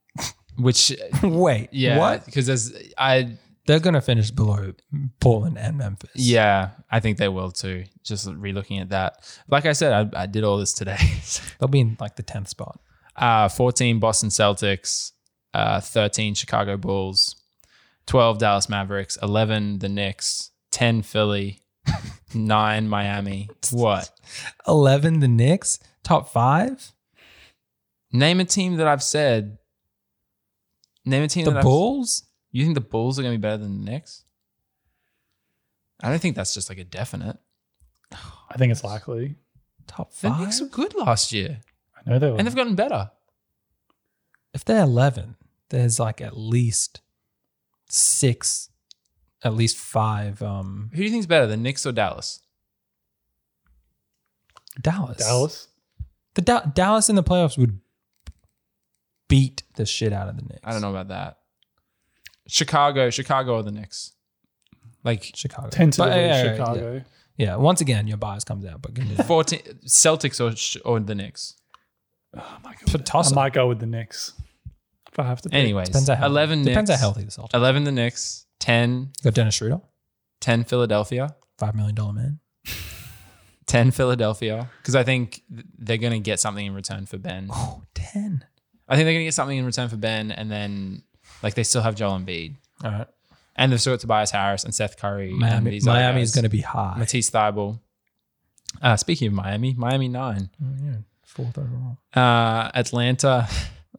S1: *laughs* which
S3: Wait.
S1: yeah,
S3: What?
S1: Because there's I
S3: They're going to finish below Portland and Memphis.
S1: yeah, I think they will too. Just re-looking at that. Like I said, I, I did all this today. *laughs*
S3: They'll be in like the 10th spot.
S1: uh, 14 Boston Celtics, uh, 13 Chicago Bulls, 12 Dallas Mavericks, 11 the Knicks, 10 Philly, *laughs* 9 Miami. What?
S3: 11, the Knicks, top five.
S1: Name a team that I've said. Name a team
S3: The
S1: that
S3: Bulls?
S1: I've, you think the Bulls are going to be better than the Knicks? I don't think that's just like a definite.
S2: I think it's likely.
S3: Top
S1: The
S3: five.
S1: Knicks were good last year,
S2: I know they were.
S1: and they've gotten better.
S3: If they're 11, there's like at least six, at least five. Um,
S1: Who do you think's better, the Knicks or Dallas?
S3: Dallas.
S2: Dallas.
S3: The da- Dallas in the playoffs would beat the shit out of the Knicks.
S1: I don't know about that. Chicago, Chicago or the Knicks? Like
S3: Chicago.
S2: Tentatively
S3: But, yeah, yeah, yeah.
S2: Chicago.
S3: Yeah. Once again, your bias comes out,
S1: *laughs*
S3: but continue.
S1: 14 Celtics or sh- or the Knicks.
S3: It's a toss
S2: I
S3: up.
S2: might go with the Knicks Oh if I have to. Pick.
S1: Anyways,
S3: Depends how healthy.
S1: 11
S3: Depends
S1: Knicks,
S3: how healthy the Celtics.
S1: 11 the Knicks, 10
S3: Got Dennis Schroeder,
S1: 10 Philadelphia,
S3: five million dollar man.
S1: 10 Philadelphia because I think th- they're going to get something in return for Ben.
S3: Oh, 10.
S1: I think they're going to get something in return for Ben and then like they still have Joel Embiid
S3: All right.
S1: and they've still got Tobias Harris and Seth Curry and
S3: Miami,
S1: these other
S3: Miami is
S1: guys.
S3: going to be high.
S1: Matisse Thybulle. Uh, speaking of Miami, Miami 9.
S3: Mm, yeah, fourth overall.
S1: Uh, Atlanta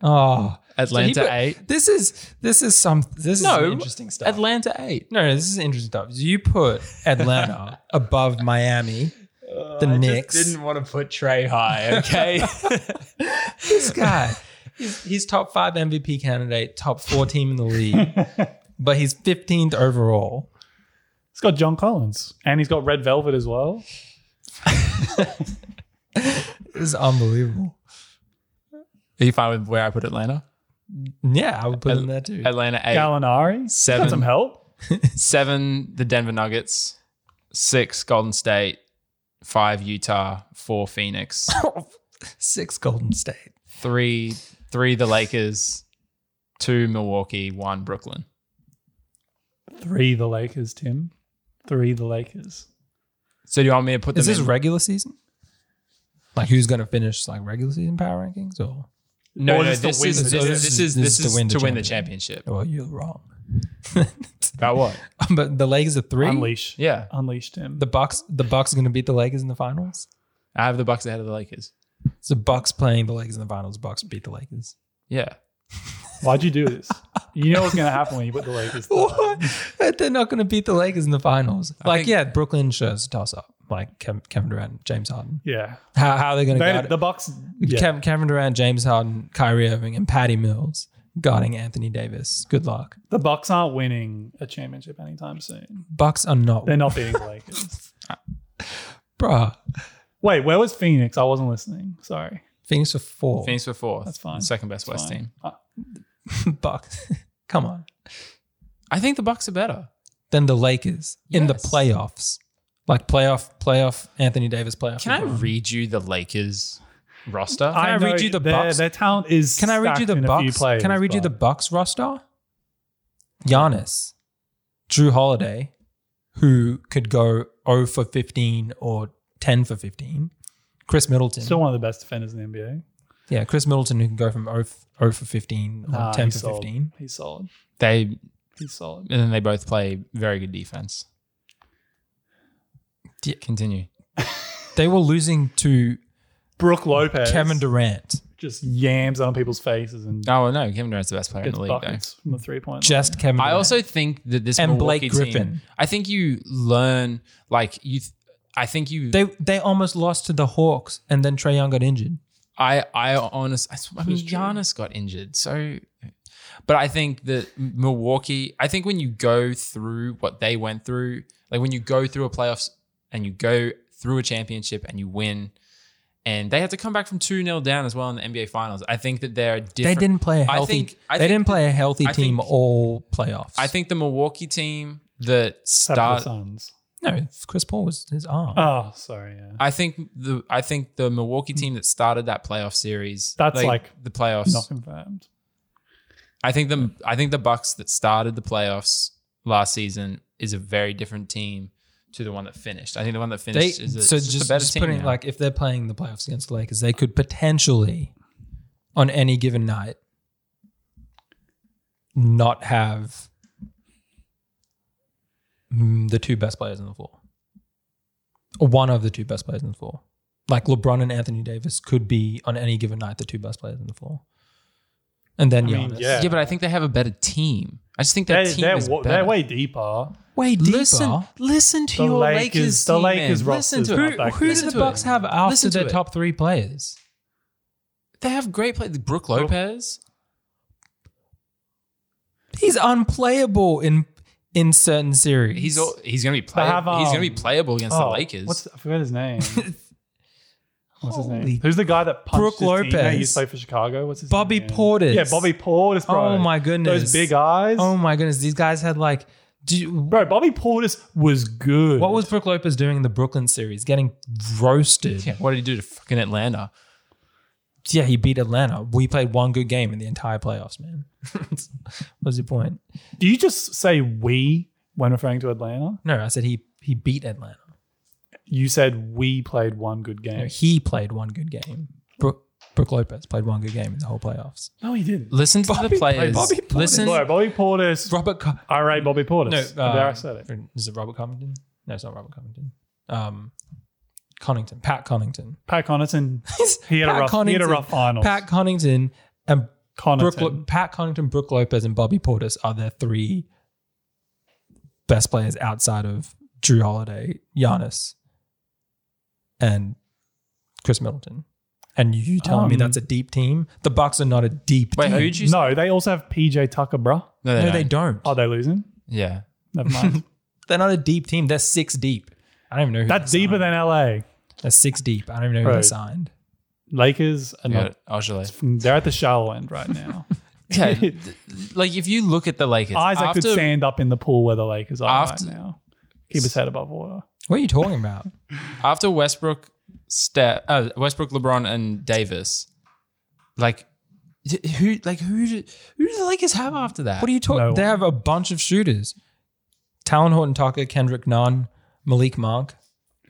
S3: Oh,
S1: Atlanta
S3: put-
S1: 8.
S3: this is this is some this is
S1: No,
S3: some interesting stuff.
S1: Atlanta 8.
S3: no, no, this is interesting stuff. You put
S1: *laughs*
S3: Atlanta above Miami.
S1: Oh,
S3: The I just Knicks. didn't
S1: want to put Trey high, okay?
S3: *laughs* This guy, he's, he's top five MVP candidate, top four team in
S1: *laughs*
S3: the league, but he's 15th overall.
S2: It's got John Collins and he's got Red Velvet as well.
S3: This is unbelievable.
S1: Are you fine with where I put Atlanta?
S3: Yeah, I would put him there too.
S1: Atlanta eight,
S2: Gallinari.
S1: Seven.
S2: Got some help.
S1: seven, the Denver Nuggets, six, Golden State, five, Utah, four, Phoenix,
S3: Six Golden State.
S1: three, three, the Lakers, two, Milwaukee, one, Brooklyn.
S2: Three the Lakers, Tim. Three the Lakers.
S1: So do you want me to put them
S3: Is this
S1: in?
S3: regular season? Like who's going to finish like regular season power rankings or?
S1: no, no,
S2: or just the
S1: this
S2: win
S1: is,
S2: the
S1: this is
S3: championship?
S1: this is
S3: This
S1: this
S3: is
S1: is
S3: to win the
S1: to win the
S3: championship.
S1: championship.
S3: Well, you're wrong. *laughs*
S1: About what?
S3: but the Lakers are three.
S2: Unleash.
S1: Yeah,
S2: Unleash Tim.
S3: The Bucks. The Bucks are going to beat the Lakers in the finals.
S1: I have the Bucks ahead of the Lakers.
S3: It's the Bucks playing the Lakers in the finals. Bucks beat the Lakers. *laughs*
S1: Yeah,
S2: Why'd you do this? You know what's going to happen when you put the
S3: *laughs*
S2: Lakers. third.
S3: But They're not going to beat the Lakers in the finals.
S1: I
S3: Like,
S1: think-
S3: yeah, Brooklyn sure is a toss up. Like Kev- Kevin Durant, James Harden.
S2: Yeah.
S3: How, how are they going to
S2: They,
S3: guard
S2: the Bucks. Yeah.
S3: Kev- Kevin Durant, James Harden, Kyrie Irving, and Patty Mills guarding Anthony Davis? Good luck.
S2: the Bucks aren't winning a championship anytime soon.
S3: Bucks are not,
S2: They're not beating the Lakers.
S3: bruh.
S2: Wait, where was Phoenix? I wasn't listening. Sorry.
S3: Phoenix are four.
S1: Phoenix were fourth.
S2: That's fine.
S1: Second best
S2: It's
S1: West
S2: fine.
S1: team.
S2: Uh,
S3: *laughs* Bucks. *laughs* Come on.
S1: I think the Bucks are better.
S3: Than the Lakers in the
S1: Yes.
S3: playoffs, like playoff, playoff. Anthony Davis playoff.
S1: Can I
S3: LeBron.
S1: read you the Lakers roster?
S3: I
S2: know
S3: read you the
S2: their,
S3: Bucks?
S2: Their talent is.
S3: Can I read you
S2: stacked
S3: the
S2: in a few
S3: Bucks?
S2: players,
S3: Can I read you the
S2: but
S3: Bucks roster? Giannis, Drew Holiday, who could go 0 for 15 or 10 for 15. Chris Middleton.
S2: Still one of the best defenders in the NBA.
S3: yeah, Chris Middleton who can go from 0, f- 0 for 15 or
S2: Nah,
S3: 10
S2: Uh, he's
S3: for
S2: solid.
S3: 15.
S2: He's solid.
S1: They
S2: He's solid.
S1: and then they both play very good defense. Continue.
S3: They were losing to
S2: Brooke Lopez
S3: Kevin Durant,
S2: just yams on people's faces and
S1: Oh well, no, Kevin Durant's the best player in
S2: gets
S1: the league,
S2: buckets from the three point. line.
S3: just Kevin.
S1: though. I
S3: Durant.
S1: also think that this
S3: And Blake
S1: Milwaukee team-
S3: Griffin.
S1: I think you learn like you. Th- I think you.
S3: they they almost lost to the Hawks, and then Trey Young got injured.
S1: I I honestly, I mean,
S2: Mm-hmm.
S1: Giannis got injured, so. But I think that Milwaukee. I think when you go through what they went through, like when you go through a playoffs and you go through a championship and you win, and they had to come back from two 0 down as well in the NBA Finals. I think that they're a different.
S3: They didn't play a
S1: I
S3: healthy.
S1: think- I
S3: they
S1: think-
S3: didn't play a healthy
S1: I
S3: team
S1: think-
S3: all playoffs.
S1: I think the Milwaukee team that
S2: Except for the
S1: start.
S2: Suns.
S3: no, it's Chris Paul was his arm.
S1: Uh,
S2: Oh, sorry. Yeah.
S1: I think the I think the Milwaukee team that started that playoff series.
S2: Mm-hmm. That's like
S1: the playoffs.
S2: Not confirmed.
S1: I think the I think the Bucks that started the playoffs last season is a very different team to the one that finished. I think the one that
S3: they
S1: finished is a,
S3: so
S1: it's
S3: just,
S1: a better
S3: just
S1: team.
S3: putting
S1: now.
S3: like if they're playing the playoffs against the Lakers, they could potentially on any given night not have mm, the two best players on the floor. Or one of the two best players on the floor. Like LeBron and Anthony Davis could be on any given night the two best players on the floor. And then
S2: I mean,
S3: Giannis.
S2: yeah.
S1: yeah, but I think they have a better team. I just think
S2: They,
S1: that team
S2: they're,
S1: is
S2: wa-
S1: better.
S2: they're way deeper.
S3: Way deeper.
S1: listen, listen to
S2: The
S1: your
S2: Lakers-
S1: Lakers,
S2: the
S1: team,
S2: Lakers
S1: man. Listen
S2: roster's
S1: to
S2: not
S1: it. Who,
S2: that good.
S1: who do
S3: Who do
S2: Listen
S3: the
S2: to
S3: Bucks
S2: it.
S3: have after
S1: Listen to
S3: their
S1: it.
S3: top three players?
S1: They have great play. Brooke Lopez.
S3: He's unplayable in in certain series.
S1: He's all, he's gonna be
S2: They have,
S1: playable. he's gonna be
S2: um,
S1: playable against the
S2: Oh,
S1: Lakers.
S2: What's, I forgot his
S3: *laughs*
S2: name. What's his
S3: Holy-
S2: name? Who's the guy that punched
S3: Brooke
S2: his teammate?
S3: Lopez.
S2: He used to play for Chicago. What's his
S3: Bobby
S2: name?
S3: Portis.
S2: Yeah, Bobby Portis, bro.
S3: Oh my goodness.
S2: Those big eyes.
S3: Oh my goodness, these guys had like. Do you,
S2: Bro, Bobby Portis was good.
S3: what was Brook Lopez doing in the Brooklyn series? Getting roasted.
S1: yeah, what did he do to fucking Atlanta?
S3: Yeah, he beat Atlanta. We played one good game in the entire playoffs, man. *laughs* What's your point?
S2: Do you just say we when referring to Atlanta?
S3: No, I said he he beat Atlanta.
S2: You said we played one good
S3: No,
S2: game.
S3: he played one good game. Brook, Brook Lopez played one good game in the whole playoffs.
S2: No, he didn't.
S1: Listen to the players.
S3: Bobby Portis.
S1: Listen,
S2: Bro, Bobby Portis.
S3: Robert. Co-
S2: I rate Bobby Portis.
S3: No, uh,
S2: there I said it.
S3: Is it Robert Covington? No, it's not Robert Covington. Um, Connington, Pat Connington.
S2: Pat Connaughton. *laughs* He had, a rough, he had a rough finals.
S3: Pat Connington and Brook,
S2: Connaughton.
S3: Lo- Pat Connington, Brooke Lopez, and Bobby Portis are their three best players outside of Drew Holiday, Giannis, and Chris Middleton. And you telling me
S2: Um,
S3: that's a deep team? The Bucks are not a deep
S1: wait,
S3: team.
S1: who'd you?
S2: no, they also have PJ Tucker, bruh.
S1: no,
S3: no,
S1: they
S3: they
S1: don't.
S3: don't.
S2: Oh, they losing?
S1: Yeah,
S2: Never
S3: *laughs*
S2: mind.
S3: They're not a deep team. They're six deep. I don't even know who
S2: That's
S3: they
S2: deeper
S3: signed.
S2: than LA.
S3: They're six deep. I don't even know who
S2: Right.
S3: they signed.
S2: Lakers are
S1: yeah.
S2: not.
S1: Ojale.
S2: *laughs* They're at the shallow end right
S3: *laughs*
S2: now.
S1: Yeah, th- like if you look at the Lakers,
S2: Isaac
S1: after,
S2: could stand up in the pool where the Lakers are
S1: After-
S2: right now. Keep his head above water.
S3: What are you talking about?
S1: after Westbrook, step uh, Westbrook, LeBron, and Davis, like d- who, like who, do, who do the Lakers have after that?
S3: What are you talking?
S2: No
S3: they
S2: one.
S3: have a bunch of shooters: Talon Horton Tucker, Kendrick Nunn, Malik Monk.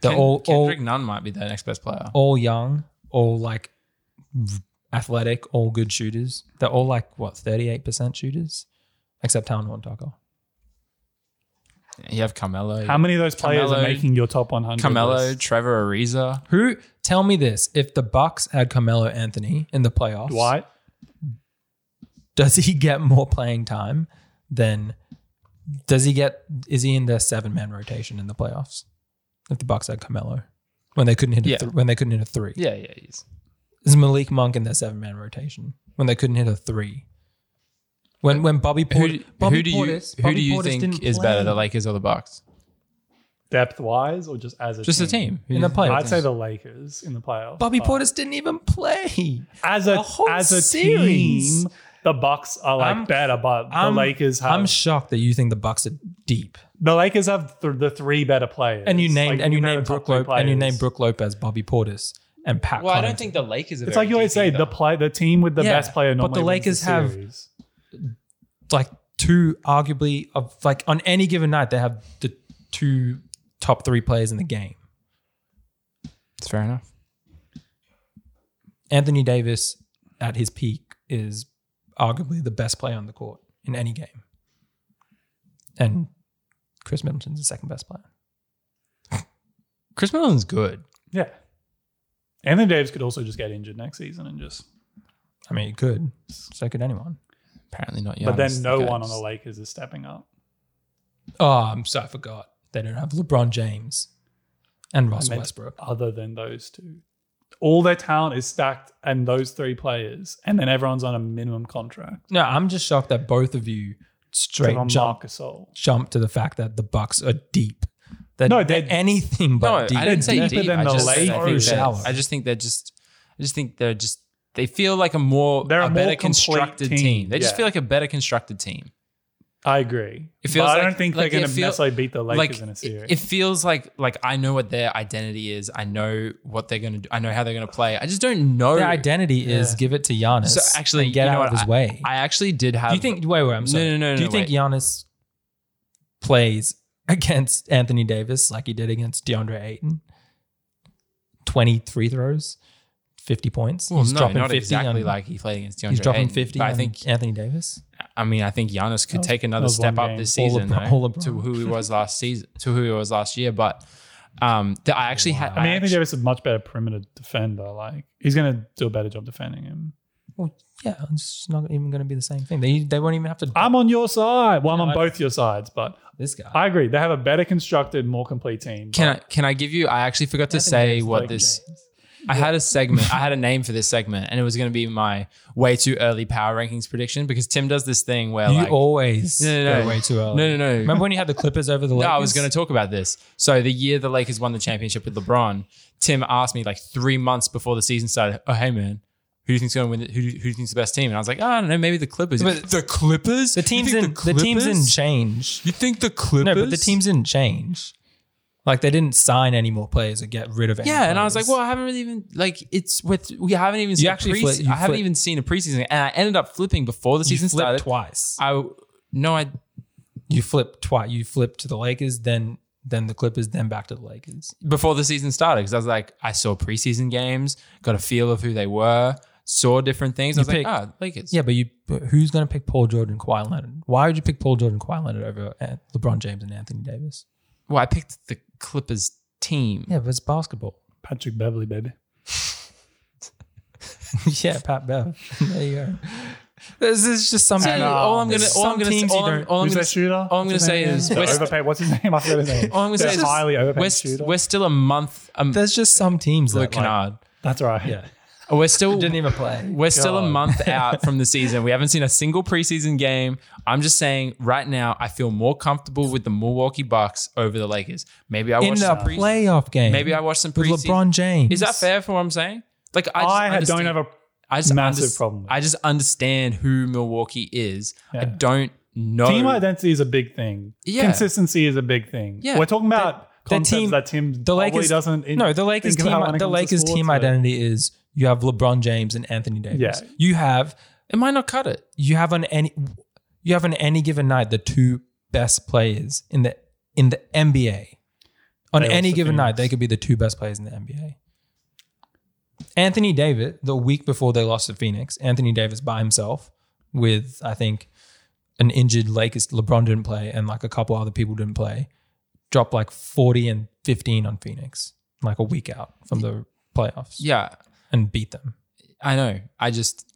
S3: They're
S1: Ken-
S3: all
S1: Kendrick Nunn might be their next best player.
S3: all all young, all like athletic, all good shooters. They're all like what thirty eight percent shooters, except Talon Horton Tucker.
S1: You have Carmelo,
S2: How many of those players
S1: Carmelo-
S2: are making your top 100?
S1: Carmelo,
S2: list?
S1: Trevor Ariza.
S3: Who? Tell me this: If the Bucks had Carmelo Anthony in the playoffs,
S2: Dwight.
S3: does he get more playing time than does he get is he in their seven man rotation in the playoffs if the bucks had carmelo when they couldn't hit a
S1: Yeah.
S3: th- when they couldn't hit a three
S1: Yeah, yeah, he's
S3: is malik monk in their seven man rotation when they couldn't hit a three when when bobby, Port-
S1: who,
S3: bobby
S1: who do you
S3: Portis-
S1: who
S3: Bobby
S1: do you
S3: Portis
S1: think
S3: didn't
S1: is better,
S3: play
S1: the Lakers or the Bucks?
S2: Depth wise or just as a
S1: Just
S2: team?
S1: the team Who
S3: in
S1: do
S3: the
S1: you think-
S3: playoffs
S2: I'd say the Lakers in the playoffs.
S3: bobby
S2: but
S3: portis didn't even play
S2: As
S3: the
S2: a,
S3: whole
S2: as a
S3: series.
S2: team, the Bucks are like
S3: I'm-
S2: better, but the
S3: I'm-
S2: Lakers have
S3: i'm shocked that you think the bucks are deep
S2: the Lakers have th- the three better players.
S3: and you named
S2: Like,
S3: and you
S2: compare
S3: named
S2: the top
S3: brooke
S2: three
S3: Lopez and you
S2: players.
S3: named brooke lopez bobby portis and pat
S1: Well, I
S3: Connaughton.
S1: don't think the Lakers. Are
S2: It's
S1: very
S2: like you always
S1: deep
S2: say,
S1: either.
S2: the play the team with the
S3: Yeah,
S2: best player.
S3: but
S2: Normally
S3: the
S2: wins
S3: Lakers have-
S2: series.
S3: like two arguably of like on any given night they have the two top three players in the game.
S1: It's fair enough.
S3: Anthony Davis at his peak is arguably the best player on the court in any game. And Chris Middleton's the second best player.
S1: Chris Middleton's good.
S2: Yeah. Anthony Davis could also just get injured next season and just.
S3: I mean, you could. So could anyone.
S1: Apparently not.
S2: but
S1: Giannis,
S2: then no
S1: the
S2: one on
S1: goats.
S2: the Lakers is stepping up.
S3: Oh, I'm so I forgot. They don't have LeBron James and Russ
S2: meant-
S3: Westbrook.
S2: other than those two. All their talent is stacked and those three players, and then everyone's on a minimum contract.
S3: No, I'm just shocked that both of you straight
S2: on
S3: jump
S2: Marc Gasol.
S3: jump to the fact that the Bucks are deep. That
S2: No,
S3: no,
S2: they're-
S3: they're anything but
S1: No,
S3: deep.
S1: I didn't say
S2: Deeper
S1: deep.
S2: than
S1: I
S2: the
S1: just, I,
S2: lake
S1: think
S3: or
S1: they're-
S3: shallow.
S1: I just think they're just. I just think they're just. They feel like a more
S2: They're
S1: a,
S2: a more
S1: better
S2: complete
S1: constructed team.
S2: team,
S1: They just
S2: yeah.
S1: feel like a better constructed team.
S2: I agree.
S1: It
S2: But
S1: feels
S2: I don't
S1: like-
S2: think
S1: like
S2: they're
S1: it
S2: going to
S1: feel-
S2: necessarily beat the Lakers
S1: like
S2: in a
S1: it-
S2: series.
S1: It, feels like like I know what their identity is. I know what they're gonna do. I know how they're gonna play. I just don't know
S3: Their identity is give it to Giannis.
S1: oh, So actually,
S3: and get
S1: you know
S3: out
S1: what?
S3: of his way.
S1: I actually did have.
S3: do you think? Wait, wait. I'm
S1: No,
S3: sorry.
S1: no, no,
S3: Do
S1: no,
S3: you think
S1: wait.
S3: Giannis plays against Anthony Davis like he did against DeAndre Ayton? Twenty free throws, fifty points.
S1: Well,
S3: he's
S1: no,
S3: dropping
S1: not
S3: fifty.
S1: exactly
S3: on-
S1: like he played against DeAndre.
S3: he's dropping
S1: Ayton,
S3: fifty.
S1: but I
S3: on
S1: think.
S3: Anthony Davis.
S1: I mean, I think Giannis could
S2: That was-
S1: take another
S2: that was
S1: step
S2: one
S1: up
S2: game.
S1: this
S3: All
S1: season
S3: LeBron-
S1: though,
S3: all LeBron.
S1: to who he was last season, to who he was last year. But um, th- I actually had.
S2: I mean, Anthony
S1: actually-
S2: Davis is a much better perimeter defender. Like he's going to do a better job defending him.
S3: Well, yeah, it's not even going to be the same thing. They they won't even have to.
S2: I'm on your side. Well, I'm
S3: No,
S2: on
S3: I-
S2: both your sides, but
S3: this guy.
S2: I agree. They have a better constructed, more complete team.
S1: Can I can I give you? I actually forgot to
S3: Anthony
S1: say
S3: Davis
S1: what
S3: plays
S1: this.
S3: games.
S1: I had a *laughs* segment. I had a name for this segment, and it was going to be my way too early power rankings prediction because Tim does this thing where
S3: You
S1: like,
S3: always
S1: No, no, no.
S3: go way too early.
S1: no, no, no.
S3: Remember when you had the Clippers over the Lakers?
S1: No, I was going to talk about this. So the year the Lakers won the championship with LeBron, Tim asked me like three months before the season started. Oh, hey man, who do you think's going to win? The, who, do- who do you think's the best team? And I was like, oh, I don't know, maybe the Clippers.
S3: But-
S1: the Clippers.
S3: The teams in the, teams didn't change.
S1: You think the Clippers?
S3: No, but the teams didn't change. Like they didn't sign any more players or get rid of. Any
S1: Yeah, and I was like,
S3: players.
S1: well, I haven't really even like it's with we haven't even seen a
S3: actually
S1: pre-
S3: flipped- you
S1: I haven't
S3: flipped-
S1: even seen a preseason, and I ended up flipping before the
S3: you
S1: season
S3: flipped
S1: started.
S3: twice.
S1: I no, I
S3: You flipped twice. You flipped to the Lakers, then then the Clippers, then back to the Lakers.
S1: before the season started because I was like, I saw preseason games, got a feel of who they were, saw different things. I
S3: You
S1: was
S3: picked-
S1: like, ah, Lakers.
S3: Yeah, but you but who's going to pick Paul Jordan, Kawhi Leonard? Why would you pick Paul Jordan, Kawhi Leonard over uh, LeBron James and Anthony Davis?
S1: Well, I picked the Clippers team.
S3: Yeah, but it's basketball. *laughs*
S2: Patrick Beverly, baby.
S3: yeah, Pat Bev. *laughs* there you go. This is just some.
S1: See, all I'm gonna,
S3: There's
S1: all I'm
S3: some
S1: gonna,
S3: teams
S1: all
S3: you
S1: I'm-
S3: don't-
S1: all I'm
S2: Who's
S1: gonna
S2: their shooter?
S1: all I'm gonna
S2: What's his
S1: say
S2: name
S1: is
S2: again? The
S1: West-
S2: overpaid. What's his name? I forgot his name.
S1: All I'm gonna
S2: They're
S1: say is
S2: highly overpaid
S1: we're, st-
S2: shooter.
S1: we're still a month. Um,
S3: There's just some teams
S1: Luke
S3: that like,
S1: Kennard.
S2: That's all right.
S3: yeah
S1: We're still
S3: didn't even play.
S1: we're still a
S2: God. *laughs*
S1: month out from the season. We haven't seen a single preseason game. I'm just saying, right now, I feel more comfortable with the Milwaukee Bucks over the Lakers. Maybe I
S3: In
S1: watched
S3: the
S1: some pre-
S3: playoff game,
S1: maybe I watched some
S3: with
S1: preseason.
S3: LeBron James.
S1: Is that fair for what I'm saying? Like I, just
S2: I, had-
S1: understand-
S2: don't have a
S1: I just
S2: massive
S1: underst-
S2: problem with
S1: I just understand who Milwaukee is. I
S2: Yeah.
S1: don't know.
S2: Team identity is a big thing.
S1: Yeah.
S2: Consistency is a big thing.
S1: Yeah.
S2: We're talking about
S3: The- the
S2: concepts
S3: team-
S2: that Tim
S3: the
S2: probably
S3: Lakers-
S2: doesn't. in-
S3: No, the Lakers
S2: think
S3: team.
S2: about when it
S3: The
S2: comes to
S3: Lakers
S2: sports,
S3: team
S2: but-
S3: identity is you have LeBron James and Anthony Davis.
S2: Yeah.
S3: You have
S1: it might not cut it.
S3: you have on any you have on any given night the two best players in the in the NBA. On
S2: They were
S3: any
S2: the
S3: given night,
S2: Phoenix.
S3: they could be the two best players in the NBA. Anthony Davis, the week before they lost to Phoenix, Anthony Davis by himself with I think an injured Lakers LeBron didn't play and like a couple other people didn't play, dropped like 40 and 15 on Phoenix, like a week out from the playoffs
S1: Yeah,
S3: and beat them.
S1: I know. I
S2: *laughs*
S1: just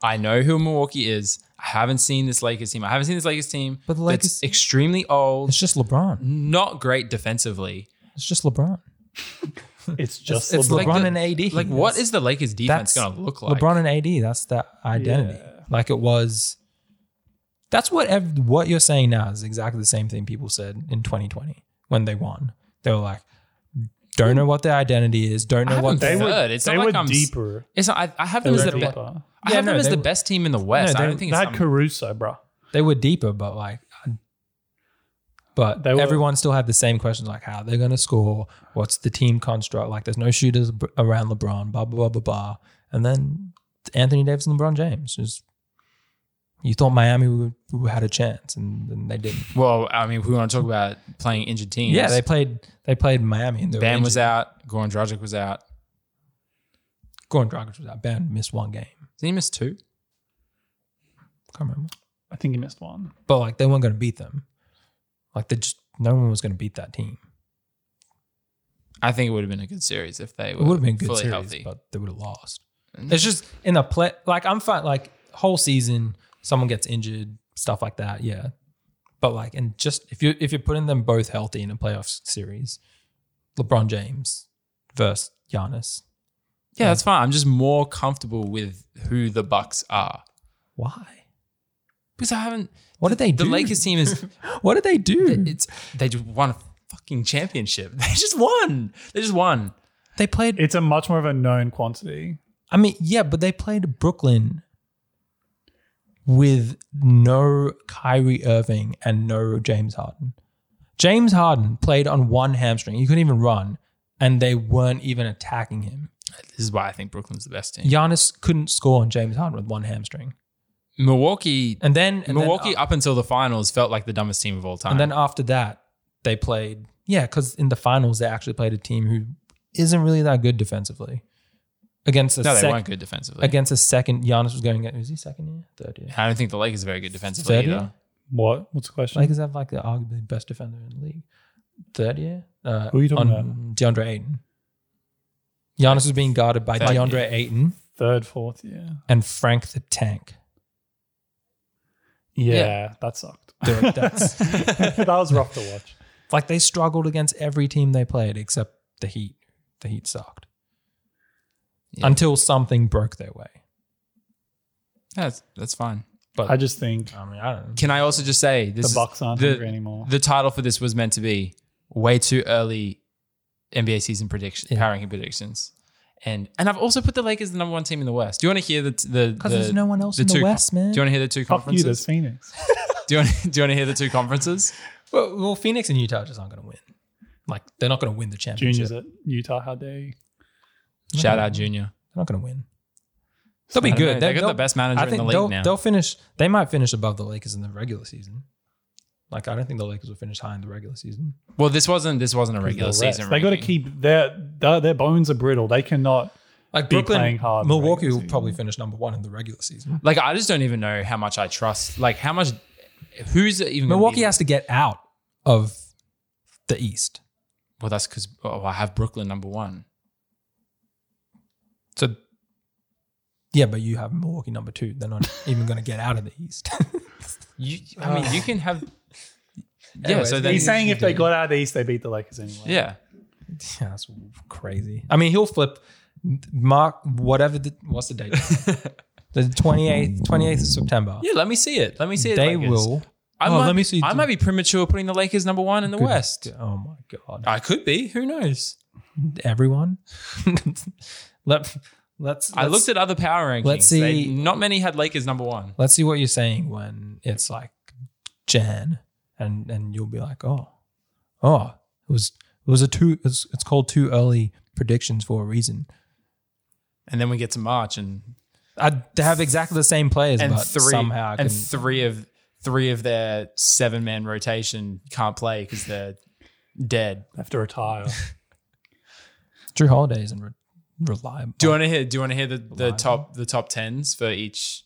S1: I know who Milwaukee is. I haven't seen this Lakers team. I haven't seen this Lakers team.
S3: But the
S1: that's
S3: Lakers-
S1: extremely old,
S3: It's just
S1: Mm-hmm.
S3: LeBron.
S1: not great defensively.
S3: It's just LeBron.
S2: It's just
S3: it's
S2: LeBron.
S3: like- LeBron
S1: the-
S3: and AD.
S1: Like, what is the Lakers defense
S3: That's
S1: going to look like?
S3: LeBron and AD. That's that identity.
S2: Yeah.
S3: Like it was. That's what ev- what you're saying now is exactly the same thing people said in 2020 when they won. They were like, don't know what their identity is. Don't
S1: I
S3: know
S1: haven't
S3: what
S2: they
S3: their-
S2: were,
S1: Third, it's
S2: they
S1: not like
S2: were
S1: I'm s-
S2: deeper.
S1: It's not, I, I have
S2: They
S1: them as
S2: were
S1: the be- I
S2: deeper.
S3: Yeah,
S1: have
S3: no,
S1: them as
S3: they
S1: the
S3: were-
S1: best team in the West.
S3: they
S1: I
S3: were-
S1: don't think
S2: They
S1: it's
S2: had
S1: some-
S2: Caruso, bro.
S3: they were deeper, but like. But
S2: They were-
S3: everyone still had the same questions like how they're going to score, what's the team construct, like there's no shooters ab- around LeBron, blah, blah, blah, blah, blah. And then Anthony Davis and LeBron James. Just, you thought Miami would, would had a chance and, and they didn't.
S1: Well, I mean, we want to talk about playing injured teams.
S3: Yeah, they played. They played Miami. And they were
S1: Bam was
S3: injured.
S1: out. Goran Dragic was out.
S3: Goran Dragic was out. Bam missed one game.
S1: Did he miss two?
S3: Can't remember.
S2: I think he missed one.
S3: But like they weren't going to beat them. Like they just no one was going to beat that team.
S1: I think it would have been a good series if they were
S3: It would have been a good
S1: fully
S3: series,
S1: healthy. Mm-hmm.
S3: but they would have lost. It's just in a play. Like I'm fine. Like whole season, someone gets injured, stuff like that. Yeah, but like, and just if you if you're putting them both healthy in a playoff s- series, LeBron James versus Giannis,
S1: yeah, that's fine. I'm just more comfortable with who the Bucks are
S3: why?
S1: because I haven't.
S3: What did they
S1: The
S3: do?
S1: Lakers team is
S3: *laughs* What did they do?
S1: it's they just won a fucking championship. *laughs* They just won. They just won.
S3: They played.
S2: It's a much more of a known quantity.
S3: I mean, yeah, but they played Brooklyn with no Kyrie Irving and no James Harden. James Harden played on one hamstring. He couldn't even run, and they weren't even attacking him.
S1: This is why I think Brooklyn's the best team.
S3: Giannis couldn't score on James Harden with one hamstring.
S1: Milwaukee.
S3: And then and
S1: Milwaukee
S3: then,
S1: up until the finals felt like the dumbest team of all time.
S3: and then uh, after that, they played. Yeah, because in the finals they actually played a team who isn't really that good defensively. Against a
S1: no, they
S3: sec-
S1: weren't good defensively.
S3: against a second, Giannis was going. Was he second year, third year?
S1: I don't think the Lakers are very good defensively
S3: Third
S1: either.
S3: year?
S2: What? What's the question?
S3: Lakers have like the arguably best defender in the league. Third year? Uh,
S2: Who are you talking
S3: on DeAndre Ayton. Giannis was being guarded by
S1: Third
S3: DeAndre
S1: year.
S3: Ayton
S2: Third, fourth, yeah.
S3: and Frank the Tank.
S2: Yeah,
S1: Yeah.
S2: that *laughs* sucked.
S3: Dude, that's-
S2: that was rough to watch.
S3: Like they struggled against every team they played except the Heat. The Heat sucked.
S1: Yeah.
S3: Until something broke their way.
S1: That's that's fine.
S2: I just think
S3: I mean, I don't know.
S1: Can I also just say this
S2: uh, the
S1: is-
S2: Bucks aren't
S1: the-
S2: hungry anymore.
S1: the title for this was meant to be way too early NBA season prediction
S3: Yeah.
S1: power ranking predictions. And and I've also put the Lakers the number one team in the West. Do you want to hear the the
S3: Because
S1: the-
S3: there's no one else
S1: the
S3: in the
S1: two-
S3: West, man.
S1: Do you want to hear the two
S2: Fuck you, there's
S1: conferences?
S2: Phoenix. *laughs*
S1: Do you, want, do you want to hear the two
S3: *laughs*
S1: conferences?
S3: well, well, Phoenix and Utah just aren't going to win. Like they're not going to win the championship.
S2: Juniors at Utah, how dare you?
S1: Shout out Junior.
S3: They're not going to win. They'll
S1: I
S3: be
S1: don't know.
S3: good.
S1: They
S3: They-
S1: got the
S3: they'll-
S1: best manager
S3: I
S1: in
S3: think
S1: the
S3: they'll,
S1: league now.
S3: they'll finish. They might finish above the Lakers in the regular season. Like I don't think the Lakers will finish high in the regular season.
S1: Well, this wasn't this wasn't a regular
S2: The rest.
S1: season.
S2: They got to
S1: ranking.
S2: keep their, their their bones are brittle. They cannot.
S3: Like
S2: Be
S3: Brooklyn,
S2: playing hard in the
S3: Milwaukee
S2: regular
S3: will
S2: season.
S3: probably finish number one in the regular season.
S1: Like I just don't even know how much I trust. Like how much who's even gonna
S3: Milwaukee
S1: Be,
S3: has to get out of the East,
S1: well, that's because oh, I have Brooklyn number one.
S3: so yeah. But you have Milwaukee number two.
S2: *laughs*
S3: They're not even going to get out of the East.
S1: You, I mean, you can have. Yeah,
S3: *laughs* Anyways,
S1: so then
S2: He's saying if they got out of the East, they beat the Lakers anyway.
S1: yeah,
S3: yeah, that's crazy. I mean, he'll flip. Mark whatever the what's
S2: *laughs*
S3: the date? the twenty eighth, twenty eighth of September.
S1: yeah. Let me see it. Let me see it.
S3: they
S1: Lakers.
S3: will.
S1: I
S3: Oh,
S1: might,
S3: let me
S1: be-
S3: see.
S1: I might be premature putting the Lakers number one in the
S3: Goodness
S1: West.
S3: g- Oh my god.
S1: I could be. Who knows?
S3: Everyone. *laughs* Let let's
S1: I looked at other power rankings.
S3: let's
S1: They-
S3: see-
S1: not many had Lakers number one.
S3: Let's see what you're saying when it's like Jan, and and you'll be like, oh, oh, it was it was a too it's, it's called too early predictions for a reason.
S1: And then we get to March and
S3: I they have exactly the same players,
S1: and
S3: but
S1: three
S3: somehow I
S1: and
S3: can,
S1: three of three of their seven man rotation can't play because they're dead.
S2: They have to retire. *laughs*
S3: Drew Holiday isn't re- reliable.
S1: Do you want to hear? Do you want to hear the, the top the top tens for each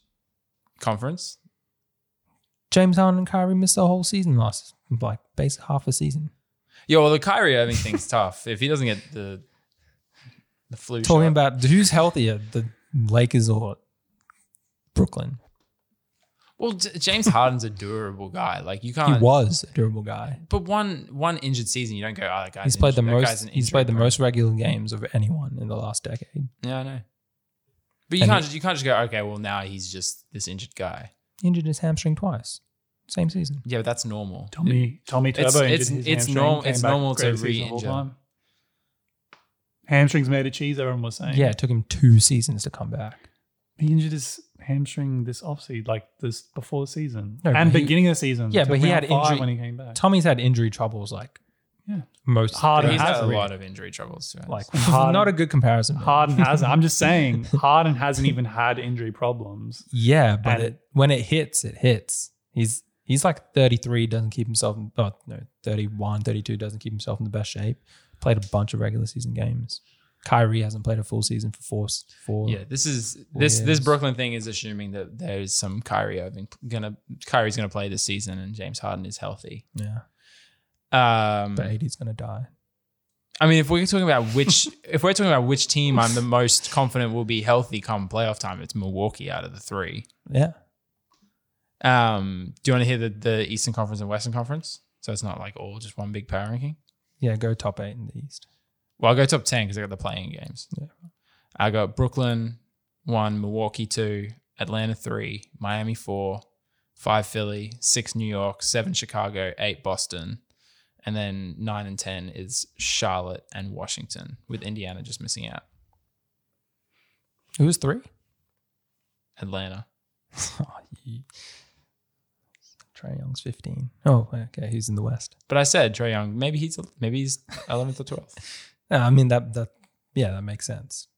S1: conference?
S3: James Harden and Kyrie missed the whole season last, like basically half a season.
S1: Yeah, well, the Kyrie Irving
S3: *laughs*
S1: thing's tough. If he doesn't get the the flu
S3: Talking
S1: shot.
S3: about who's healthier, the Lakers or Brooklyn?
S1: well, J- James Harden's a durable guy. Like you
S3: He
S1: can't.
S3: was a durable guy.
S1: But one one injured season, you don't go. Oh, that guy's
S3: He's played the
S1: injured. That guy's
S3: most.
S1: an
S3: He's
S1: injury
S3: played the
S1: prone."
S3: most regular games of anyone in the last decade.
S1: Yeah, I know. But you
S3: And
S1: can't. just you can't just go. Okay, well now he's just this injured guy.
S3: Injured his hamstring twice, same season.
S1: Yeah, but that's normal.
S2: Tommy Tommy
S1: It's-
S2: Turbo injured
S1: it's-
S2: his
S1: it's
S2: hamstring,
S1: norm-
S2: came
S1: it's
S2: back,
S1: normal to
S2: greatest season of all
S1: re-injure.
S2: time. Hamstrings made of cheese. Everyone was saying.
S3: Yeah, it took him two seasons to come back.
S2: he injured his hamstring this offseason, like this before the season
S3: No,
S2: and
S3: but he-
S2: beginning of the season.
S3: Yeah,
S2: till
S3: but he
S2: round
S3: had
S2: five
S3: injury-
S2: when he came back.
S3: Tommy's had injury troubles like
S2: Yeah.
S3: most.
S2: Harden
S1: He's
S2: has
S1: had a
S2: really-
S1: lot of injury troubles. to be honest.
S2: Like Harden,
S3: *laughs* not a good comparison. man. *laughs*
S2: Harden hasn't. I'm just saying Harden hasn't even had injury problems.
S3: Yeah, but
S2: And-
S3: it, when it hits, it hits. He's he's like 33, doesn't keep himself in, oh no, 31, 32 doesn't keep himself in the best shape. Played a bunch of regular season games. Kyrie hasn't played a full season for four s- four.
S1: Yeah, this is this
S3: Yes.
S1: this Brooklyn thing is assuming that there's some Kyrie Irving gonna Kyrie's gonna play this season and James Harden is healthy.
S3: yeah.
S1: Um,
S3: But AD's gonna die.
S1: I mean, if we're talking about which, *laughs* if we're talking about which team I'm the most confident will be healthy come playoff time, it's Milwaukee out of the three.
S3: Yeah.
S1: Um, do you want to hear the, the Eastern Conference and Western Conference? So it's not like all just one big power ranking.
S3: Yeah, go top eight in the East. *laughs*
S1: Well, I'll go top 10 because I got the playing games.
S3: Yeah.
S1: I got Brooklyn one, Milwaukee two, Atlanta three, Miami four, five Philly, six New York, seven Chicago, eight Boston. And then nine and 10 is Charlotte and Washington, with Indiana just missing out.
S3: Who was three?
S1: Atlanta.
S3: Oh, you- Trae Young's 15. Oh, okay. He's in the West.
S1: But I said Trey Young, maybe he's maybe he's 11th or 12th.
S3: Uh, I mean, that, that, yeah, that makes sense.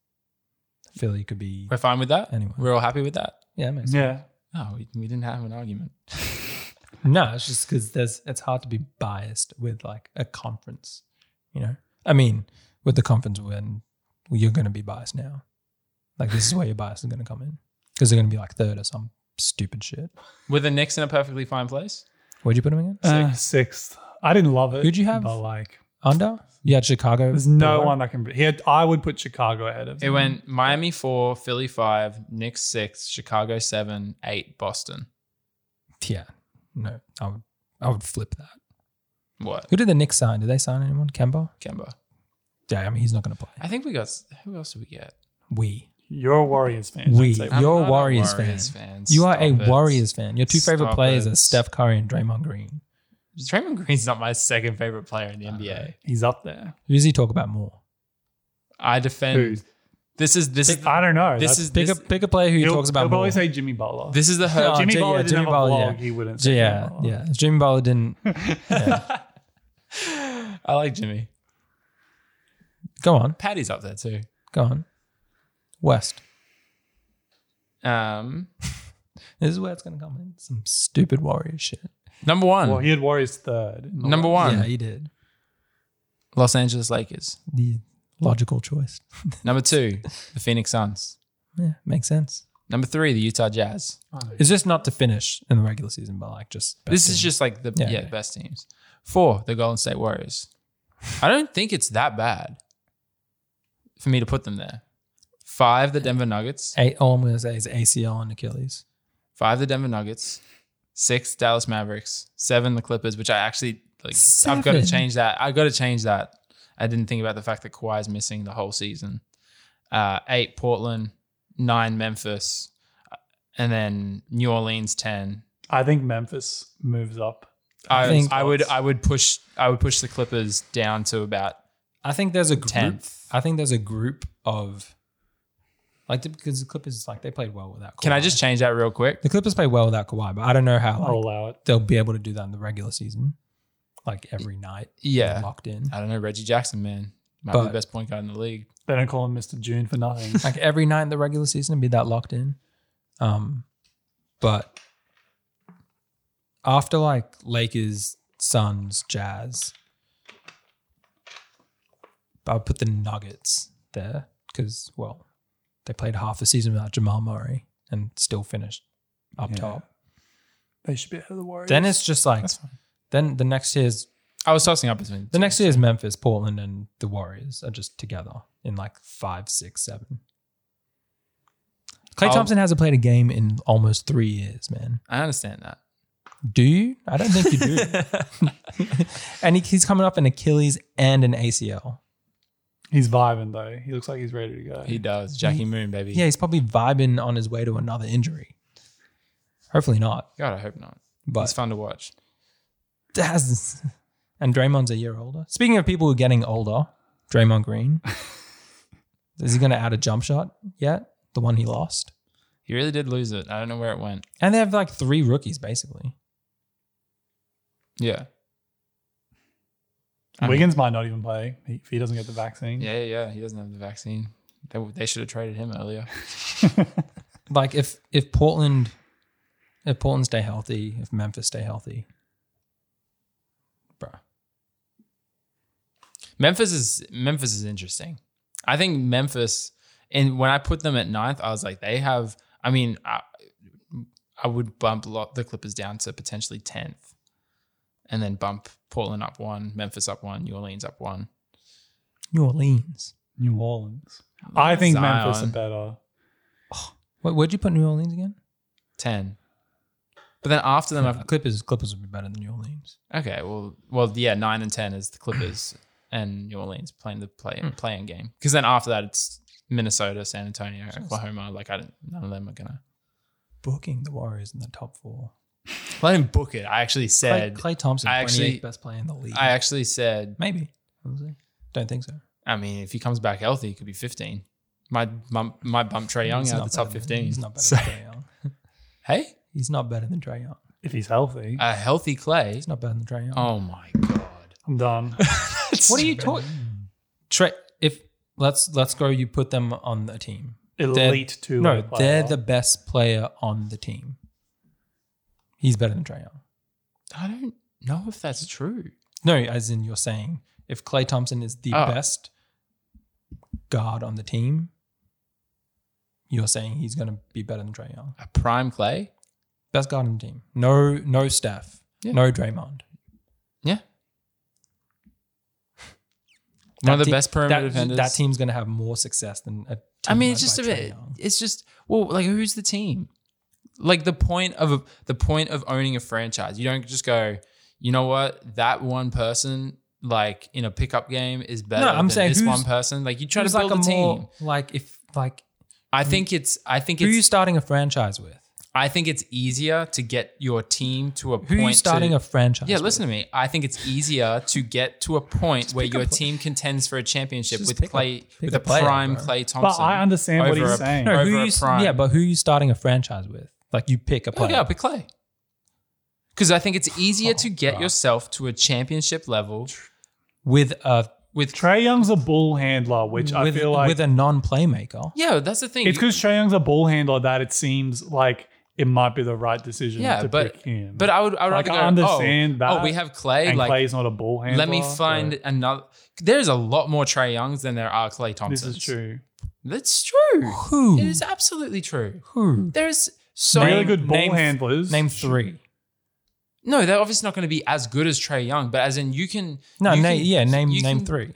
S3: Philly could be
S1: We're fine with that.
S3: Anyway.
S1: We're all happy with that.
S3: Yeah, it makes sense.
S2: Yeah.
S1: Oh, we, we didn't have an argument.
S3: No, it's just because there's it's hard to be biased with like a conference, you know. I mean, with the conference win, well, you're going to be biased now. Like this is where your bias is going to come in because they're going to be like third or some stupid shit.
S1: Were the Knicks in a perfectly fine place?
S3: Where'd you put them again?
S2: Uh, sixth. I didn't love it.
S3: Who'd you have?
S2: But like,
S3: Under? You had Chicago.
S2: there's no
S3: below?
S2: one I can. He had, I would put Chicago ahead of.
S1: It
S2: them.
S1: went Miami four, Philly five, Knicks six, Chicago seven, eight, Boston.
S3: Yeah, no, I would I would flip that.
S1: What?
S3: Who did the Knicks sign? Did they sign anyone? Kemba?
S1: Kemba.
S3: Yeah, I mean he's not going to play.
S1: I think we got who else did we get?
S3: We,
S2: You're a Warriors fan.
S3: We.
S2: I'd say.
S3: Yeah. You're a Warriors
S1: fan.
S3: you are a
S1: Stop it.
S3: Warriors fan. Your two favorite
S1: Stop
S3: players
S1: it.
S3: are Steph Curry and Draymond Green.
S1: Draymond Green's not my second favorite player in the NBA.
S2: He's up there.
S3: Who does he talk about more?
S1: I defend.
S2: Who?
S1: This is this. is
S2: I don't know.
S1: this
S2: That's-
S1: is
S3: Pick
S1: this,
S3: a pick a player who he
S2: he'll,
S3: talks
S2: he'll
S3: about more.
S2: probably say Jimmy Butler.
S1: this is the Herb.
S3: Oh,
S2: Jimmy
S3: J-
S2: Butler
S3: yeah,
S2: didn't
S3: Jimmy
S2: have a
S3: Butler,
S2: blog.
S3: yeah.
S2: He wouldn't.
S3: J-
S2: Say
S3: yeah,
S2: Jimmy Butler.
S3: yeah. Jimmy Butler
S1: *laughs*
S3: didn't
S1: I like Jimmy.
S3: go on.
S1: Patty's up there too.
S3: Go on. West.
S1: Um,
S3: This is where it's gonna come in. Some stupid warrior shit.
S1: number one,
S2: Well, he had Warriors third.
S3: Mm.
S2: in the
S1: number one,
S3: Yeah, he did.
S1: Los Angeles Lakers.
S3: The logical choice. *laughs*
S1: Number two, the Phoenix Suns.
S3: Yeah, makes sense.
S1: Number three, the Utah Jazz.
S3: It's just not to finish in the regular season, but like just best
S1: this is
S3: team.
S1: just like the yeah,
S3: Yeah.
S1: the best teams. Four, the Golden State Warriors. I don't think it's that bad for me to put them there. Five, the Denver Nuggets.
S3: A- all I'm gonna say is ACL and Achilles.
S1: Five, the Denver Nuggets. Six, Dallas Mavericks. Seven, the Clippers, which I actually like. i I've got to
S3: Seven?
S1: change that. I've got to change that. I didn't think about the fact that Kawhi is missing the whole season. Uh, eight, Portland. Nine, Memphis. Uh, And then New Orleans, ten.
S2: I think Memphis moves up.
S1: I,
S3: I think-
S1: I would I would push I would push the Clippers down to about
S3: I think there's a group.
S1: Tenth.
S3: I think there's a group of like the- because the Clippers like they played well without. Kawhi.
S1: Can I just Oh. change that real quick?
S3: The Clippers play well without Kawhi, but I don't know how like,
S2: I'll allow it.
S3: they'll be able to do that in the regular season, like every night.
S1: Yeah.
S3: locked in.
S1: I don't know, Reggie Jackson, man. Might be the
S3: But-
S1: best point guard in the league.
S2: They don't call him Mr. June for
S3: *laughs*
S2: nothing.
S3: Like every night in the regular season and be that locked in. Um, but after like Lakers, Suns, Jazz, I'll put the Nuggets there because well, they played half a season without Jamal Murray and still finished up
S2: Yeah.
S3: top.
S2: they should be ahead of the Warriors.
S3: Then it's just like then the next year is
S1: I was tossing up between
S3: The next year is Memphis, Portland, and the Warriors are just together in like five, six, seven. Clay
S1: I'll-
S3: Thompson hasn't played a game in almost three years, man.
S1: I understand that.
S3: Do you? I don't think you do. and he, he's coming off an Achilles and an ACL.
S2: he's vibing though. He looks like he's ready to go.
S1: He does. Jackie Moon, baby.
S3: Yeah, he's probably vibing on his way to another injury. Hopefully not,
S1: God, I hope not. it's
S3: *laughs* but
S1: fun to watch.
S3: that's, and Draymond's a year older. Speaking of people who are getting older, Draymond Green, is he going to add a jump shot yet? The one he lost.
S1: He really did lose it. I don't know where it went.
S3: And they have like three rookies basically.
S1: Yeah. I mean-
S2: Wiggins might not even play he- if he doesn't get the vaccine.
S1: Yeah, yeah, yeah. He doesn't have the vaccine. They, they should have traded him earlier.
S3: Like if if Portland if Portland stay healthy, if Memphis stay healthy. Bruh.
S1: Memphis is Memphis is interesting. I think Memphis, and when I put them at ninth, I was like, they have. I mean, I, I would bump lo- the Clippers down to potentially tenth, and then bump Portland up one, Memphis up one, New Orleans up one.
S3: New Orleans.
S2: *laughs* New Orleans. I think Memphis are
S1: Zion.
S2: better.
S3: Wait, where'd you put New Orleans again?
S1: ten. But then after them,
S3: Uh, Clippers. Clippers would be better than New Orleans.
S1: I've, okay, well, well, yeah, nine and ten is the Clippers *clears throat* and New Orleans playing the play playing game. Because then after that, it's Minnesota, San Antonio, Oklahoma. Like I don't, none of them are gonna
S3: Booking the Warriors in the top four.
S1: let him book it. I actually
S3: Clay,
S1: said,
S3: Clay Thompson,
S1: I
S3: 28th
S1: actually-
S3: best player in the league.
S1: I actually said,
S3: Maybe. We'll see. Don't think so.
S1: I mean, if he comes back healthy, he could be fifteen. My my, my bump Trey Young
S3: He's
S1: out
S3: not
S1: of the top
S3: better than-
S1: fifteen.
S3: He's not
S1: *laughs*
S3: better
S1: So-
S3: than Trae Young.
S1: hey,
S3: He's not better than Trae Young.
S2: If he's healthy,
S1: a healthy Clay.
S3: He's not better than Trae Young.
S1: Oh my
S3: *laughs*
S1: god. *laughs*
S2: I'm done.
S3: what are you talking? Trae, if let's let's go, you put them on a team.
S2: Elite two.
S3: No, they're the best player on the team. He's better than Trae Young.
S1: I don't know if that's true.
S3: No, as in you're saying, if Clay Thompson is the
S1: Oh.
S3: best guard on the team, you're saying he's going to be better than Trae Young.
S1: A prime Clay.
S3: Best guard on the team. No, no Steph.
S1: Yeah.
S3: No Draymond.
S1: Yeah. One of the
S3: team-
S1: best perimeter
S3: that,
S1: defenders.
S3: That team's going to have more success than a team
S1: I mean,
S3: led
S1: it's just a
S3: by Trae
S1: bit.
S3: Young.
S1: It's just well, like who's the team? Like the point of the point of owning a franchise. You don't just go. You know what? That one person, like in a pickup game, is better.
S3: No, I'm
S1: than
S3: saying
S1: this
S3: who's-
S1: one person. Like you try to
S3: Who's
S1: build a, team.
S3: more- like if like
S1: I think it's. I think
S3: who are you
S1: it's.
S3: starting a franchise with?
S1: I think it's easier to get your team to a
S3: Who
S1: point.
S3: are you starting
S1: to,
S3: a franchise?
S1: Yeah,
S3: with?
S1: listen to me. I think it's easier to get to a point where
S3: pick a
S1: your
S3: pl-
S1: team contends for a championship
S3: Just
S1: with
S3: pick a-
S1: Clay,
S3: pick
S1: with
S3: a
S1: a,
S3: player,
S1: prime
S3: bro.
S1: Clay Thompson.
S2: But I understand what
S1: over
S2: he's
S1: a-
S2: saying.
S3: No, who
S1: over
S3: are
S1: a
S3: you,
S1: prime.
S3: yeah, but who are you starting a franchise with? Like you pick a
S1: Oh,
S3: player.
S1: yeah, I'll pick Clay. Because I think it's easier to get
S3: bruh.
S1: yourself to a championship level
S3: with a
S1: with.
S2: Trey Young's a bull handler, which I
S3: with,
S2: feel like
S3: with a non playmaker.
S1: yeah, that's the thing.
S2: it's because Trey Young's a bull handler that it seems like it might be the right decision
S1: Yeah,
S2: to
S1: but-
S2: pick him.
S1: but I would, I would
S2: Like,
S1: rather
S2: I
S1: go,
S2: understand
S1: oh,
S2: that,
S1: Oh, we have Clay.
S2: and
S1: like,
S2: Clay's not a bull handler.
S1: let me find
S2: so
S1: another. There's a lot more Trey Youngs than there are Clay
S2: This
S1: Thompsons.
S2: is true.
S1: That's true.
S3: Who?
S1: It is absolutely true.
S3: Who?
S1: There is so
S2: really good ball
S3: name-
S2: handlers.
S3: Name three.
S1: No, they're obviously not going to be as good as Trey Young, but as in you can.
S3: No,
S1: you
S3: name,
S1: can-
S3: yeah, name
S1: you
S3: name
S1: can-
S3: three.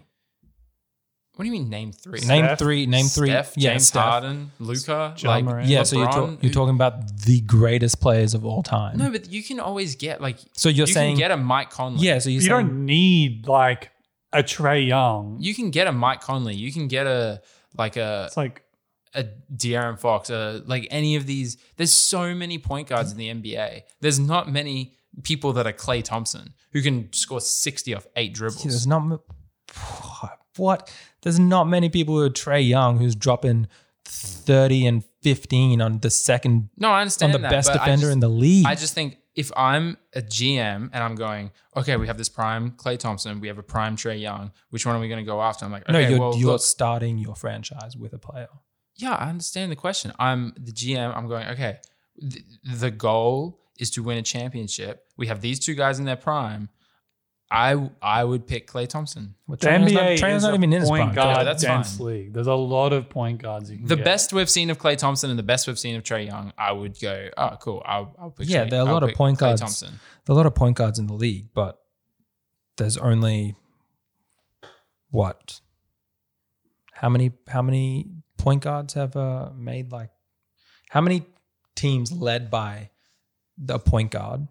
S1: What do you mean name three?
S3: Name
S2: Steph,
S3: three. Name three.
S1: Steph,
S3: yeah,
S1: James
S3: Steph.
S1: Harden, Luca,
S2: Ja
S1: like
S2: Morant.
S3: Yeah, so you're,
S1: LeBron,
S3: talk- you're talking about the greatest players of all time.
S1: No, but you can always get like
S3: so you're
S1: you
S3: saying
S1: can get a Mike Conley.
S3: yeah. So you're
S2: You
S3: saying
S2: don't need like a Trey Young.
S1: you can get a Mike Conley. You can get a like a
S2: It's like
S1: a De'Aaron Fox. A, like any of these. There's so many point guards in the NBA. There's not many people that are Clay Thompson who can score sixty off eight dribbles.
S3: there's not m- *sighs* what there's not many people who are Trey Young who's dropping thirty and fifteen on the second
S1: no, I
S3: on
S1: understand
S3: the
S1: that,
S3: best
S1: but I
S3: defender
S1: just-
S3: in the league.
S1: I just think if I'm a GM and I'm going, okay, we have this prime Clay Thompson, we have a prime Trey Young. Which one are we going to go after? I'm like,
S3: no,
S1: okay,
S3: you're
S1: well,
S3: you're
S1: look,
S3: starting your franchise with a player.
S1: yeah, I understand the question. I'm the GM. I'm going, okay, th- the goal is to win a championship. We have these two guys in their prime. I I would pick Clay Thompson.
S3: Well,
S2: the
S3: Trae Young's
S2: NBA
S3: not, Trae
S2: is
S3: Young's not
S2: a
S3: even in his prime.
S2: point guard
S1: Yeah, that's
S2: dense
S1: fine.
S2: league. There's a lot of point guards. You can
S1: The
S2: get.
S1: best we've seen of Clay Thompson and the best we've seen of Trey Young, I would go, oh, cool. I'll, I'll pick
S3: Yeah,
S1: Trae-
S3: there are a
S1: I'll
S3: lot of
S1: pick
S3: point
S1: Klay
S3: guards.
S1: Thompson.
S3: There's a lot of point guards in the league, but there's only what? How many? How many point guards have uh, made like? How many teams led by the point guard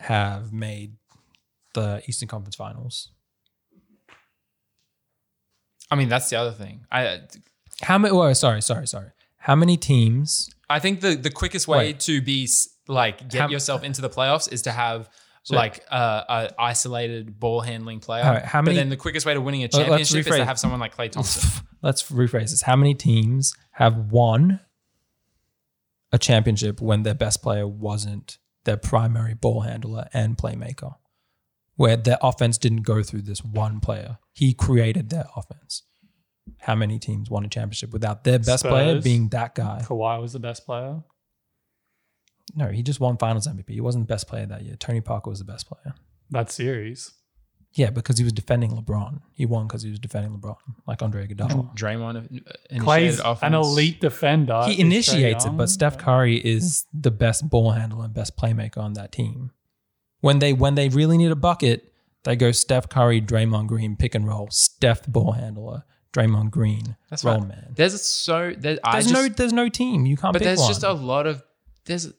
S3: have made the Eastern Conference Finals?
S1: I mean, that's the other thing. I
S3: How many? Oh, sorry, sorry, sorry. How many teams?
S1: I think the the quickest way
S3: Wait.
S1: to be s- like get
S3: How-
S1: yourself into the playoffs is to have like uh, a isolated ball handling player.
S3: All right, how many-
S1: But then the quickest way to winning a
S3: let's
S1: championship is
S3: rephrase.
S1: to have someone like Clay Thompson.
S3: Let's rephrase this. How many teams have won a championship when their best player wasn't their primary ball handler and playmaker? Where their offense didn't go through this one player. He created their offense. How many teams won a championship without their best player
S2: Spurs.
S3: being that guy?
S2: Kawhi was the best player.
S3: No, he just won finals MVP. He wasn't the best player that year. Tony Parker was the best player.
S2: That series.
S3: Yeah, because he was defending LeBron. He won because he was defending LeBron, like Andre Iguodala.
S1: Draymond uh,
S2: Clay's
S1: initiated offense.
S2: an elite defender. Is
S3: he
S2: Trae
S3: initiates it,
S2: Young.
S3: but Steph Curry is the best ball handler and best playmaker on that team. When they when they really need a bucket, They go Steph Curry, Draymond Green, pick and roll. Steph ball handler, Draymond Green,
S1: That's
S3: roll
S1: right.
S3: man.
S1: There's so there, I
S3: There's
S1: just,
S3: no there's no team. You can't
S1: but
S3: pick
S1: there's
S3: one.
S1: just a lot of there's.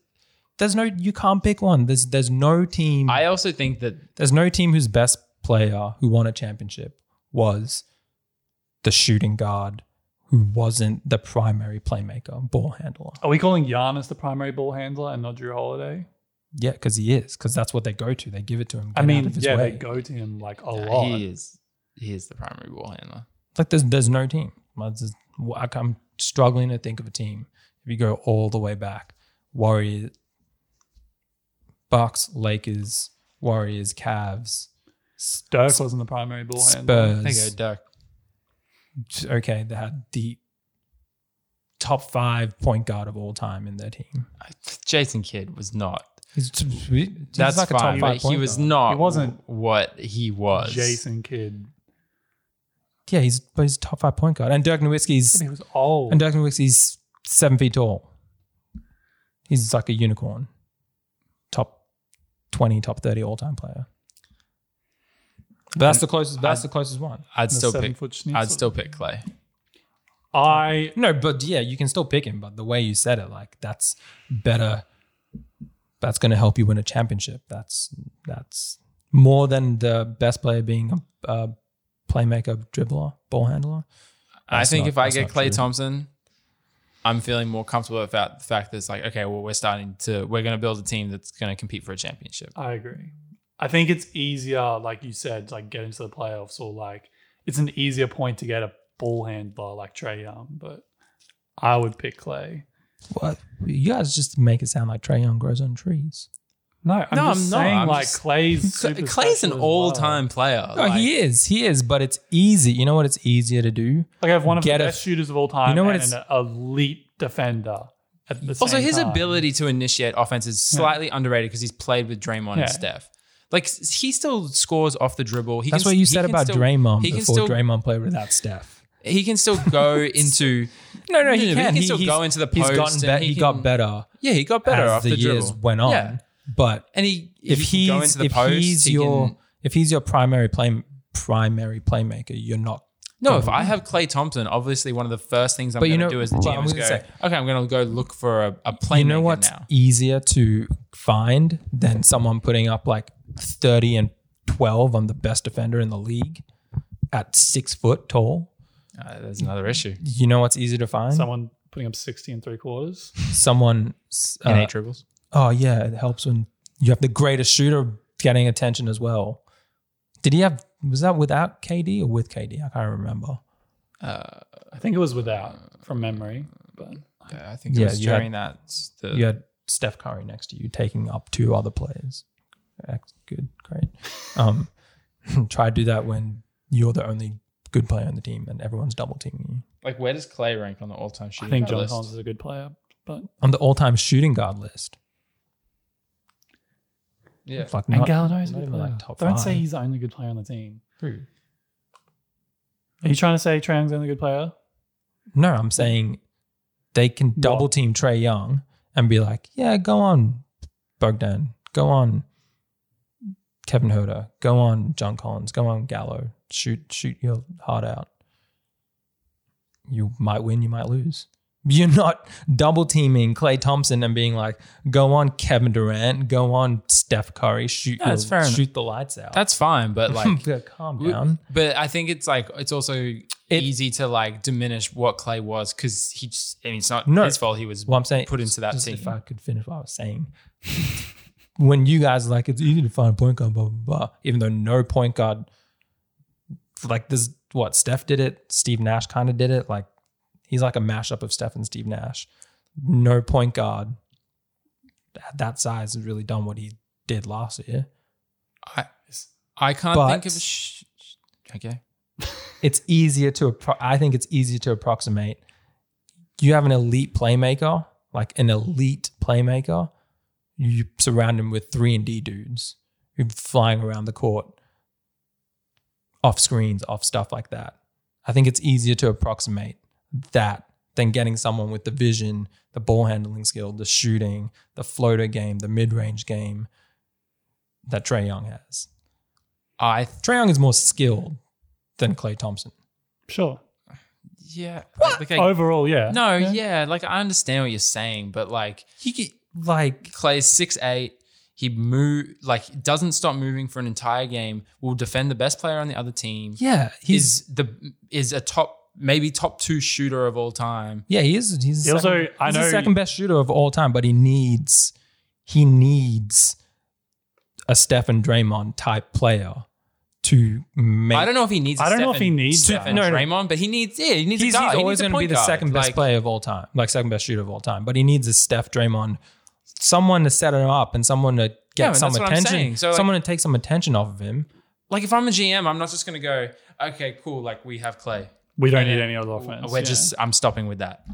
S3: there's no you can't pick one. There's there's no team
S1: I also think that
S3: there's no team whose best player who won a championship was the shooting guard who wasn't the primary playmaker, ball handler.
S2: Are we calling Giannis the primary ball handler and not Drew Holiday?
S3: Yeah, because he is, because that's what they go to. They give it to him.
S2: I
S3: get out
S2: mean,
S3: of his
S2: yeah,
S3: way.
S2: they go to him like a
S1: uh,
S2: lot.
S1: he is he is the primary ball handler.
S3: like there's there's no team. I just- I- I'm struggling to think of a team. If you go all the way back, Warriors, Bucks, Lakers, Warriors, Cavs,
S2: Dirk wasn't the primary ball handler.
S1: There you
S3: Spurs.
S1: go, Dirk.
S3: Okay, they had the top five point guard of all time in their team.
S1: I- Jason Kidd was not.
S3: He's,
S1: That's
S3: like
S1: fine, but
S3: a top five point
S1: he was
S3: guard.
S1: not.
S2: He wasn't
S1: what he was.
S2: Jason Kidd.
S3: Yeah, he's but he's a top five point guard, and Dirk Nowitzki's
S2: He was old.
S3: and Dirk Nowitzki's seven feet tall. He's like a unicorn, top twenty, top thirty all time player. But that's the closest. That's the closest one.
S1: I'd
S2: The
S1: still pick.
S2: seven-foot schnitzel.
S1: I'd still pick Clay.
S2: I
S3: No, but yeah, you can still pick him. But the way you said it, like that's better. That's going to help you win a championship. That's that's more than the best player being a, a playmaker, dribbler, ball handler.
S1: I
S3: That's
S1: think
S3: not-
S1: if I
S3: that's
S1: get
S3: not
S1: Clay
S3: true.
S1: Thompson, I'm feeling more comfortable about the fact that it's like, okay, well, we're starting to, we're going to build a team that's going to compete for a championship.
S2: I agree. I think it's easier, like you said, like get into the playoffs or like it's an easier point to get a ball handler like Trey Young, but I would pick Clay.
S3: What you guys just make it sound like Trey Young grows on trees.
S2: No, I'm
S1: No,
S2: just
S1: I'm not.
S2: saying
S1: I'm
S2: like
S1: just-
S2: Clay's
S1: Cl-
S2: super
S1: Clay's
S2: special
S1: an
S2: as
S1: all time
S2: well.
S1: player.
S3: No, he is. He is, but it's easy. You know what it's easier to do?
S2: Like I have one of
S3: Get
S2: the
S3: a-
S2: best shooters of all time
S3: You know what
S2: and
S3: it's-
S2: an elite defender. At the
S1: Also,
S2: same
S1: his
S2: time.
S1: ability to initiate offense is slightly underrated because he's played with Draymond
S2: Yeah.
S1: and Steph. Like s- he still scores off the dribble. He
S3: That's
S1: can-
S3: what you
S1: he
S3: said
S1: can
S3: about
S1: still-
S3: Draymond
S1: He can
S3: before
S1: still
S3: Draymond played without Steph.
S1: he can still
S3: *laughs*
S1: go into
S3: No, no, he
S1: but
S3: can.
S1: He can
S3: He-
S1: still
S3: he's-
S1: go into the
S3: He's
S1: post.
S3: gotten
S1: and
S3: better. He,
S1: can-
S3: got better.
S1: Yeah, he got better
S3: as
S1: off
S3: the,
S1: the,
S3: years
S1: dribble.
S3: went on.
S1: Yeah.
S3: But
S1: and he
S3: if,
S1: he can go
S3: he's
S1: into the
S3: if
S1: post,
S3: he's
S1: he
S3: your
S1: can-
S3: if he's your primary play primary playmaker, you're not.
S1: no. If I have Clay Thompson, obviously one of the first things I'm
S3: But you
S1: going to
S3: know-
S1: do as the
S3: but
S1: GM
S3: I'm
S1: is go.
S3: gonna say-
S1: okay, I'm going to go look for a, a playmaker
S3: you know what's
S1: now.
S3: easier to find than someone putting up like thirty and twelve on the best defender in the league at six foot tall.
S1: Uh, there's another issue.
S3: You know what's easy to find?
S2: Someone putting up 60 and three quarters.
S3: someone uh,
S1: In eight dribbles.
S3: oh yeah it helps when you have the greatest shooter getting attention as well did he have was that without kd or with kd i can't remember
S2: I think it was without from memory, but
S1: Yeah, I think
S3: Yeah,
S1: it was
S3: you had-
S1: during that. The,
S3: you had steph curry next to you taking up two other players Ex- good
S1: *laughs*
S3: great um *laughs* try to do that when you're the only good player on the team and everyone's double teaming you
S1: Like, where does Clay rank on the all-time shooting?
S2: I think
S1: guard
S2: John
S1: list?
S2: Collins is a good player. But
S3: on the all-time shooting guard list
S1: Yeah.
S3: like
S2: and
S3: not,
S2: Gallinari's a
S3: not
S2: good
S3: even
S2: player.
S3: like top
S2: Don't
S3: five.
S2: say he's the only good player on the team. Are you trying to say Trae Young's the only good player?
S3: No, I'm saying they can double team Trey Young and be like, yeah, go on, Bogdan. Go on, Kevin Herter. Go on, John Collins. Go on, Gallo. Shoot, shoot your heart out. You might win, you might lose. You're not double teaming Clay Thompson and being like, go on, Kevin Durant. Go on, Steph Curry. Shoot,
S1: No,
S3: your-
S1: that's fair enough.
S3: shoot the lights out.
S1: That's fine, *laughs* but like,
S3: Yeah, calm
S1: w-
S3: down.
S1: but I think it's like it's also easy to like diminish what Clay was because he. Just, I mean, it's not
S3: No.
S1: his fault. He was
S3: Well, I'm saying
S1: put into that
S3: just
S1: team.
S3: If I could finish what I was saying, when you guys are like it's easy to find a point guard, blah blah blah. Even though no point guard, like this, what Steph did it, Steve Nash kind of did it. Like he's like a mashup of Steph and Steve Nash. No point guard at that size has really done what he did last year.
S1: I, I can't
S3: But-
S1: think of. a Sh- sh- okay.
S3: it's easier to appro- I think it's easier to approximate. You have an elite playmaker, like an elite playmaker. You surround him with three and D dudes who are flying around the court, off screens, off stuff like that. I think it's easier to approximate that than getting someone with the vision, the ball handling skill, the shooting, the floater game, the mid range game that Trey Young has.
S1: I th-
S3: Trae Young is more skilled than Clay Thompson.
S2: Sure.
S1: yeah. Like, I-
S2: Overall, Oh, yeah.
S1: no, yeah. Like I understand what you're saying, but like
S3: He get, like
S1: Clay's six eight. He move like doesn't stop moving for an entire game. Will defend the best player on the other team.
S3: yeah, he's
S1: is the is a top maybe top two shooter of all time.
S3: yeah he is. He's
S2: He
S3: the
S2: also-
S3: second,
S2: I
S3: he's
S2: know-
S3: the second best shooter of all time, but he needs he needs a Stephen Draymond type player to make.
S1: I don't know if he needs.
S2: I don't know
S1: Stephen-
S2: if he needs
S1: Stephen
S2: that.
S1: no,
S3: No, no.
S1: Draymond, but he needs. Yeah, he needs.
S3: he's,
S1: a guard.
S3: he's
S1: He
S3: always
S1: needs a
S3: going to be
S1: point
S3: the
S1: guard.
S3: second best
S1: Like,
S3: player of all time, like second best shooter of all time. But he needs a Steph Draymond, someone to set him up and someone to get
S1: Yeah, and
S3: some
S1: that's what I'm
S3: attention,
S1: saying. So, like-
S3: someone to take some attention off of him.
S1: Like if I'm a GM, I'm not just going to go. Okay, cool. Like we have Clay.
S2: We don't need
S1: Yeah.
S2: any other offense.
S1: We're
S2: yeah.
S1: just. I'm stopping with that.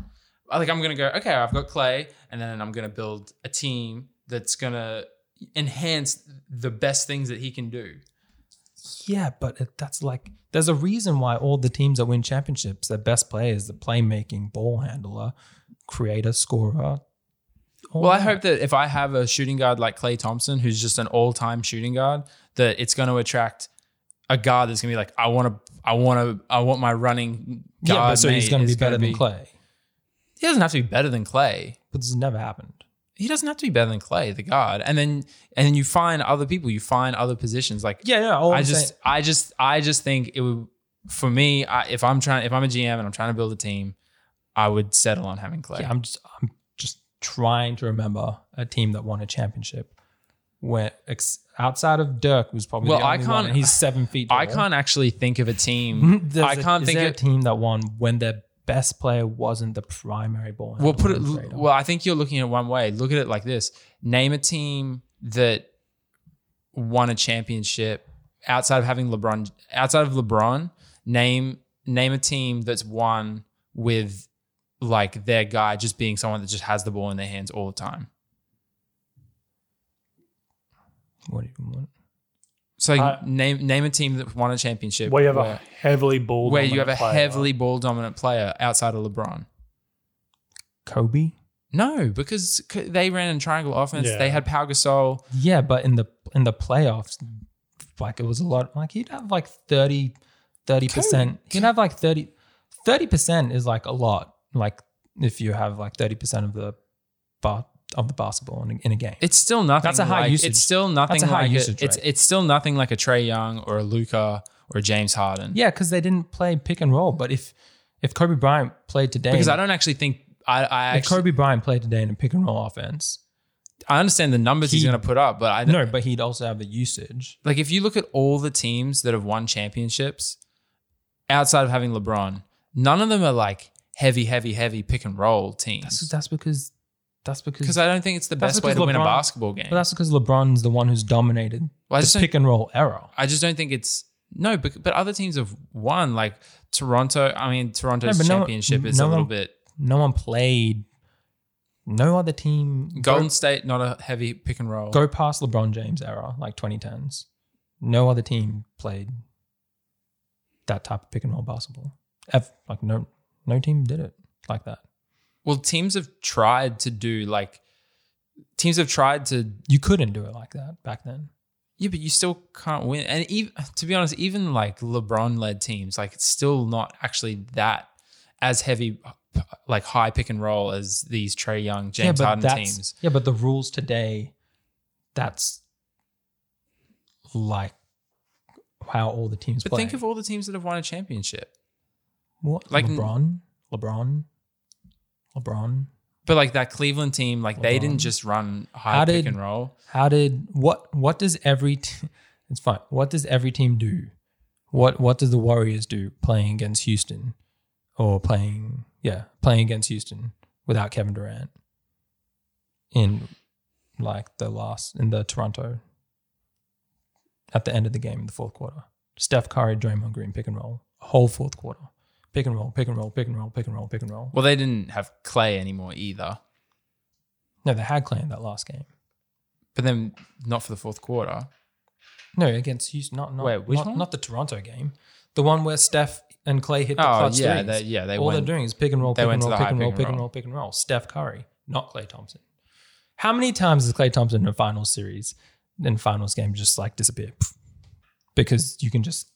S1: Like I'm going to go. Okay, I've got Clay, and then I'm going to build a team that's going to enhance the best things that he can do.
S3: Yeah, but it, that's like there's a reason why all the teams that win championships, their best player is the playmaking ball handler, creator, scorer. all
S1: Well, I
S3: that.
S1: hope that if I have a shooting guard like Clay Thompson, who's just an all-time shooting guard, that it's going to attract a guard that's going to be like, I want to, I want to, I want my running
S3: yeah,
S1: guard.
S3: but so he's
S1: mate
S3: going to
S1: is
S3: be better
S1: gonna
S3: than Clay.
S1: He doesn't have to be better than Clay.
S3: But this has never happened.
S1: He doesn't have to be better than Clay, the guard. And then, and then you find other people, you find other positions. Like,
S3: Yeah, yeah. All
S1: I
S3: I'm
S1: just,
S3: saying-
S1: I just, I just think it would. For me, I, if I'm trying, if I'm a GM and I'm trying to build a team, I would settle on having Clay.
S3: yeah, I'm just I'm just trying to remember a team that won a championship. Where ex- outside of Dirk was probably
S1: Well,
S3: the
S1: I
S3: only
S1: can't-
S3: one, and he's seven
S1: *sighs*
S3: feet.
S1: I
S3: tall.
S1: can't actually think of a
S3: *laughs*
S1: team.
S3: There's
S1: I
S3: a-
S1: can't
S3: is
S1: think
S3: there
S1: of
S3: a team that won when their best player wasn't the primary ball.
S1: Well, put it.
S3: handler and creator.
S1: Well, I think you're looking at it one way. Look at it like this: name a team that won a championship outside of having LeBron. Outside of LeBron, name name a team that's won with like their guy just being someone that just has the ball in their hands all the time.
S3: what do you want?
S1: So
S2: I-
S1: name name a team that won a championship
S2: Uh, where you have a
S1: where,
S2: heavily ball.
S1: where you have a
S2: dominant player.
S1: heavily ball dominant player outside of LeBron.
S3: Kobe.
S1: No, because c- they ran in triangle offense.
S2: Yeah.
S1: They had Pau Gasol.
S3: Yeah, but in the in the playoffs, like it was a lot. Like he'd have like 30 percent. He'd have like 30 percent is like a lot. Like if you have like thirty percent of the bar of the basketball in a, in a game.
S1: It's still nothing.
S3: That's a high
S1: like,
S3: usage.
S1: It's still nothing
S3: That's a high
S1: like a-
S3: usage
S1: it's
S3: rate.
S1: it's still nothing like a Trey Young or a Luca or a James Harden.
S3: yeah, because they didn't play pick and roll. But if if Kobe Bryant played today,
S1: because I don't actually think I I
S3: if
S1: actually,
S3: Kobe Bryant played today in a pick and roll offense,
S1: I understand the numbers he's
S3: He-
S1: going to put up, but I don't
S3: no, but he'd also have the usage.
S1: like if you look at all the teams that have won championships outside of having LeBron, none of them are like heavy, heavy, heavy pick and roll
S3: That's
S1: teams.
S3: that's because that's because
S1: Because I don't think it's the
S3: That's
S1: best way to
S3: because
S1: win a
S3: LeBron-
S1: basketball game.
S3: but that's because LeBron's the one who's dominated
S1: Well, I
S3: the
S1: just don't-
S3: pick and roll era.
S1: I just don't think it's no, but, but other teams have won. Like Toronto, I mean Toronto's
S3: but no-
S1: championship is
S3: no
S1: a little
S3: one-
S1: bit
S3: No one played. No other team
S1: Golden State, not a heavy pick and roll.
S3: go, go past LeBron James era, like 2010s. No other team played that type of pick and roll basketball. Ev- like no, no team did it like that.
S1: Well, teams have tried to do like teams have tried to.
S3: You couldn't do it like that back then.
S1: Yeah, but you still can't win. And even to be honest, even like LeBron-led teams, like it's still not actually that as heavy, like high pick and roll as these Trey Young, James
S3: yeah, but
S1: Harden
S3: that's-
S1: teams.
S3: Yeah, but the rules today, that's like how all the teams
S1: But
S3: play.
S1: think of all the teams that have won a championship.
S3: what
S1: like-
S3: like LeBron, LeBron, LeBron.
S1: But like that Cleveland team, like they didn't
S3: LeBron.
S1: just run high
S3: How
S1: pick
S3: did-
S1: and roll.
S3: How did what what does every t- it's fine. What does every team do? What what does the Warriors do playing against Houston or playing yeah, playing against Houston without Kevin Durant in like the last in the Toronto at the end of the game in the fourth quarter. Steph Curry, Draymond Green pick and roll. Whole fourth quarter. Pick and roll, pick and roll, pick and roll, pick and roll, pick and roll.
S1: Well, they didn't have Clay anymore either.
S3: No, they had Clay in that last game.
S1: But then not for the fourth quarter.
S3: No, against Houston. Not not,
S1: Wait, which
S3: not,
S1: one?
S3: not the Toronto game. The one where Steph and Clay hit the
S1: Oh
S3: clutch
S1: yeah, they,
S3: threes.
S1: yeah, they
S3: All
S1: went.
S3: they're doing is pick and roll,
S1: they
S3: pick
S1: went
S3: and
S1: to the
S3: roll, pick
S1: high
S3: and
S1: pick
S3: roll,
S1: and
S3: pick and
S1: roll.
S3: roll, pick and roll. Steph Curry, not Clay Thompson. How many times has Clay Thompson in a finals series, in finals game, just like disappear? Pff, because you can just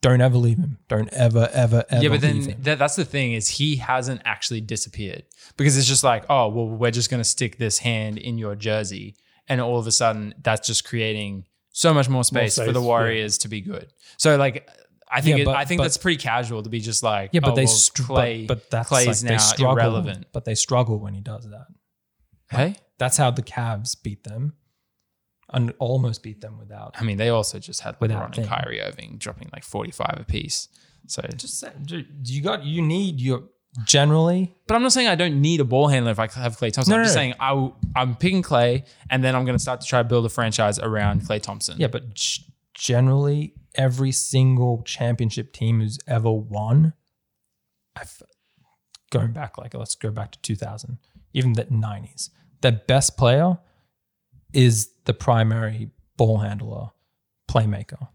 S3: don't ever leave him. Don't ever, ever, ever.
S1: yeah, but
S3: leave
S1: then
S3: him.
S1: that that's the thing is he hasn't actually disappeared because it's just like, oh, well, we're just going to stick this hand in your jersey. And all of a sudden, that's just creating so much more space, for
S2: space,
S1: the
S2: yeah.
S1: Warriors to be good. So, like, I think
S3: Yeah,
S1: it,
S3: but-
S1: I think
S3: but-
S1: that's pretty casual to be just like,
S3: yeah, but
S1: oh,
S3: they
S1: well,
S3: str-
S1: Clay,
S3: but, but that's
S1: Clay's
S3: like, they
S1: now
S3: struggle,
S1: irrelevant.
S3: But they struggle when he does that.
S1: Hey,
S3: That's how the Cavs beat them, and almost beat them without.
S1: I mean, they also just had
S3: Without
S1: LeBron
S3: them.
S1: and Kyrie Irving dropping like forty-five apiece. So,
S3: Just say, dude, you got you need your generally
S1: but I'm not saying I don't need a ball handler if I have Clay Thompson.
S3: No,
S1: I'm
S3: no,
S1: just
S3: no.
S1: saying I w- I'm picking Clay, and then I'm going to start to try to build a franchise around Clay Thompson.
S3: Yeah, but g- generally, every single championship team who's ever won, I've going back like let's go back to 2000, even the 90s. Their best player is the primary ball handler, playmaker.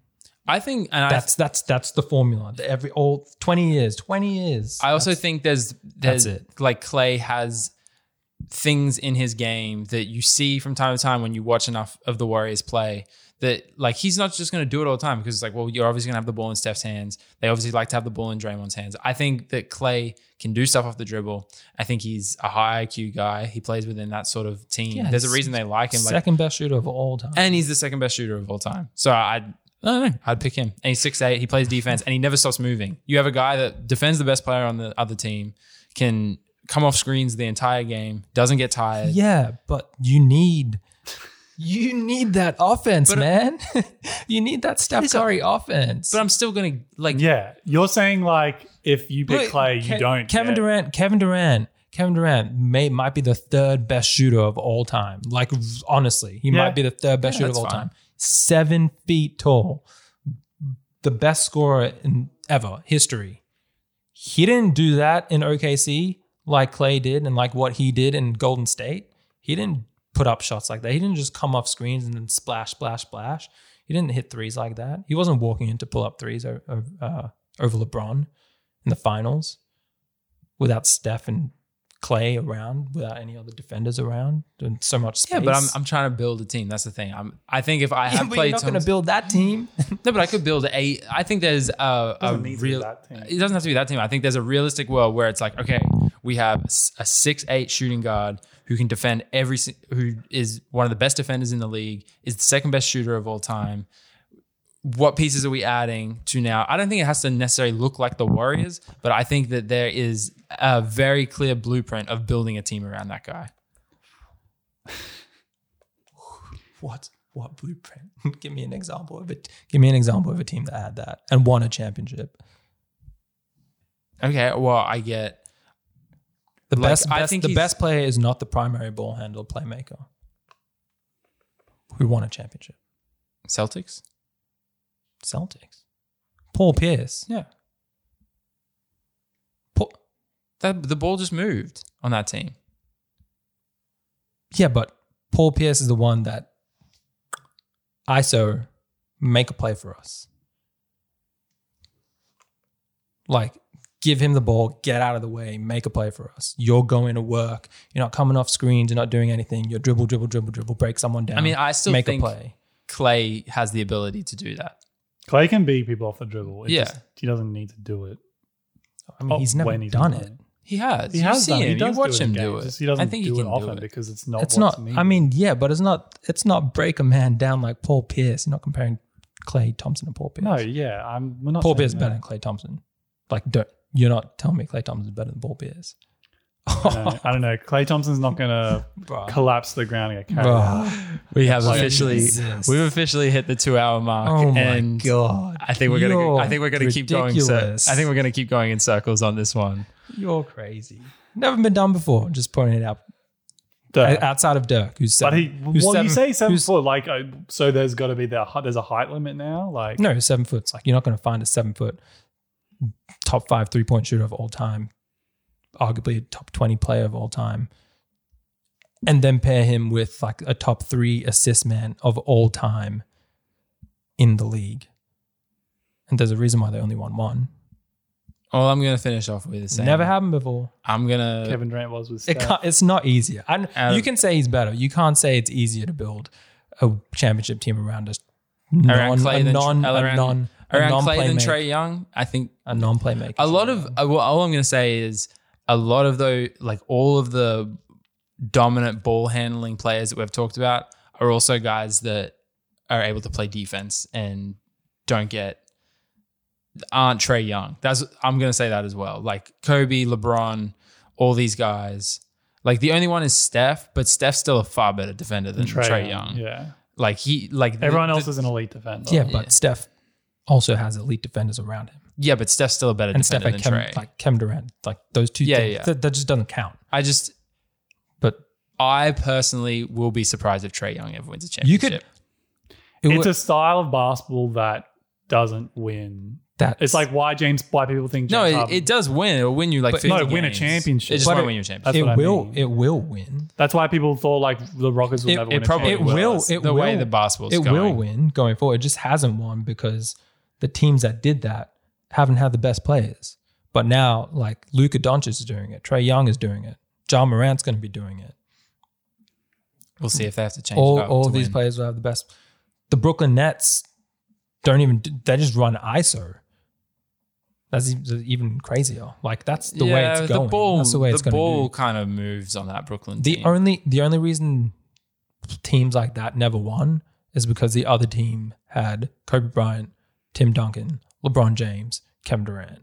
S1: I think, and I,
S3: That's that's that's the formula. The Every all 20 years, 20 years. Uh,
S1: I also think there's there's
S3: that's
S1: like Clay has things in his game that you see from time to time when you watch enough of the Warriors play that like he's not just going to do it all the time because it's like well you're obviously going to have the ball in Steph's hands. They obviously like to have the ball in Draymond's hands. I think that Clay can do stuff off the dribble. I think he's a high IQ guy. He plays within that sort of team.
S3: Yeah,
S1: There's a
S3: he's
S1: reason they like him. Like,
S3: second best shooter of all time.
S1: and he's the second best shooter of all time. So I'd I don't know. I'd pick him. And he's 6'8, he plays defense and he never stops moving. You have a guy that defends the best player on the other team, can come off screens the entire game, doesn't get tired.
S3: Yeah, but you need you need that offense,
S1: But- uh,
S3: man. *laughs* you need that Steph Curry offense.
S1: But I'm still gonna like
S2: Yeah, you're saying like if you pick
S3: Look,
S2: Clay, you
S3: Ke-
S2: don't.
S3: Kevin
S2: get-
S3: Durant. Kevin Durant. Kevin Durant may might be the third best shooter of all time. Like honestly, he
S2: Yeah.
S3: might be the third best
S1: Yeah,
S3: shooter of
S1: that's
S3: all
S1: fine.
S3: time. Seven feet tall, the best scorer in ever history. He didn't do that in OKC like Clay did, and like what he did in Golden State. He didn't put up shots like that. He didn't just come off screens and then splash, splash, splash. He didn't hit threes like that. He wasn't walking in to pull up threes o- o- uh, over LeBron in the finals without Steph and Clay around, without any other defenders around, and so much space.
S1: Yeah, but I'm, I'm trying to build a team. That's the thing. I'm I think if I
S3: *laughs* Yeah,
S1: have
S3: but
S1: Klay
S3: you're not going to
S1: Thompson-
S3: build that team. *laughs*
S1: No, but I could build a. I think there's a, a
S2: Doesn't need to be
S1: real.
S2: that team.
S1: It doesn't have to be that team. I think there's a realistic world where it's like, okay, we have s- a six eight shooting guard who can defend every. si- Who is one of the best defenders in the league? Is the second best shooter of all time. What pieces are we adding to now? I don't think it has to necessarily look like the Warriors, but I think that there is a very clear blueprint of building a team around that guy.
S3: what? What blueprint? *laughs* give me an example of it. Give me an example of a team that had that and won a championship.
S1: Okay, well, I get
S3: The
S1: Like,
S3: best,
S1: I
S3: best-
S1: think
S3: the
S1: he's-
S3: best player is not the primary ball handler playmaker who won a championship.
S1: Celtics.
S3: Celtics. Paul Pierce.
S1: Yeah,
S3: Paul,
S1: that the ball just moved on that team.
S3: yeah, but Paul Pierce is the one that ISO make a play for us. Like, give him the ball, get out of the way, make a play for us. You're going to work. You're not coming off screens. You're not doing anything. You're dribble, dribble, dribble, dribble, break someone down.
S1: I mean, I still
S3: make
S1: think
S3: a play.
S1: Clay has the ability to do that.
S2: Clay can beat people off the dribble. It
S1: Yeah.
S2: just- he doesn't need to do it.
S3: I mean,
S2: Oh,
S3: he's never
S2: when he's
S3: done
S2: done
S3: it.
S2: it.
S1: He has.
S2: He
S1: you
S2: has
S1: see
S2: done. it.
S1: him.
S2: He does
S1: you watch
S2: do it
S1: him
S2: in
S1: do
S2: games.
S1: it.
S2: Just he doesn't
S1: I think
S2: do
S1: he
S2: it
S1: can
S2: often
S1: do it.
S2: because it's not.
S3: It's
S2: what's
S3: not. I mean, yeah, but it's not. It's not break a man down like Paul Pierce. You're not comparing Clay Thompson to Paul Pierce.
S2: no, yeah, I'm. We're not
S3: Paul
S2: saying
S3: Pierce is
S2: that.
S3: better than Clay Thompson. Like, don't you're not telling me Clay Thompson is better than Paul Pierce,
S2: I don't know. I don't know. Clay Thompson's not
S1: *laughs*
S2: going to
S3: bro.
S2: collapse to the ground and get carried. out.
S3: Bro.
S1: We have
S2: Like,
S1: officially
S3: Jesus.
S1: we've officially hit the two hour mark.
S3: Oh my
S1: and
S3: god!
S1: I think we're gonna
S3: You're
S1: I think we're gonna keep going so
S3: ridiculous.
S1: I think we're gonna keep going in circles on this one.
S3: you're crazy. Never been done before. Just pointing it out
S2: Duh.
S3: O- outside of Dirk, who's
S2: But
S3: seven.
S2: he,
S3: who's
S2: well,
S3: seven
S2: you say seven
S3: who's-
S2: foot, like, uh, so there's got to be the hu- there's a height limit now, like,
S3: No, seven foot. It's like you're not going to find a seven foot top five three point shooter of all time, arguably a top 20 player of all time. And then pair him with like a top three assist man of all time in the league. And there's a reason why they only won one.
S1: All I'm gonna finish off with is saying
S3: Never happened before.
S1: I'm gonna
S2: Kevin Durant was with.
S3: It
S2: Steph.
S3: can't, it's not easier. And
S1: Um,
S3: you can say he's better. You can't say it's easier to build a championship team around a non,
S1: Clay
S3: a
S1: than-
S3: non, a
S1: around-
S3: non, a
S1: Around
S3: non
S1: Clay and
S3: playmaker.
S1: Trey Young, I think
S3: a non playmaker.
S1: a lot of uh, well, all I'm going to say is a lot of though like all of the dominant ball handling players that we've talked about are also guys that are able to play defense and don't get aren't Trey Young. That's I'm going to say that as well. Like Kobe, LeBron, all these guys. Like the only one is Steph, but Steph's still a far better defender than Trey, Young.
S2: Yeah.
S1: Like he like the-
S2: Everyone else
S1: the-
S2: is an elite defender.
S3: yeah, but Steph also has elite defenders around him,
S1: yeah, but Steph's still a better
S3: and Steph
S1: defender
S3: and
S1: than
S3: Kem,
S1: Trey.
S3: like Kem Durant, like those two.
S1: Yeah,
S3: things,
S1: yeah.
S3: That, that just doesn't count.
S1: I just
S3: But
S1: I personally will be surprised if Trey Young ever wins a
S3: You
S1: championship.
S3: could- it
S2: It's
S3: would-
S2: a style of basketball that doesn't win.
S3: that
S2: It's like why James, why people think
S1: no,
S2: James
S1: it,
S2: Harden-
S1: it does win. It'll win you like
S3: But-
S1: 50
S2: No, win a
S1: games.
S2: championship.
S1: It just
S2: But
S1: won't
S2: it-
S1: win you a championship.
S2: that's
S3: it
S2: what I
S3: will
S2: mean.
S3: it will win.
S2: That's why people thought like the Rockets will
S3: It-
S2: never
S1: It
S2: win. a
S1: probably
S3: It
S2: championship.
S3: will.
S1: That's
S3: It
S1: the way
S3: will.
S1: the basketball's
S3: It will
S1: going.
S3: win going forward. It just hasn't won because the teams that did that haven't had the best players. But now, like Luka Doncic is doing it, Trey Young is doing it, John Morant's going to be doing it.
S1: We'll see if they have to change
S3: all
S1: it up
S3: all
S1: to
S3: of these
S1: win.
S3: players will have the best. The Brooklyn Nets don't even they just run ISO. That's even, even crazier. Like that's the way
S1: Yeah,
S3: it's going.
S1: The ball,
S3: that's the way it's going
S1: ball
S3: to be.
S1: kind of moves on that Brooklyn
S3: The
S1: team.
S3: only the only reason teams like that never won is because the other team had Kobe Bryant, Tim Duncan, LeBron James, Kevin Durant.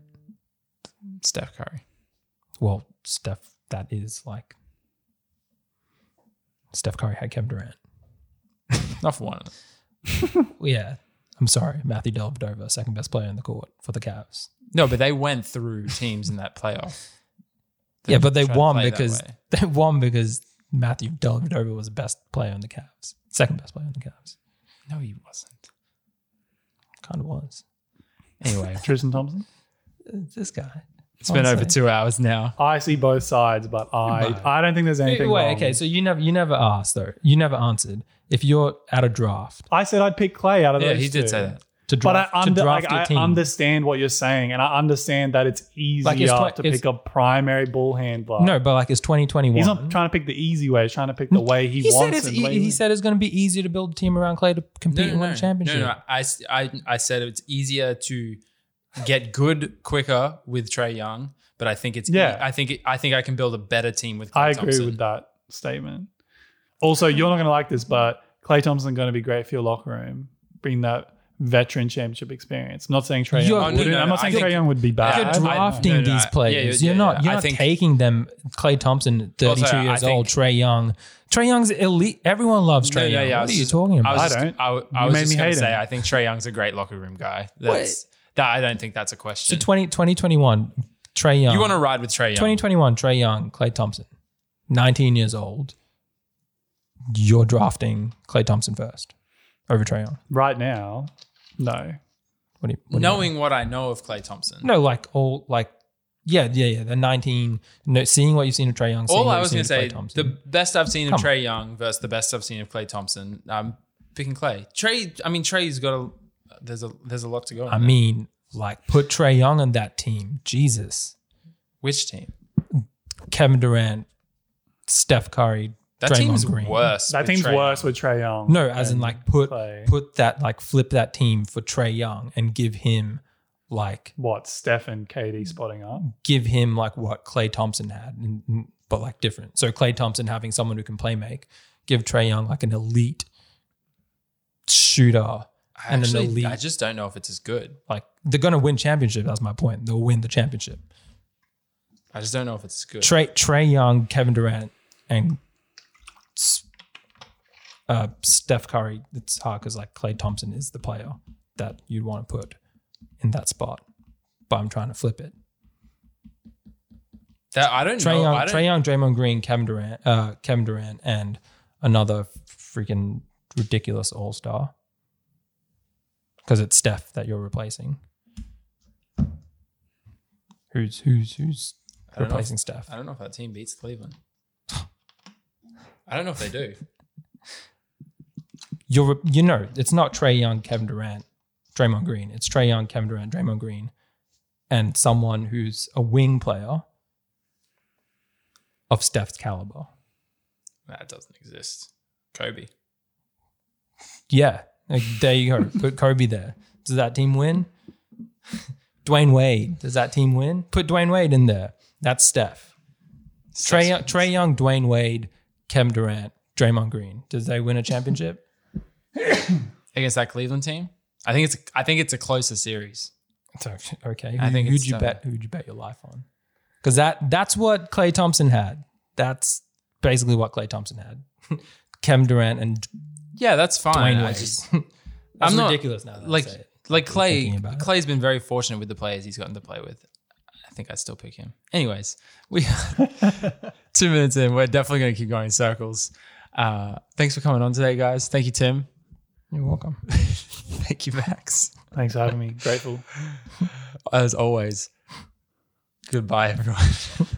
S1: Steph Curry.
S3: Well, Steph, that is like Steph Curry had Kevin Durant.
S1: Not for one of them.
S3: Yeah. I'm sorry, Matthew Dellavedova, second best player in the court for the Cavs.
S1: No, but they went through teams in that playoff.
S3: Yeah, but they
S1: Try to
S3: won
S1: play that
S3: because
S1: way.
S3: *laughs* they won because Matthew Dellavedova was the best player on the Cavs, second best player on the Cavs.
S1: No, he wasn't.
S3: Kind of was
S1: Anyway,
S2: Tristan Thompson.
S3: this guy.
S1: it's been over
S3: Honestly.
S1: two hours now.
S2: I see both sides, but I I don't think there's
S3: Wait,
S2: anything.
S3: wait,
S2: wrong.
S3: okay. So you never, you never asked though. You never answered. If you're at a draft
S2: I said I'd pick Clay out of
S1: Yeah,
S2: those.
S1: he did
S2: two.
S1: say that.
S3: to
S2: But I,
S3: draft,
S2: under,
S3: to draft
S2: like,
S3: your
S2: I
S3: team,
S2: understand what you're saying, and I understand that it's easier
S3: twen-
S2: to
S3: it's-
S2: pick a primary ball handler.
S3: no, but like it's 2021.
S2: he's not trying to pick the easy way. He's trying to pick the way he,
S3: He said
S2: wants.
S3: it's.
S2: and
S3: e-
S2: way
S3: He, said it's going to be easier to build a team around Clay to compete and win a championship.
S1: No, no, I, s- I, I said it's easier to get good quicker with Trey Young, but I think it's e,
S2: Yeah.
S1: I think it, I think I can build a better team with. Klay
S2: I agree
S1: Thompson.
S2: with that statement. Also, you're not going to like this, but Clay Thompson going to be great for your locker room. Bring that veteran championship experience. I'm not saying Trey
S3: You're-
S2: Young.
S3: Oh, no,
S2: wouldn't.
S1: no,
S2: I'm
S1: no,
S2: not
S1: I
S2: saying
S1: think-
S2: Trey Young would be
S1: I-
S3: You're
S2: bad.
S1: I- no,
S3: drafting
S1: no,
S3: these
S1: I- yeah,
S3: players.
S1: yeah,
S3: you're
S1: yeah,
S3: not. You're
S1: I
S3: not
S1: think-
S3: taking them. Clay Thompson, 32
S1: Also, I
S3: years
S1: think-
S3: old. Trey Young. Trey Young's elite. Everyone loves
S1: No,
S3: Trey
S1: yeah,
S3: Young.
S1: yeah, I
S3: What
S1: was
S3: are you
S1: just-
S3: talking
S1: I
S3: about?
S1: was
S2: I
S1: just,
S2: don't.
S1: I, w- I
S2: You
S1: was
S2: made
S1: just
S2: me
S1: going to
S2: hate
S1: say
S2: him.
S1: I think Trey Young's a great locker room guy. That's that. I don't think that's a
S3: So
S1: question.
S3: 20, 2021, Trey Young.
S1: you want to ride with Trey Young?
S3: 2021, Trey Young, Clay Thompson, 19 years old. You're drafting Clay Thompson first over Trey Young.
S2: Right now, no.
S3: What do you, what do you
S1: Knowing what I know of Clay Thompson,
S3: No, like all like, yeah, yeah, yeah. The 19, no, seeing what you've seen of Trey Young. seeing
S1: all
S3: what
S1: I
S3: you've
S1: was
S3: seen
S1: going to
S3: of Klay
S1: say,
S3: Thompson.
S1: the best I've seen
S3: Come
S1: of
S3: on.
S1: Trey Young versus the best I've seen of Clay Thompson. I'm picking Clay. Trey. I mean, Trey's got a. There's a there's a lot to go. On
S3: I mean, like, put Trey Young on that team. Jesus.
S1: which team?
S3: Kevin Durant, Steph Curry,
S1: That
S3: Draymond
S1: team's
S3: Green.
S1: worse.
S2: That
S1: with
S2: team's
S1: Trae
S2: worse
S1: Young.
S2: with Trey Young.
S3: No, as in
S2: and
S3: like put
S2: Clay.
S3: put that like flip that team for Trey Young and give him like
S2: what Steph and KD spotting up.
S3: give him like what Clay Thompson had, and- and- but like different. So Clay Thompson having someone who can play make, give Trey Young like an elite shooter.
S1: I
S3: and an
S1: actually-
S3: elite-
S1: I just don't know if it's as good.
S3: Like they're gonna win championship. That's my point. They'll win the championship.
S1: I just don't know if it's as good.
S3: Trey Trey Young, Kevin Durant, and S- uh, Steph Curry. It's hard because like Clay Thompson is the player that you'd want to put in that spot. But I'm trying to flip it.
S1: that I don't
S3: Trey
S1: know. I
S3: Young,
S1: don't,
S3: Trey Young, Draymond Green, Kevin Durant, uh, Kevin Durant, and another freaking ridiculous All Star. Because it's Steph that you're replacing. Who's who's who's
S1: I don't know.
S3: replacing Steph?
S1: I don't know if that team beats Cleveland. I don't know if they do.
S3: You're re- you know it's not Trey Young, Kevin Durant, Draymond Green. It's Trey Young, Kevin Durant, Draymond Green, and someone who's a wing player of Steph's caliber.
S1: That doesn't exist. Kobe.
S3: Yeah, Like, there you go. Put Kobe there. Does that team win? *laughs* Dwayne Wade. Does that team win? Put Dwayne Wade in there. That's Steph. Trey, Trey Young, Dwayne Wade, Kevin Durant, Draymond Green. Does they win a championship?
S1: against that Cleveland team. I think it's I think it's a closer series.
S3: So, Okay.
S1: I
S3: Who-
S1: think
S3: who'd
S1: it's
S3: you
S1: done.
S3: bet? Who'd you bet your life on? Because that that's what Clay Thompson had. That's basically what Clay Thompson had. *laughs* Kevin Durant and
S1: Yeah, that's fine.
S3: Dwayne
S1: I
S3: Wade.
S1: just
S3: *laughs* that's
S1: I'm not-
S3: ridiculous now. That I
S1: like
S3: say it.
S1: like Clay.
S3: thinking about it.
S1: Clay's been very fortunate with the players he's gotten to play with. I think I'd still pick him. Anyways, we *laughs* two minutes in. We're definitely going to keep going in circles. Uh, thanks for coming on today, guys. Thank you, Tim.
S3: You're welcome.
S1: *laughs* Thank you, Max.
S2: Thanks
S3: *laughs*
S2: for having me. Grateful.
S1: As always. Goodbye, everyone. *laughs*